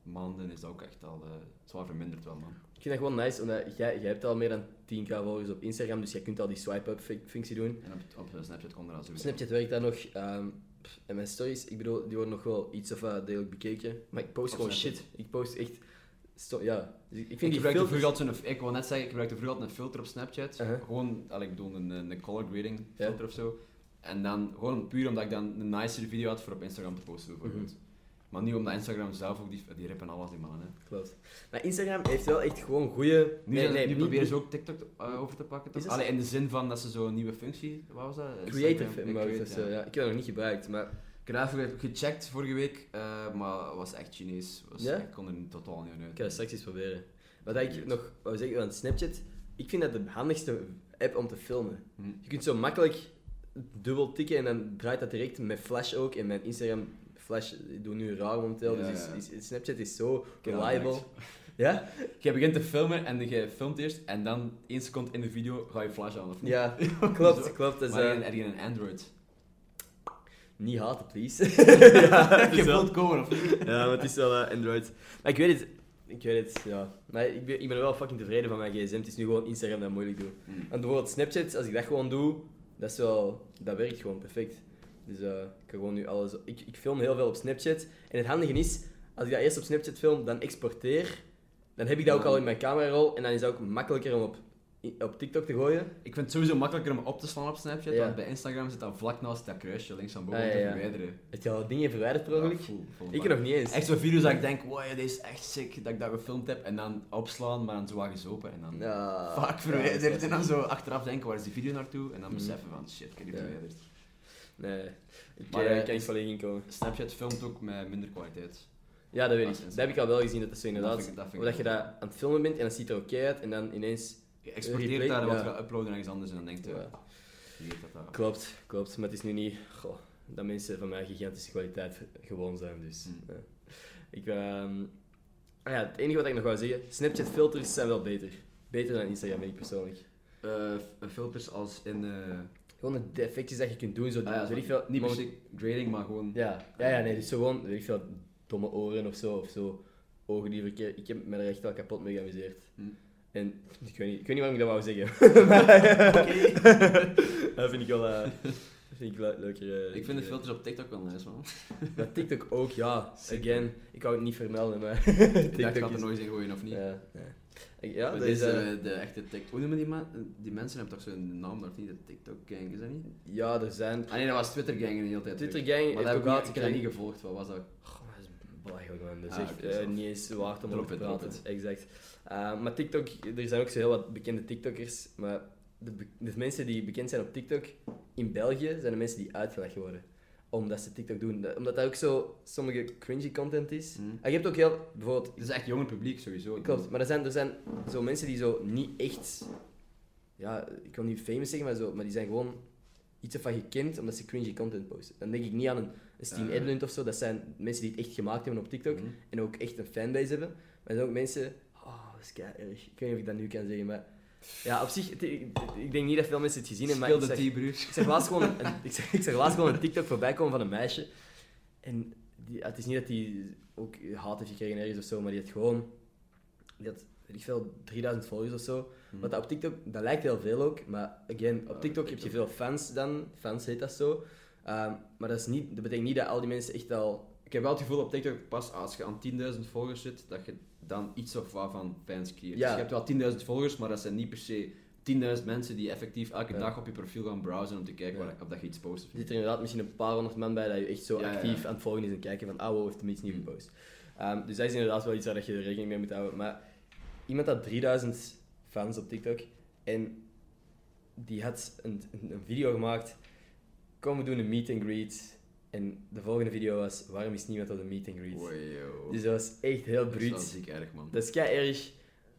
Speaker 2: maanden is dat ook echt al eh, zwaar verminderd wel, man.
Speaker 1: Ik vind dat gewoon nice, omdat jij, jij hebt al meer dan 10k volgers op Instagram, dus jij kunt al die swipe-up fi- functie doen. Dus
Speaker 2: En op, op eh, Snapchat kon er al sowieso.
Speaker 1: Snapchat werkt daar nog. ehm, pff, en mijn stories, ik bedoel, die worden nog wel iets of wat degelijk bekeken. Maar ik post
Speaker 2: Op
Speaker 1: gewoon
Speaker 2: Snapchat.
Speaker 1: shit. Ik post echt... sto- ja. Dus ik
Speaker 2: Ik,
Speaker 1: vind die
Speaker 2: gebruikte
Speaker 1: filters...
Speaker 2: vroeger altijd zo'n, ik wou net zeggen, ik gebruikte vroeger altijd een filter op Snapchat.
Speaker 1: Uh-huh.
Speaker 2: Gewoon, al, ik bedoel, een, een color grading
Speaker 1: Ja.
Speaker 2: filter of zo. En dan gewoon puur omdat ik dan een nicer video had voor op Instagram te posten, bijvoorbeeld.
Speaker 1: Mhm.
Speaker 2: Maar nu omdat Instagram zelf ook, die, die rippen alles die mannen. hè.
Speaker 1: Klopt. Maar Instagram heeft wel echt gewoon goede...
Speaker 2: Nu, zijn- nu proberen ze ook TikTok eh, over te pakken,
Speaker 1: Is
Speaker 2: toch?
Speaker 1: dat
Speaker 2: Allee, in de zin van dat ze zo'n nieuwe functie, wat was dat? Instagram-
Speaker 1: Creative
Speaker 2: eh,
Speaker 1: mode
Speaker 2: create,
Speaker 1: of zo,
Speaker 2: ja.
Speaker 1: ja. Ik heb dat nog niet gebruikt, maar...
Speaker 2: Ik heb dat even gecheckt vorige week, eh, maar was echt Chinees. Was,
Speaker 1: Ja?
Speaker 2: Ik kon er totaal niet aan uit.
Speaker 1: Ik ga dat straks eens proberen. Wat ik nog wou zeggen van Snapchat, ik vind dat de handigste app om te filmen.
Speaker 2: Hm.
Speaker 1: Je kunt zo makkelijk dubbel tikken en dan draait dat direct met Flash ook. En mijn Instagram Flash ik doe nu raar momenteel,
Speaker 2: Ja,
Speaker 1: dus
Speaker 2: ja.
Speaker 1: is, is- Snapchat is zo
Speaker 2: heb dat
Speaker 1: reliable. Ja?
Speaker 2: Je begint te filmen en je filmt eerst en dan één seconde in de video ga je flash aan of niet?
Speaker 1: Ja, klopt,
Speaker 2: Zo.
Speaker 1: klopt. Dat is,
Speaker 2: maar
Speaker 1: eh,
Speaker 2: heb je- heb je een Android?
Speaker 1: niet haten, please.
Speaker 2: je wilt komen of niet?
Speaker 1: Ja, maar het is wel eh, Android. Maar ik weet het. Ik weet het, ja. Maar ik ben, ik ben wel fucking tevreden van mijn gsm. Het is nu gewoon Instagram dat moeilijk doet.
Speaker 2: Mm.
Speaker 1: En bijvoorbeeld Snapchat, als ik dat gewoon doe, dat, is wel, dat werkt gewoon perfect. Dus eh, ik kan gewoon nu alles... Ik, ik film heel veel op Snapchat. En het handige is, als ik dat eerst op Snapchat film, dan exporteer. Dan heb ik dat ook
Speaker 2: Ja.
Speaker 1: al in mijn camerarol. En dan is dat ook makkelijker om op, op TikTok te gooien.
Speaker 2: Ik vind het sowieso makkelijker om op te slaan op Snapchat,
Speaker 1: Ja.
Speaker 2: want bij Instagram zit dat vlak naast dat kruisje links aan boven
Speaker 1: Ah, ja,
Speaker 2: te
Speaker 1: ja.
Speaker 2: verwijderen.
Speaker 1: Heb je al dingen verwijderd per ongeluk?
Speaker 2: Ja, full- full
Speaker 1: ik
Speaker 2: bak.
Speaker 1: nog niet eens.
Speaker 2: Echt zo'n video's dat ik denk, wow, dit is echt sick dat ik dat gefilmd heb en dan opslaan, maar dan zo wat open en dan
Speaker 1: Ja.
Speaker 2: vaak
Speaker 1: Ja,
Speaker 2: verwijderd
Speaker 1: dat is Mm.
Speaker 2: en dan zo achteraf denken, waar is die video naartoe? En dan beseffen van, shit, ik heb die
Speaker 1: Ja.
Speaker 2: verwijderd.
Speaker 1: Nee. Ik
Speaker 2: Maar,
Speaker 1: eh,
Speaker 2: eh,
Speaker 1: kan niet volledig inkomen.
Speaker 2: Snapchat filmt ook met minder kwaliteit.
Speaker 1: Ja, dat weet
Speaker 2: Als
Speaker 1: ik. Dat heb
Speaker 2: Instagram.
Speaker 1: ik al wel gezien, dat dat zo inderdaad...
Speaker 2: vind ik- dat vind ik
Speaker 1: omdat je
Speaker 2: wel.
Speaker 1: dat aan het filmen bent en dat ziet er oké uit. En dan ineens...
Speaker 2: Je exporteert
Speaker 1: Replay,
Speaker 2: daar
Speaker 1: ja.
Speaker 2: wat je uploaden ergens anders en dan denkt je,
Speaker 1: Ja.
Speaker 2: je weet dat daar.
Speaker 1: Klopt, klopt. Maar het is nu niet goh, dat mensen van mijn gigantische kwaliteit gewoon zijn. Dus.
Speaker 2: Hmm.
Speaker 1: ja. Ik, ehm, ah ja, het enige wat ik nog wou zeggen, Snapchat filters zijn wel beter. Beter dan Instagram, vind ik persoonlijk.
Speaker 2: Eh, filters als in... eh,
Speaker 1: Gewoon de effectjes dat je kunt doen, zo,
Speaker 2: ah ja,
Speaker 1: weet ik veel,
Speaker 2: niet per
Speaker 1: moment-
Speaker 2: se grading, maar gewoon...
Speaker 1: Ja, ja, ja, nee, dus zo gewoon, weet ik veel, domme oren of zo, of zo, ogen die verkeerd. Ik heb me er echt wel kapot mee geamuseerd.
Speaker 2: Hmm.
Speaker 1: En ik weet, niet, ik weet niet waarom ik dat wou zeggen. Maar- dat vind ik wel, eh, vind ik le- leuker. eh,
Speaker 2: Ik vind de
Speaker 1: eh,
Speaker 2: filters op TikTok wel nice, man.
Speaker 1: Dat TikTok ook, ja.
Speaker 2: Zeker.
Speaker 1: Again, ik wou het niet vermelden, maar
Speaker 2: Ik dacht, ik
Speaker 1: TikTok
Speaker 2: had er
Speaker 1: is...
Speaker 2: nooit in gooien, of niet?
Speaker 1: Ja, ja. Ik- ja
Speaker 2: Maar
Speaker 1: dat
Speaker 2: dit
Speaker 1: is,
Speaker 2: is
Speaker 1: eh,
Speaker 2: eh, de echte TikTok... Hoe noemen die, ma- die mensen? hebben toch zo'n naam, of niet? De TikTok-gang, is dat niet?
Speaker 1: ja, er zijn...
Speaker 2: Ah nee, dat was Twitter-gang in de hele tijd.
Speaker 1: Twitter
Speaker 2: terug.
Speaker 1: Gang
Speaker 2: Maar
Speaker 1: heeft
Speaker 2: dat heb
Speaker 1: ook
Speaker 2: ik, niet,
Speaker 1: laatst
Speaker 2: ik heb dat
Speaker 1: gekregen-
Speaker 2: niet gevolgd, wat was dat?
Speaker 1: Goh, dat is belachelijk, man. Dat is
Speaker 2: Ah,
Speaker 1: echt
Speaker 2: oké, dat is
Speaker 1: eh,
Speaker 2: af.
Speaker 1: niet eens waard om
Speaker 2: Drop
Speaker 1: over te
Speaker 2: it, drop
Speaker 1: praten. Exact. Eh, maar TikTok, er zijn ook zo heel wat bekende TikTokkers, maar de, be- de mensen die bekend zijn op TikTok in België, zijn de mensen die uitgelachen worden. Omdat ze TikTok doen. Dat- Omdat dat ook zo sommige cringy content is.
Speaker 2: Mhm.
Speaker 1: En je hebt ook heel... Bijvoorbeeld,
Speaker 2: Het is echt jong publiek, sowieso.
Speaker 1: Klopt, maar er zijn, er zijn zo mensen die zo niet echt, ja, ik wil niet famous zeggen, maar, zo, maar die zijn gewoon iets ervan gekend omdat ze cringy content posten. Dan denk ik niet aan een, een Steam
Speaker 2: Ja.
Speaker 1: Edlund of zo, dat zijn mensen die het echt gemaakt hebben op TikTok
Speaker 2: Mhm.
Speaker 1: en ook echt een fanbase hebben. Maar er zijn ook mensen, oh, dat is kei erg. Ik weet niet of ik dat nu kan zeggen, maar ja, op zich, het- ik, ik denk niet dat veel mensen het gezien hebben, maar ik
Speaker 2: Speel de
Speaker 1: zag-
Speaker 2: tea, broer.
Speaker 1: ik zag laatst gewoon een, een- ik zag, ik zag laatst gewoon een TikTok voorbij komen van een meisje. En die, het is niet dat die ook haat heeft gekregen ergens of zo, maar die had gewoon... Die had, weet ik veel, 3000 volgers of zo.
Speaker 2: Mhm.
Speaker 1: Want dat op TikTok, dat lijkt heel veel ook. Maar again,
Speaker 2: Ja,
Speaker 1: op TikTok heb je veel fans dan. Fans heet dat zo. Ehm, maar dat, is niet, dat betekent niet dat al die mensen echt al...
Speaker 2: Ik heb wel het gevoel op TikTok, pas als je aan 10.000 volgers zit, dat je dan iets of wat van fans creëert.
Speaker 1: Ja.
Speaker 2: Dus je hebt wel 10.000 volgers, maar dat zijn niet per se 10.000 mensen die effectief elke
Speaker 1: Ja.
Speaker 2: dag op je profiel gaan browsen om te kijken
Speaker 1: Ja.
Speaker 2: waar, of dat je iets post. of
Speaker 1: Er
Speaker 2: niet.
Speaker 1: zitten er inderdaad misschien een paar honderd man bij dat je echt zo
Speaker 2: Ja, ja, ja.
Speaker 1: actief aan het volgen is en kijken van, ah, wow, heeft hem iets nieuw
Speaker 2: Hmm.
Speaker 1: gepost. Ehm, dus dat is inderdaad wel iets waar dat je er rekening mee moet houden. Maar iemand had 3000 fans op TikTok en die had een, een een video gemaakt. Kom, we doen een meet and greet. En de volgende video was, waarom is niemand op de meet and greet?
Speaker 2: Oei, joh.
Speaker 1: Dus dat was echt heel
Speaker 2: Dat is wel
Speaker 1: bruut.
Speaker 2: ziek erg, man.
Speaker 1: Dat is kei erg.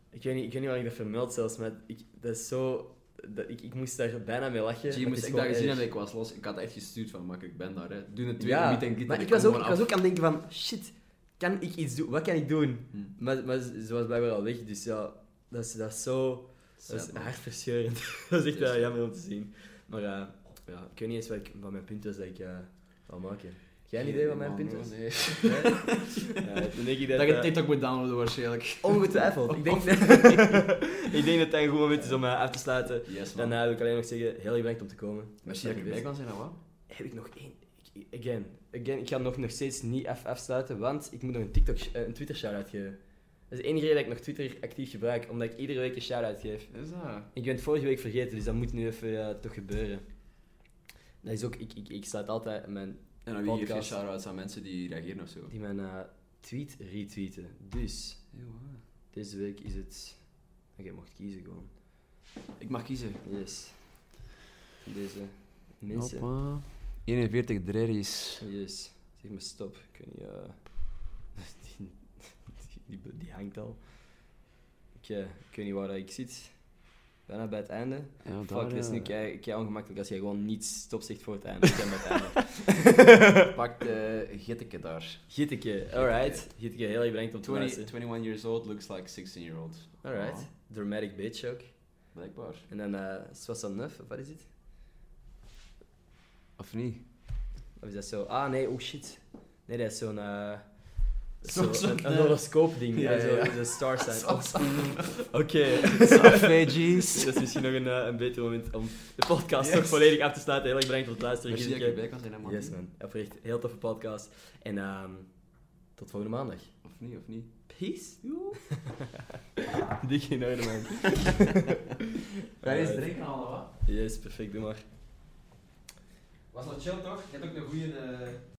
Speaker 1: Ik weet, niet, ik weet niet waar ik dat vermeld zelfs, maar ik, dat is zo... Dat, ik, ik moest daar bijna mee lachen. maar het
Speaker 2: Zie, Dus je moest
Speaker 1: is
Speaker 2: ik dat
Speaker 1: gewoon
Speaker 2: gezien
Speaker 1: erg.
Speaker 2: hebben, ik was los. Ik had echt gestuurd van, makker, ik ben daar, hè. Doe een tweede
Speaker 1: ja,
Speaker 2: meet and greet.
Speaker 1: maar
Speaker 2: en
Speaker 1: ik was, ook,
Speaker 2: kom
Speaker 1: ik
Speaker 2: gewoon
Speaker 1: was ook aan het denken van, shit, kan ik iets doen? Wat kan ik doen?
Speaker 2: Hmm.
Speaker 1: Maar, maar ze ze was blijkbaar al weg, dus ja, dat is, dat is zo
Speaker 2: af.
Speaker 1: dat is
Speaker 2: Sad, man.
Speaker 1: hartverscheurend. dat is echt wel
Speaker 2: Yes.
Speaker 1: jammer om te zien. Maar eh, ja, ik weet niet eens wat, ik, wat mijn punt was dat ik eh wil maken. Jij een idee wat mijn
Speaker 2: Man,
Speaker 1: punt
Speaker 2: joh,
Speaker 1: was?
Speaker 2: nee.
Speaker 1: Nee? Ja, dan denk ik dat,
Speaker 2: Dat je
Speaker 1: eh,
Speaker 2: TikTok moet downloaden waarschijnlijk.
Speaker 1: Ongetwijfeld. Ik denk, dat, ik denk dat dat een goed moment is om eh, af te sluiten.
Speaker 2: Yes, man.
Speaker 1: Daarna eh, wil ik alleen nog zeggen, heel erg bedankt om te komen.
Speaker 2: Merci eh, dat ik erbij kan zijn, hè, wat?
Speaker 1: Heb ik nog één? Ik- ik- Again, again ik ga nog, nog steeds niet af, afsluiten, want ik moet nog een, TikTok, eh, een Twitter shout-out geven. Dat is de enige reden dat ik nog Twitter actief gebruik, omdat ik iedere week een shout-out geef.
Speaker 2: Is dat?
Speaker 1: Ik ben het vorige week vergeten, dus dat moet nu even eh, toch gebeuren. Dat is ook, ik, ik, ik sluit altijd mijn,
Speaker 2: En dan wie geef je
Speaker 1: Podcast.
Speaker 2: shout-outs aan mensen die reageren of zo?
Speaker 1: die mijn eh, tweet retweeten. Dus, deze week is het... Oké, je mocht kiezen gewoon.
Speaker 2: Ik mag kiezen.
Speaker 1: Yes. Deze mensen.
Speaker 2: 41 drerries.
Speaker 1: Yes. Zeg maar stop. Ik weet niet. eh, die, die, die, die hangt al. Ik, eh, ik weet niet waar dat ik zit. Bijna bij het einde.
Speaker 2: Ja, eh,
Speaker 1: Fuck, dat is nu kei, kei ongemakkelijk als jij gewoon niet stop zegt voor het einde. Ik ben bij het einde.
Speaker 2: Pak de gitteke daar.
Speaker 1: Gitteke, alright. Gitteke, heel erg bedankt om te
Speaker 2: 20,
Speaker 1: luisteren.
Speaker 2: 21 years old looks like 16 year old.
Speaker 1: Alright.
Speaker 2: Ah,
Speaker 1: Dramatic bitch ook.
Speaker 2: blijkbaar.
Speaker 1: En dan eh Sois aan neuf, of wat is het?
Speaker 2: Of niet?
Speaker 1: Of is dat zo? Ah nee, oh shit. Nee, dat is zo'n. eh,
Speaker 2: Zo-
Speaker 1: zo-
Speaker 2: zo'n
Speaker 1: een, een
Speaker 2: knal.
Speaker 1: horoscoop-ding.
Speaker 2: Ja,
Speaker 1: Ja,
Speaker 2: ja, ja.
Speaker 1: Zo, de star sign. Oh, Oké.
Speaker 2: Savages.
Speaker 1: Dat is misschien nog een, eh, een beter moment om de podcast
Speaker 2: Yes.
Speaker 1: nog volledig af te sluiten. Heel erg bedankt voor het luisteren.
Speaker 2: Merci dat ik
Speaker 1: Gietje.
Speaker 2: erbij kan zijn, hè, man.
Speaker 1: Yes man. Oprecht, heel toffe podcast. En ehm, tot volgende maandag.
Speaker 2: Of niet, of niet?
Speaker 1: Peace. Dik in orde man.
Speaker 4: Daar is
Speaker 1: Alright.
Speaker 2: drinken al, wat?
Speaker 1: Yes, perfect. Doe maar.
Speaker 2: Was wel chill, toch? Je hebt ook een goede... eh,